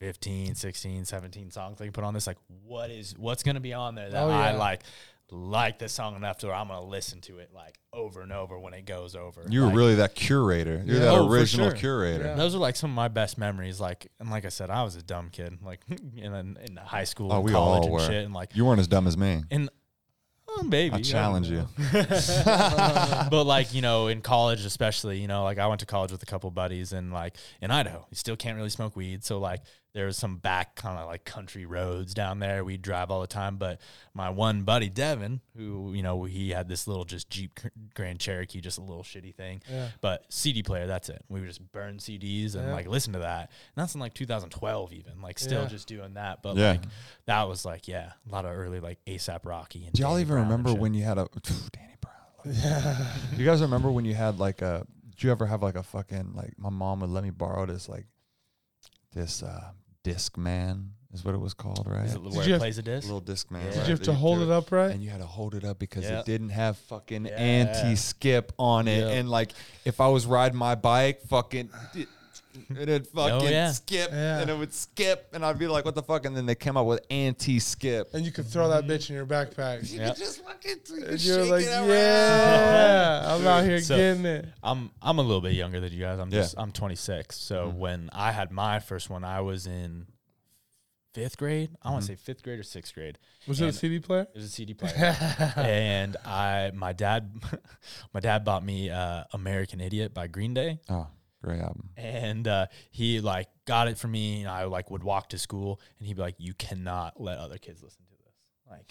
15, 16, 17 songs I can put on this. Like, what is what's gonna be on there that
Oh,
I
yeah.
like like this song enough to where I'm gonna listen to it like over and over when it goes over.
You were
Like,
really that curator. You're
Yeah.
that
Oh, for
original
sure.
curator.
Yeah.
those are like some of my best memories. Like and like I said, I was a dumb kid, like in in high school,
Oh,
and
we
college
all
and
were.
shit, and like
you weren't as dumb as me.
and oh, baby,
I
don't
challenge
know.
you.
but like you know in college especially you know like i went to college with a couple buddies and like in idaho you still can't really smoke weed so like there was some back kind of like country roads down there we'd drive all the time but my one buddy devin who you know he had this little just jeep Gr- grand cherokee just a little shitty thing
Yeah.
but cd player that's it we would just burn cds and
Yeah.
like listen to that and that's in like 2012 even like still
Yeah.
just doing that but
Yeah.
like that was like yeah a lot of early like asap rocky and
Do y'all
Danny
even
Brown and
remember
shit.
when you had a Danny Brown? you guys remember when you had like a? Do you ever have like a fucking like? My mom would let me borrow this like, this uh, disc man. is what it was called, right?
Is it
Did
where
you
it
have-
plays a disc?
little disc man.
Yeah.
right,
Did
Did you have
that
to hold
threw
it upright?
And you had to hold it up because
Yeah.
it didn't have fucking
Yeah.
anti skip on it.
Yeah.
And like if I was riding my bike, fucking it'd fucking
Oh, yeah.
skip
Yeah.
and it would skip and I'd be like, what the fuck? And then they came out with anti skip.
And you could throw
Mm-hmm.
that bitch in your backpack.
You
Yeah.
could just fucking you could
And
shake
you're like,
it around.
yeah, I'm out here
So-
getting it.
I'm I'm a little bit younger than you guys. I'm
Yeah.
just I'm 26. So when I had my first one, I was in fifth grade. I want to say fifth grade or sixth grade.
Was it a
And-
CD player?
It was a CD player, and I my dad my dad bought me uh, American Idiot by Green Day.
Oh, great album.
and uh, he like got it for me and i like would walk to school and he'd be like you cannot let other kids listen to this like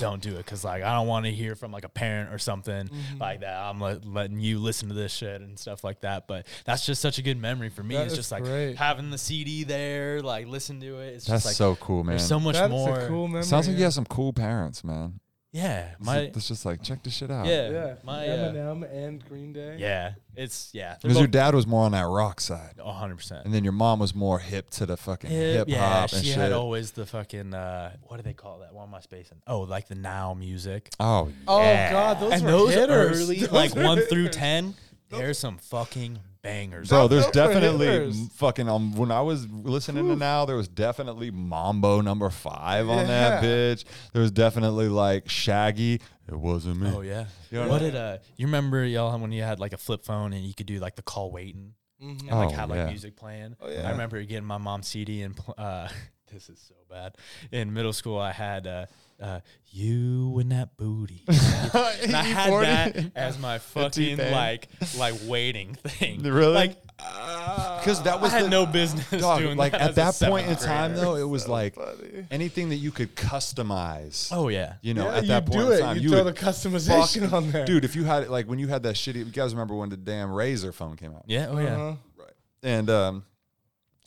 don't do it because like i don't want to hear from like a parent or something
Mm-hmm.
like that i'm let, letting you listen to this shit and stuff like that but that's just such a good memory for me
That
it's
is
just like
great.
having the cd there like listen to it it's
That's
just like
so cool, man.
there's so much
That's
more
a cool memory.
Sounds like you
yeah.
have some cool parents, man.
yeah
It's
my
it's just like check this shit out.
yeah,
Yeah,
my uh,
Eminem and Green Day.
yeah it's yeah they're
Because your
both-
dad was more on that rock side,
100%
and then your mom was more hip to the fucking hip hop
yeah,
and
she
shit.
had always the fucking uh, what do they call that? Why am I spacing? Oh, like the now music.
oh,
Oh
Yeah.
God, those
and
were
those
hitters.
early,
Those
like
were
one through
hitters.
ten. There's some fucking bangers.
bro, there's
those were
definitely
hitters.
m- fucking. Um, when I was listening to now, there was definitely Mambo number five on that
Yeah.
bitch. There was definitely like Shaggy. It wasn't me.
Oh yeah.
You know
what
what I-
did uh? You remember y'all when you had like a flip phone and you could do like the call waiting and like
Oh,
have like
yeah.
music playing. I remember getting my mom's CD and pl- uh, this is so bad. In middle school, I had uh, uh, you and that booty. and I
E
had that as my fucking
T-Pain.
like like waiting thing.
Really?
Like
because that was
I had
the-
no business
Dog,
doing
like
that
at
as a
that point in
seventh
time
grader.
though, it was like anything that you could customize.
Oh yeah.
You know,
Yeah,
at
you
that point
do
in
it.
time,
You,
you
throw
would
the customization on there,
Dude, if you had it like when you had that shitty, you guys remember when the damn razor phone came out?
Yeah. Oh yeah.
Uh-huh.
And um,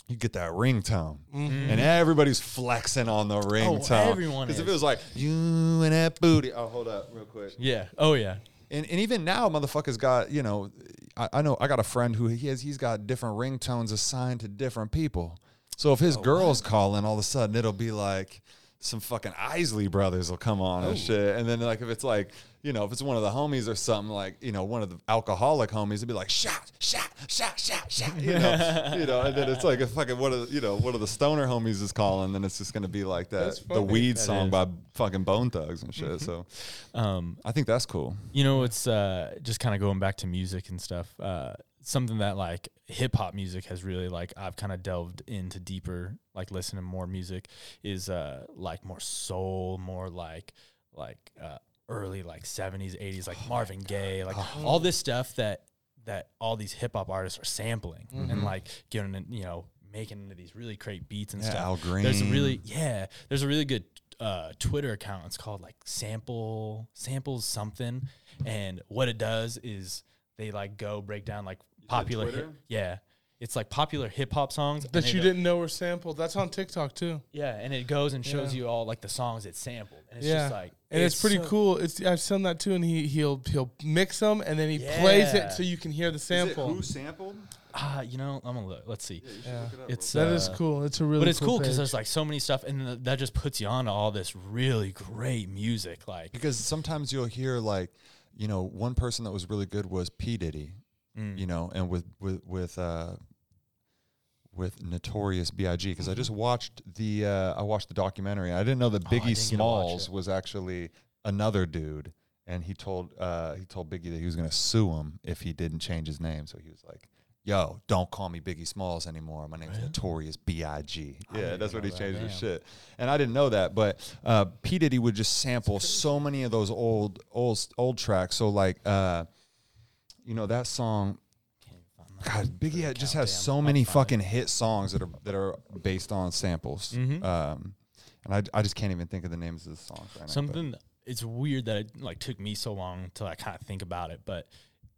you get that ringtone,
Mm-hmm.
and everybody's flexing on
Oh,
the ringtone.
everyone
if
is.
it was like you and that booty, oh hold up, real quick.
Yeah. Oh yeah.
And and even now, motherfuckers got you know, I, I know I got a friend who he has he's got different ringtones assigned to different people. So if his girl's calling, all of a sudden it'll be like some fucking Isley brothers will come on and shit. And then like if it's like you know if it's one of the homies or something like you know one of the alcoholic homies, it'd be like shot shot shot shot shot. You know you know. And then it's like a fucking one of the, you know one of the stoner homies is calling, then it's just gonna be like
That's
that the
funny.
weed
That
song
is.
by fucking Bone Thugs and shit. So
Um,
I think that's cool.
You know, it's uh, just kind of going back to music and stuff. Uh, something that like hip hop music has really like I've kind of delved into deeper, like listening to more music is uh, like more soul, more like like uh, early like seventies, eighties, like Marvin Gaye, like all this stuff that that all these hip hop artists are sampling and like getting in- you know making into these really great beats and
Yeah,
stuff.
Al
There's a
Green.
really yeah. There's a really good uh, Twitter account. It's called like sample samples something, and what it does is they like go break down like popular hip-
Twitter?
yeah. It's like popular hip hop songs and
that
they
you
go-
didn't know were sampled. That's on TikTok too.
Yeah, and it goes and shows
Yeah.
you all like the songs it sampled, and it's
yeah,
just like
and it's, pretty
so-
cool. It's I've seen that too, and he he'll he'll mix them and then he plays
Yeah.
it so you can hear the sample.
sampled?
Ah, you know, I'm gonna look. Let's see.
Yeah.
It's
That
uh,
is cool. It's a really
but it's cool because
page.
there's like so many stuff, and th- that just puts you on to all this really great music. Like,
Because sometimes you'll hear like, you know, one person that was really good was P Diddy,
mm.
you know, and with with with uh, with Notorious B.I.G. Because I just watched the uh, I watched the documentary. I didn't know that
Mm-hmm. Oh, I
Biggie
didn't get to watch
Smalls
it.
was actually another dude, and he told uh, he told Biggie that he was going to sue him if he didn't change his name. So he was like. Yo, don't call me Biggie Smalls anymore. My name's Notorious B.I.G. Yeah, that's what he changed his shit. And I didn't know that, but uh, P Diddy would just sample so many of those old old old tracks. So like, uh, you know that song. God, Biggie had- just has so many fucking hit songs that are that are based on samples.
Mm-hmm.
Um, and I, I just can't even think of the names of the songs right now. but-
Something it's weird that it like took me so long to like kind of think about it, but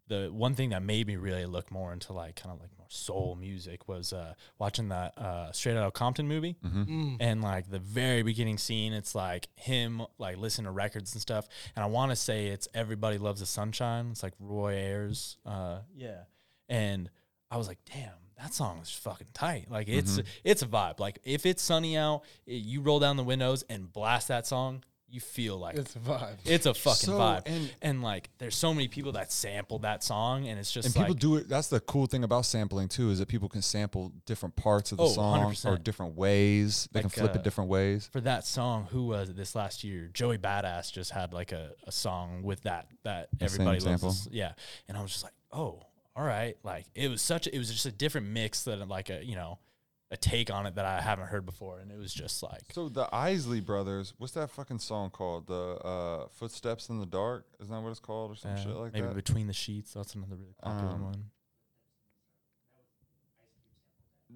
the one thing that made me really look more into like kind of like more soul music was uh, watching that uh, Straight Outta Compton movie,
Mm.
and like the very beginning scene, it's like him like listening to records and stuff, and I want to say it's Everybody Loves the Sunshine. It's like Roy Ayers, uh, yeah, and I was like, damn. that song is fucking tight. Like it's
Mm-hmm.
it's a vibe. Like if it's sunny out, i- you roll down the windows and blast that song, you feel like
It's a vibe.
it's a fucking
So,
vibe.
and-
And, like there's so many people that sample that song and it's just
and
like
people do it. That's the cool thing about sampling too, is that people can sample different parts of the
Oh,
song or
100%.
different ways. They can
Like,
flip
uh,
it different ways.
for that song, who was it this last year? Joey Badass just had like a, a song with that that
same
everybody loves.
sample?
this- Yeah. And I was just like, oh, all right. Like it was such a, it was just a different mix that like a you know, a take on it that I haven't heard before. And it was just like
So the Isley Brothers, what's that fucking song called? The uh, Footsteps in the Dark, isn't that what it's called, or some
uh,
shit like
maybe
that?
Between the Sheets. That's another really popular
Um,
one.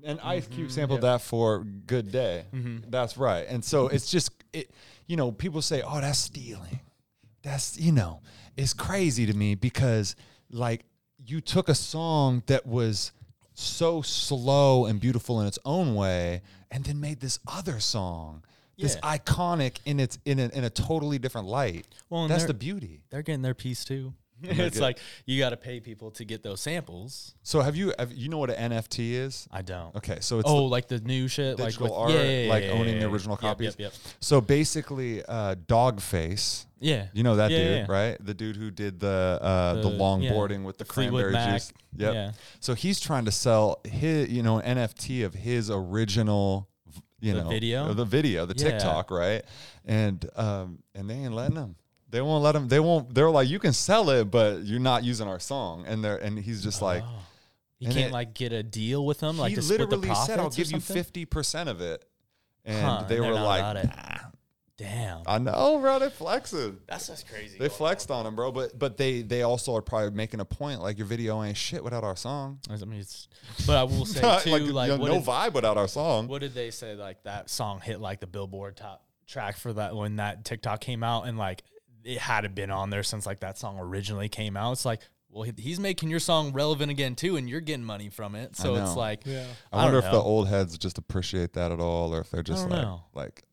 And Ice
Mm-hmm.
Cube sampled that for Good Day. That's right. And so it's just it you know, people say, "Oh, that's stealing." That's you know, it's crazy to me because like you took a song that was so slow and beautiful in its own way and then made this other song this
Yeah.
iconic in its in a, in a totally different light.
Well, and
that's
there-
the beauty.
They're getting their piece too. it's like you got to pay people to get those samples.
So have you have, you know what an NFT is?
I don't.
Okay, so it's
oh, like the new shit, like
digital
with-
art,
yeah, yeah, yeah,
like
yeah,
owning
yeah,
the
yeah.
original
Yep,
copies.
Yep, yep.
So basically, uh, Dogface,
Yeah,
you know that
Yeah,
dude,
yeah, yeah.
right? The dude who did the uh, the,
The- yeah,
longboarding with the
Fleetwood
cranberry
Mac,
juice. Yep.
yeah.
So he's trying to sell his, you know, an NFT of his original, v- you
The
know,
video?
of the video, the
Yeah.
TikTok, right? And um, and they ain't letting him. They won't let him. They won't. They're like, you can sell it, but you're not using our song. And they're and he's just like,
Oh. You
And
can't
it-
like get a deal with them. Like
he
to split the
literally said, "I'll
profits or
give you
something?"
fifty percent of it," and
Huh,
they
they're
were
not
like,
about it. Damn,
"I know, bro. They flexing.
that's just crazy.
Uh, They flexed on him, bro. But but they they also are probably making a point like your video ain't shit without our song.
I mean, it's, but I will say
like
too,
you
like,
know,
what,
no
did,
vibe without our song.
what did they say? Like that song hit like the Billboard top track for that when that TikTok came out, and like it had been on there since like that song originally came out. It's like, well, he- he's making your song relevant again too, and you're getting money from it. So
know.
it's like,
yeah.
I,
I
wonder if
don't
the
know.
old heads just appreciate that at all, or if they're just
don't
like
know.
like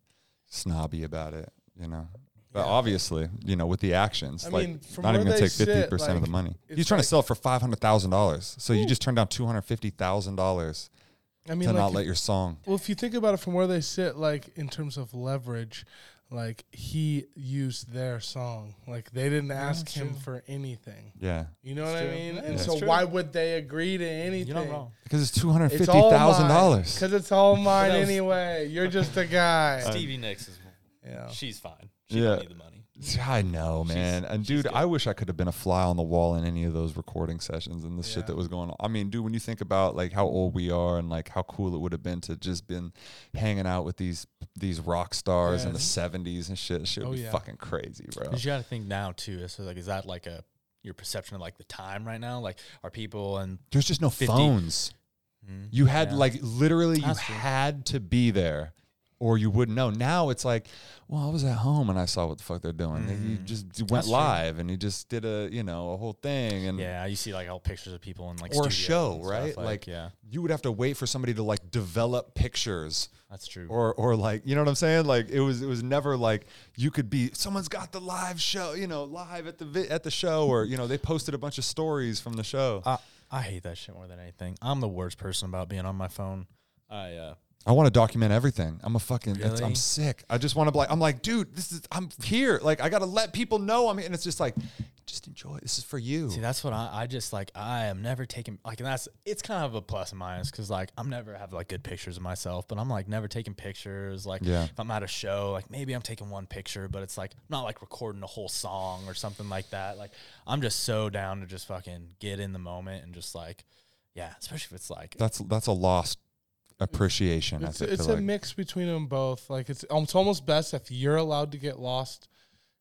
snobby about it, you know. But obviously, you know, with the actions,
I
like
mean, from
not even
where
gonna
they
take fifty
sit,
percent of the
like,
money.
it's
He's trying
like-
to sell for five hundred thousand dollars, so you just turned down two hundred fifty thousand dollars
I
to
mean, like,
not let your song.
well, if you think about it from where they sit, like in terms of leverage, like he used their song. Like they didn't ask him for anything.
Yeah,
You know what
true.
I mean?
Yeah,
and
that's
so
true.
why would they agree to anything?
you're not wrong.
because it's two hundred fifty thousand dollars.
Because it's all mine
That was-
anyway. You're just a guy.
Stevie Nicks is,
yeah.
she's fine.
She
She
don't
yeah.
Yeah. need
need the money.
I know, man. and dude, I wish I could have been a fly on the wall in any of those recording sessions and the shit
Yeah.
that was going on. I mean, dude, when you think about like how old we are and like how cool it would have been to just been hanging out with these these rock stars in the
Yeah.
seventies and shit, shit would
Oh,
be
yeah.
fucking crazy, bro.
But you got to think now too. So like, is that like a your perception of like the time right now? Like, are people and
There's just no
50.
phones. You had
yeah.
like literally you
That's true.
had to be there or you wouldn't know. Now it's like, well, I was at home and I saw what the fuck they're doing. They- You just you went
Mm. That's true.
live and you just did a, you know, a whole thing and
yeah, you see like all pictures of people in like
or a
studios
show,
and stuff,
right?
Like, yeah,
you would have to wait for somebody to like develop pictures
that's true.
or or like, you know what I'm saying? Like it was it was never like you could be someone's got the live show, you know, live at the vi- at the show or you know, they posted a bunch of stories from the show.
I I hate that shit more than anything. I'm the worst person about being on my phone. I uh,
I want to document everything. I'm a fucking it's, I'm
Really?
sick. I just want to be like I'm like, dude, this is I'm here. Like I got to let people know I'm here and it's just like just enjoy. This is for you.
See, that's what I, I just like. I am never taking like, and that's it's kind of a plus and minus because like I'm never have like good pictures of myself, but I'm like never taking pictures. Like
Yeah.
if I'm at a show, like maybe I'm taking one picture, but it's like not like recording a whole song or something like that. Like I'm just so down to just fucking get in the moment and just like, yeah, especially if it's like
That's that's a lost appreciation.
It's,
I think,
it's
for
a
like-
mix between them both. Like it's um, it's almost best if you're allowed to get lost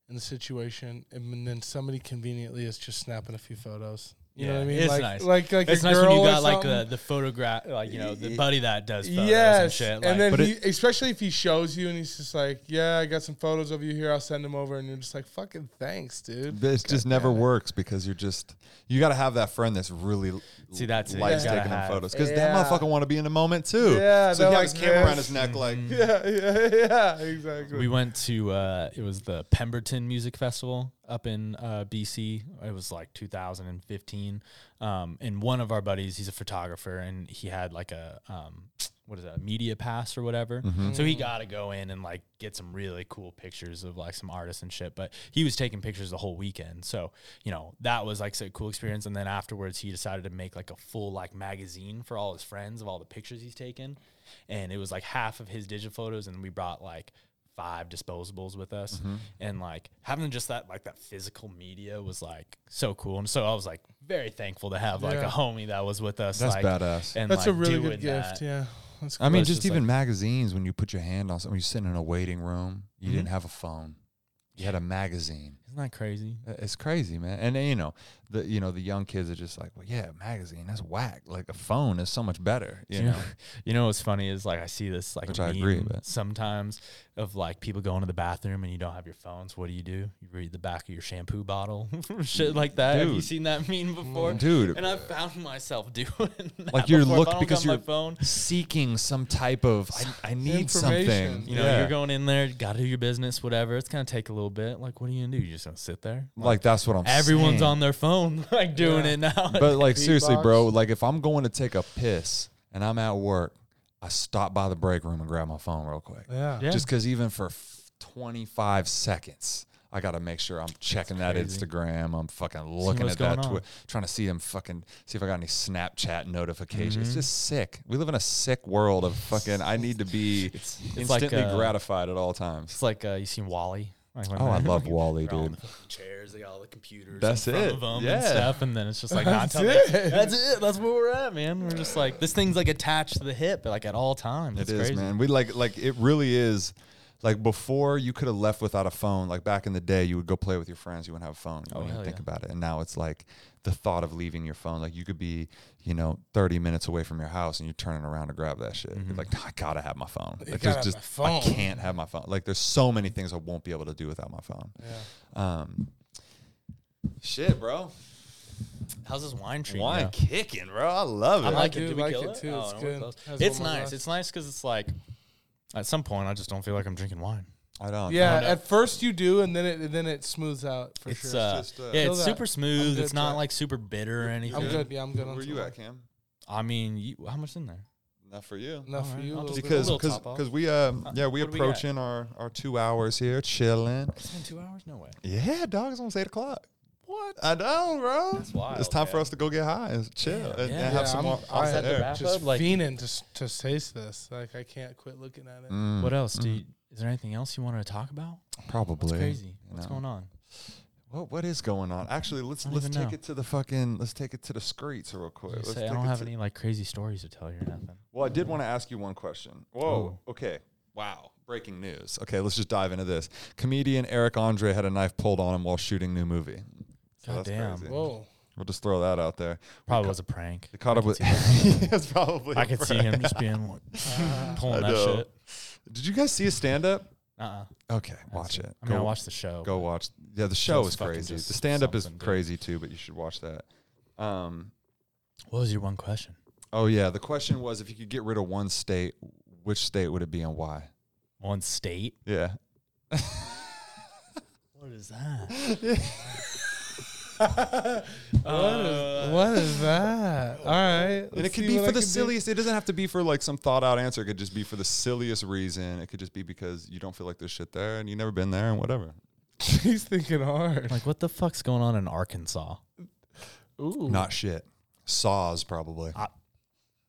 in the situation, and, then- then somebody conveniently is just snapping a few photos. You know
Yeah,
what I mean?
it's
like,
nice.
Like like
it's
a
nice
girl
when you
or
got like the
something.
the photograph, like you know the buddy that does photos and
yes,
shit.
and,
Like,
then
But
he, especially if he shows you and he's just like, "Yeah, I got some photos of you here. I'll send them over," and you're just like, "Fucking thanks, dude."
But it just never works because you're just you got to have that friend that's really l-
See, that's it. You
likes
gotta
taking them
have-
photos because that
Yeah.
motherfucker want to be in the moment too.
Yeah,
so he
they're
has his
like
camera around
this.
his neck like
Mm-hmm.
Yeah, yeah, yeah, exactly.
we went to uh, it was the Pemberton Music Festival up in uh, BC. It was like 2015. Um, and one of our buddies, he's a photographer, and he had like a um, what is that, a media pass or whatever. So he got to go in and like get some really cool pictures of like some artists and shit. But he was taking pictures the whole weekend. So, you know, that was like a cool experience. And then afterwards, he decided to make like a full like magazine for all his friends of all the pictures he's taken. And it was like half of his digital photos. And we brought like five disposables with us.
Mm-hmm.
And like having just that, like that physical media was like so cool. And so I was like very thankful to have like
Yeah.
a homie that was with us.
That's
like,
badass.
And
That's
like
a really
doing
good
that.
gift. Yeah. That's
I mean,
it's
just
just
even magazines. When you put your hand on something, you're sitting in a waiting room. You
Mm-hmm.
didn't have a phone. You had a magazine.
Isn't that crazy?
Uh, It's crazy, man. And uh, you know, the you know the young kids are just like, well, yeah, magazine. That's whack. Like a phone is so much better. You
You
know.
know, you know what's funny is like I see this like
Which I agree
meme
with.
sometimes of like people going to the bathroom and you don't have your phones. What do you do? You read the back of your shampoo bottle, shit like that. Have you
Dude.
seen that meme before?
Dude.
and I found myself doing that
Like you're
before. If I
look
don't
because
have my
you're
phone.
seeking some type of I, I need something.
Information.
You know,
Yeah.
you're going in there, got to do your business, whatever. It's gonna take a little bit. Like, what are you gonna do? You're just gonna sit there?
like that's what I'm.
Everyone's
saying.
on their phone, like doing
Yeah.
it now.
But like
Beatbox.
seriously, bro, like if I'm going to take a piss and I'm at work, I stop by the break room and grab my phone real quick.
Yeah.
Yeah.
Just because even for f- 25 seconds, I got to make sure I'm checking that
crazy.
Instagram. I'm fucking looking
what's
at that,
going
twi-
on.
trying to see them fucking see if I got any Snapchat notifications. It's
Mm-hmm.
just sick. We live in a sick world of fucking. I need to be
it's like,
instantly
uh,
gratified at all times.
It's like uh, you seen Wally. Like when
Oh, I
they're-
love Wally,
they're all in
dude.
the fucking chairs, they got all the computers.
That's
in front
it.
Of them
Yeah.
and stuff, and then it's just like that's not
That's
it. That's it. That's where we're at, man. We're just like this thing's like attached to the hip, like at all times. It's
It is,
crazy.
man. We like like it really is. Like before, you could have left without a phone. Like back in the day, you would go play with your friends. You wouldn't have a phone. You wouldn't even
Oh, hell
think
yeah.
about it. And now it's like the thought of leaving your phone. Like you could be, you know, thirty minutes away from your house, and you're turning around to grab that shit.
Mm-hmm.
You're like, "Nah, I gotta have my phone.
You
Like, there's
gotta have
just
my
I
phone."
can't have my phone. Like there's so many things I won't be able to do without my phone. Um, shit, bro.
How's this wine treating
Wine
you?
kicking, bro. I love it.
I like
I
it.
do
Did we
like
kill
it, too.
Oh,
It's
no,
good.
we're close.
Has
It's
one more
nice.
left.
It's nice because it's like at some point I just don't feel like I'm drinking wine.
I don't. Um,
Yeah,
no.
at first you do, and then it and then it smooths out for
It's
sure.
uh,
just, uh,
yeah,
Feel
it's
that.
super smooth.
good
It's not
to-
like super bitter or anything.
I'm good. Yeah, I'm good. on
Where
some
you
wine.
at, Cam?
I mean, you, how much in there?
Not for you.
Enough for
Alright,
you.
I'll
a
just
little bit.
a
because
little
because
top off.
because we um yeah we
what do we got?
approaching our our two hours here chilling.
It's been two hours. No way.
Yeah, dog, it's almost eight o'clock.
What?
I know, bro. That's
wild,
It's time for
yeah.
us to go get high and chill and, and
yeah.
have some
I'm-
more.
I-
outside
Set the
air.
wrap
just
up, like-
fiending to s- to taste this. Like I can't quit looking at
Mm.
it.
What else? Do you, is there anything else you wanted to talk about?
Probably.
It's crazy. What's
know.
going on?
What what is going on? Actually, let's
I don't
let's
even
take
know.
it to the fucking let's take it to the streets real quick.
You
Let's
say I
take
don't
it
have
to-
any like crazy stories to tell you or nothing.
Well, I did want to ask you one question. Whoa.
Oh.
Okay. Wow. Breaking news. Okay, let's just dive into this. Comedian Eric Andre had a knife pulled on him while shooting new movie. So
God damn.
Whoa.
We'll just throw that out there.
Probably was a prank.
They caught up with. It's probably.
I could see him just being like
Uh,
pulling
I
that
know.
shit.
Did you guys see a stand up?
Uh uh
Okay, watch it.
I mean, I
Go-
watched the show.
Go watch. Yeah, the show
Show's
is
fucking
crazy. The
just
stand up is
something, dude.
crazy too, but you should watch that. Um.
What was your one question?
Oh yeah. The question was, if you could get rid of one state, which state would it be and why?
One state?
Yeah.
What is that?
what is that? All right.
And it could be for the silliest. It doesn't have to be for like some thought out answer. It could just be for the silliest reason. It could just be because you don't feel like there's shit there and you've never been there and whatever.
He's thinking hard.
Like, what the fuck's going on in Arkansas?
Ooh.
Not shit. Saws probably.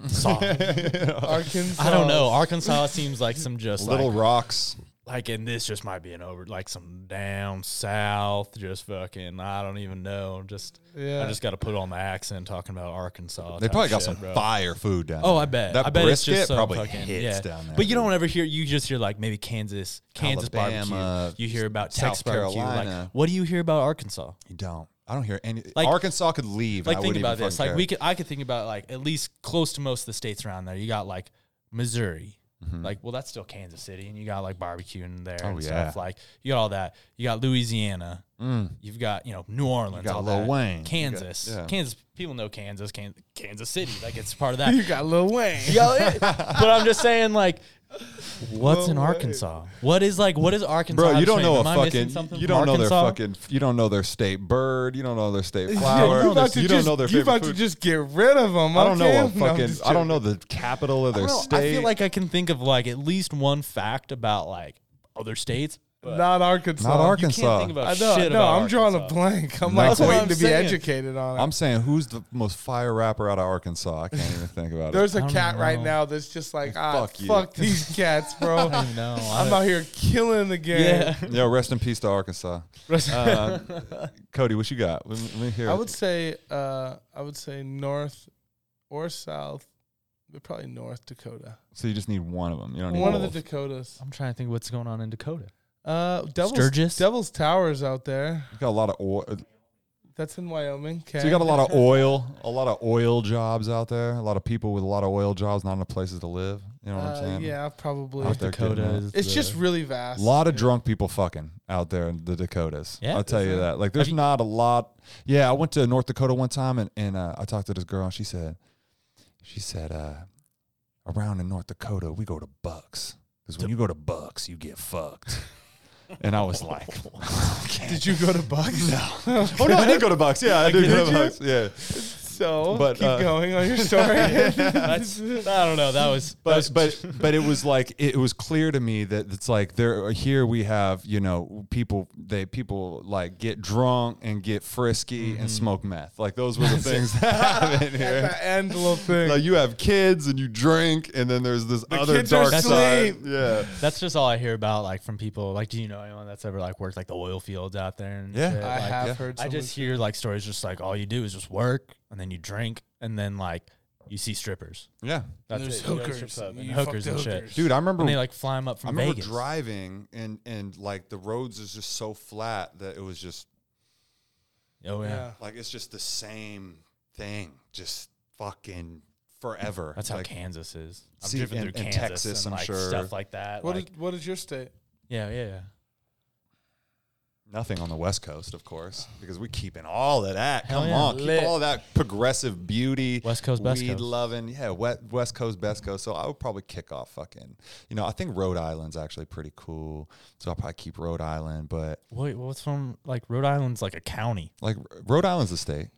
Saw.
Arkansas.
I don't know. Arkansas seems like some just
Little
like,
rocks.
like, and this just might be an over, like some down south, just fucking, I don't even know. Just,
Yeah.
I just got to put on the accent talking about Arkansas.
They
type
probably got
shit,
some
bro.
fire food down there.
Oh, I bet.
That
I bet it's
brisket
just so
probably
fucking,
hits
yeah.
down there.
But you don't ever hear. You just hear like maybe Kansas, Kansas
Alabama,
barbecue. You hear about
South
Texas barbecue. Like,
Carolina.
what do you hear about Arkansas?
You don't. I don't hear any.
Like-
Arkansas could leave.
Like,
I
think
wouldn't
about
even
this.
fucking
Like,
care.
we could. I could think about like at least close to most of the states around there. You got like Missouri. Like, well, that's still Kansas City, and you got like barbecue in there
Mm-hmm. Oh,
and
yeah.
stuff. Like, you got all that. You got Louisiana. You've got you know New Orleans,
got
all
Lil
that.
Wayne. You got-
Kansas,
yeah.
Kansas. People know Kansas, Kan- Kansas City. Like it's part of that.
You got Lil Wayne.
Yo, it- but I'm just saying, like, what's in Arkansas? What is like, what is Arkansas?
Bro, you
I'm
don't
saying,
know a
am I missing
fucking.
something
You don't
from
know their
Arkansas?
fucking. You don't know their state bird. You don't know their state
Yo,
flower.
you about to
you
just,
don't know their
you
favorite
about
food.
to just get rid of them.
I don't
okay?
know a
No, I'm
fucking.
just
I don't
joking.
know the capital of
I
their
don't know.
state.
I feel like I can think of like at least one fact about like other states. But
Not Arkansas.
Not
you can't
Arkansas.
think about
I know.
shit
no,
about
I'm drawing a
Arkansas.
blank. I'm
No.
like
That's what
waiting
I'm
to
saying.
be educated on it.
I'm saying who's the most fire rapper out of Arkansas? I can't even think about it.
There's a
don't
cat right
know.
now that's just like, ah,
Fuck
fuck,
you.
these cats, bro.
I don't know. I
I'm out here killing the game.
yeah.
Yo, rest in peace to Arkansas. Uh, Cody, what you got? Let me, let me hear.
I
it.
would say, uh, I would say north or south, but probably North Dakota.
so you just need one of them. You don't need
One of the
both. Um,
Dakotas.
I'm trying to think what's going on in Dakota.
Uh, Devil's,
Sturgis?
Devil's Towers out there.
You got a lot of oil. So
That's in Wyoming. Okay.
you got a lot of oil, a lot of oil jobs out there. A lot of people with a lot of oil jobs, not enough places to live. You know what I'm
Uh,
saying?
yeah, probably.
Out there
Dakota
getting it.
is.
It's
the-
just really vast.
A lot of drunk people fucking out there in the Dakotas.
Yeah?
I'll tell you that. Like, there's
you-
not a lot. Yeah, I went to North Dakota one time and, and uh, I talked to this girl and she said, she said, uh, around in North Dakota, we go to Bucks. Because when you go to Bucks, you get fucked. and I was like, okay.
Did you go to Bucks?
No. oh, no, I did go to Bucks. Yeah, I did, go to
you?
Bucks. Yeah.
So
But,
keep
uh,
going on your story.
That's, I don't know. That was. that was-
but but but it was like it was clear to me that it's like there here we have you know people they people like get drunk and get frisky
Mm-hmm.
and smoke meth like those were the things that happen here.
that end little thing.
Like you have kids and you drink and then there's this other
kids are
dark side.
asleep.
Yeah,
That's just all I hear about, like from people. Like, do you know anyone that's ever like worked like the oil fields out there? And
Yeah.
shit?
I
Like,
have
yeah.
heard.
I just hear like stories, just like all you do is just work and then you drink and then like you see strippers.
yeah,
That's it. You go to the strip club and hookers and shit.
dude. I remember
And they like fly 'em up
I
from
remember
Vegas.
driving and and like the roads is just so flat that it was just
Oh yeah.
Yeah.
like it's just the same thing just fucking forever.
That's how
Like,
Kansas is. I've
See,
driven
and-
through
and
Kansas
Texas,
and
I'm
like
sure.
stuff like that.
What
like,
is, what is your state?
yeah, yeah, yeah.
Nothing on the West Coast, of course, because we're keeping all of that.
Hell
Come
yeah.
on, keep
Lit.
all that progressive beauty,
West Coast, best
weed
coast.
loving, yeah, wet, West Coast, best coast. So I would probably kick off fucking, you know, I think Rhode Island's actually pretty cool, so I'll probably keep Rhode Island. But
Wait, what's from like Rhode Island's like a county,
like Rhode Island's a state,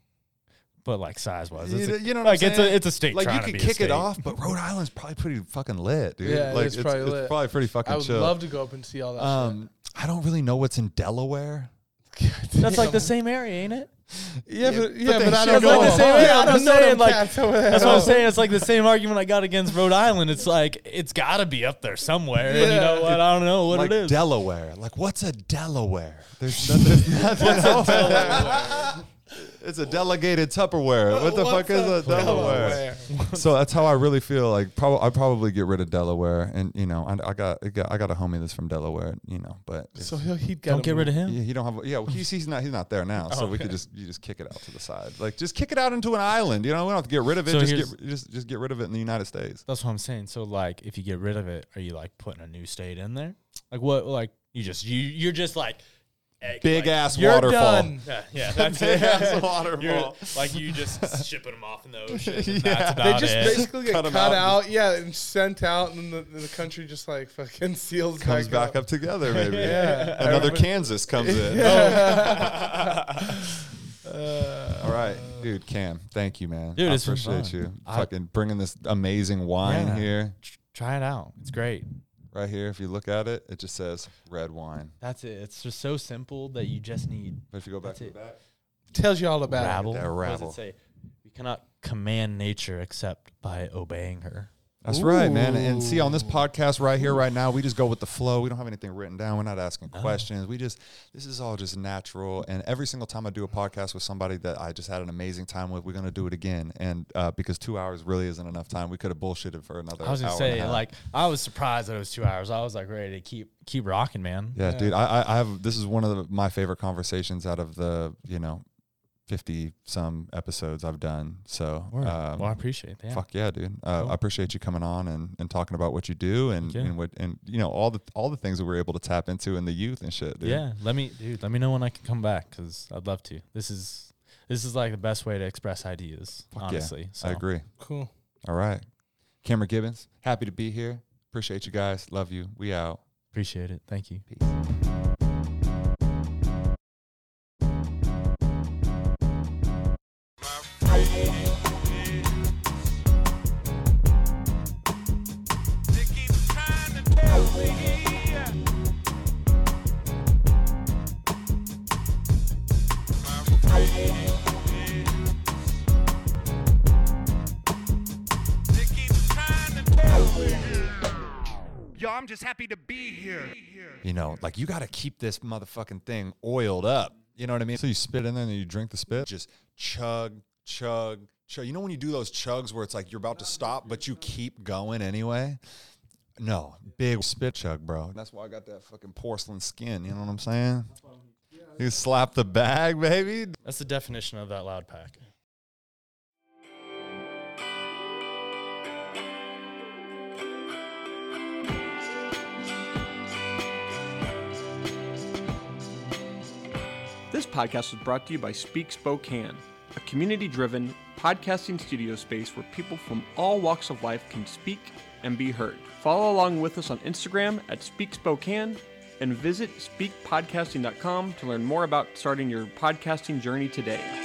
but like size wise,
you,
it's a,
you know, what
like
I'm
it's
saying?
a it's a state.
Like you
trying to
could
be a
kick
state.
it off, but Rhode Island's probably pretty fucking lit, dude.
Yeah, it
like
is probably lit.
probably pretty fucking
I would
chill.
love to go up and see all that.
um, I don't really know what's in Delaware.
That's like the same area, ain't it?
yeah, but yeah,
they
but I
should
don't
go
know.
up.
them.
Yeah,
Yeah,
I'm
I don't
just
know
saying,
them
like,
cats over there.
That's what I'm saying. It's like the same argument I got against Rhode Island. It's like it's got to be up there somewhere. And you know
Yeah.
what? I don't know what
like
it is.
Delaware. Like what's a Delaware? There's nothing. nothing over there. It's a delegated Tupperware. What the fuck
What's
is
a
a Delaware?
Delaware?
So that's how I really feel. Like, prob- I probably get rid of Delaware, and you know, I, I got, I got, I got a homie that's from Delaware. You know, but if-
So he'll, he'd
Don't get rid of him.
yeah, he don't have. Yeah, well, he's he's not he's not there now. So we could just you just kick it out to the side. Like just kick it out into an island. You know, we don't have to get rid of it.
So
just
here's-
get just just get rid of it in the United States.
That's what I'm saying. So like, if you get rid of it, are you like putting a new state in there? Like what? Like you just you you're just like eh,
Big
like-
ass
You're
waterfall.
done.
Yeah, yeah, that's
Big
it.
ass
You're,
waterfall.
like you just shipping them off in the ocean. and
Yeah.
That's
They
about
just
it.
basically get
Cut
cut,
'em out.
out. yeah, and sent out, and then the, the country just like fucking seals
comes
back,
back up. together, maybe.
Yeah. I
Another
remember-
Kansas comes in.
Uh,
All right, dude, Cam, thank you, man.
Dude,
I
it's been
appreciate
fun.
you
I-
fucking bringing this amazing wine
Yeah.
here.
Tr- Try it out. It's great.
Right here, if you look at it, it just says red wine.
That's it. It's just so simple that you just need
But if you go back
That's
to the
it.
back,
tells you all about
rabble.
that rabble.
What does it say? We cannot command nature except by obeying her.
that's right, man. And see, on this podcast right here, right now, we just go with the flow. We don't have anything written down. We're not asking
Uh-huh.
questions. We just, this is all just natural. And every single time I do a podcast with somebody that I just had an amazing time with, we're gonna do it again. And uh, because two hours really isn't enough time, we could have bullshitted for another.
I was gonna
hour and a
say,
half.
like, I was surprised that it was two hours. I was like ready to keep keep rocking, man.
Yeah, dude. I, I I have this is one of the, my favorite conversations out of the you know 50 some episodes I've done. So,
Word.
um,
well, I appreciate that.
fuck yeah, dude. Uh,
Cool.
I appreciate you coming on and, and talking about what you do and,
you.
and what, and you know, all the, all the things that we're able to tap into in the youth and shit. Dude.
Yeah, let me, dude. Let me know when I can come back because I'd love to. This is this is like the best way to express ideas,
Fuck yeah.
honestly. So
I agree.
Cool.
All right. Cameron Gibbons, happy to be here. Appreciate you guys. Love you. We out.
appreciate it. Thank you.
Peace.
Yo, I'm just happy to be here.
You know, like you got to keep this motherfucking thing oiled up. You know what I mean? So you spit in there and then you drink the spit. Just chug, chug, chug. You know when you do those chugs where it's like you're about to stop, but you keep going anyway? No, big spit chug, bro. That's why I got that fucking porcelain skin. You know what I'm saying? You slap the bag, baby.
That's the definition of that loud pack.
This podcast is brought to you by Speak Spokane, a community driven podcasting studio space where people from all walks of life can speak and be heard. Follow along with us on Instagram at Speak Spokane and visit speakpodcasting.com to learn more about starting your podcasting journey today.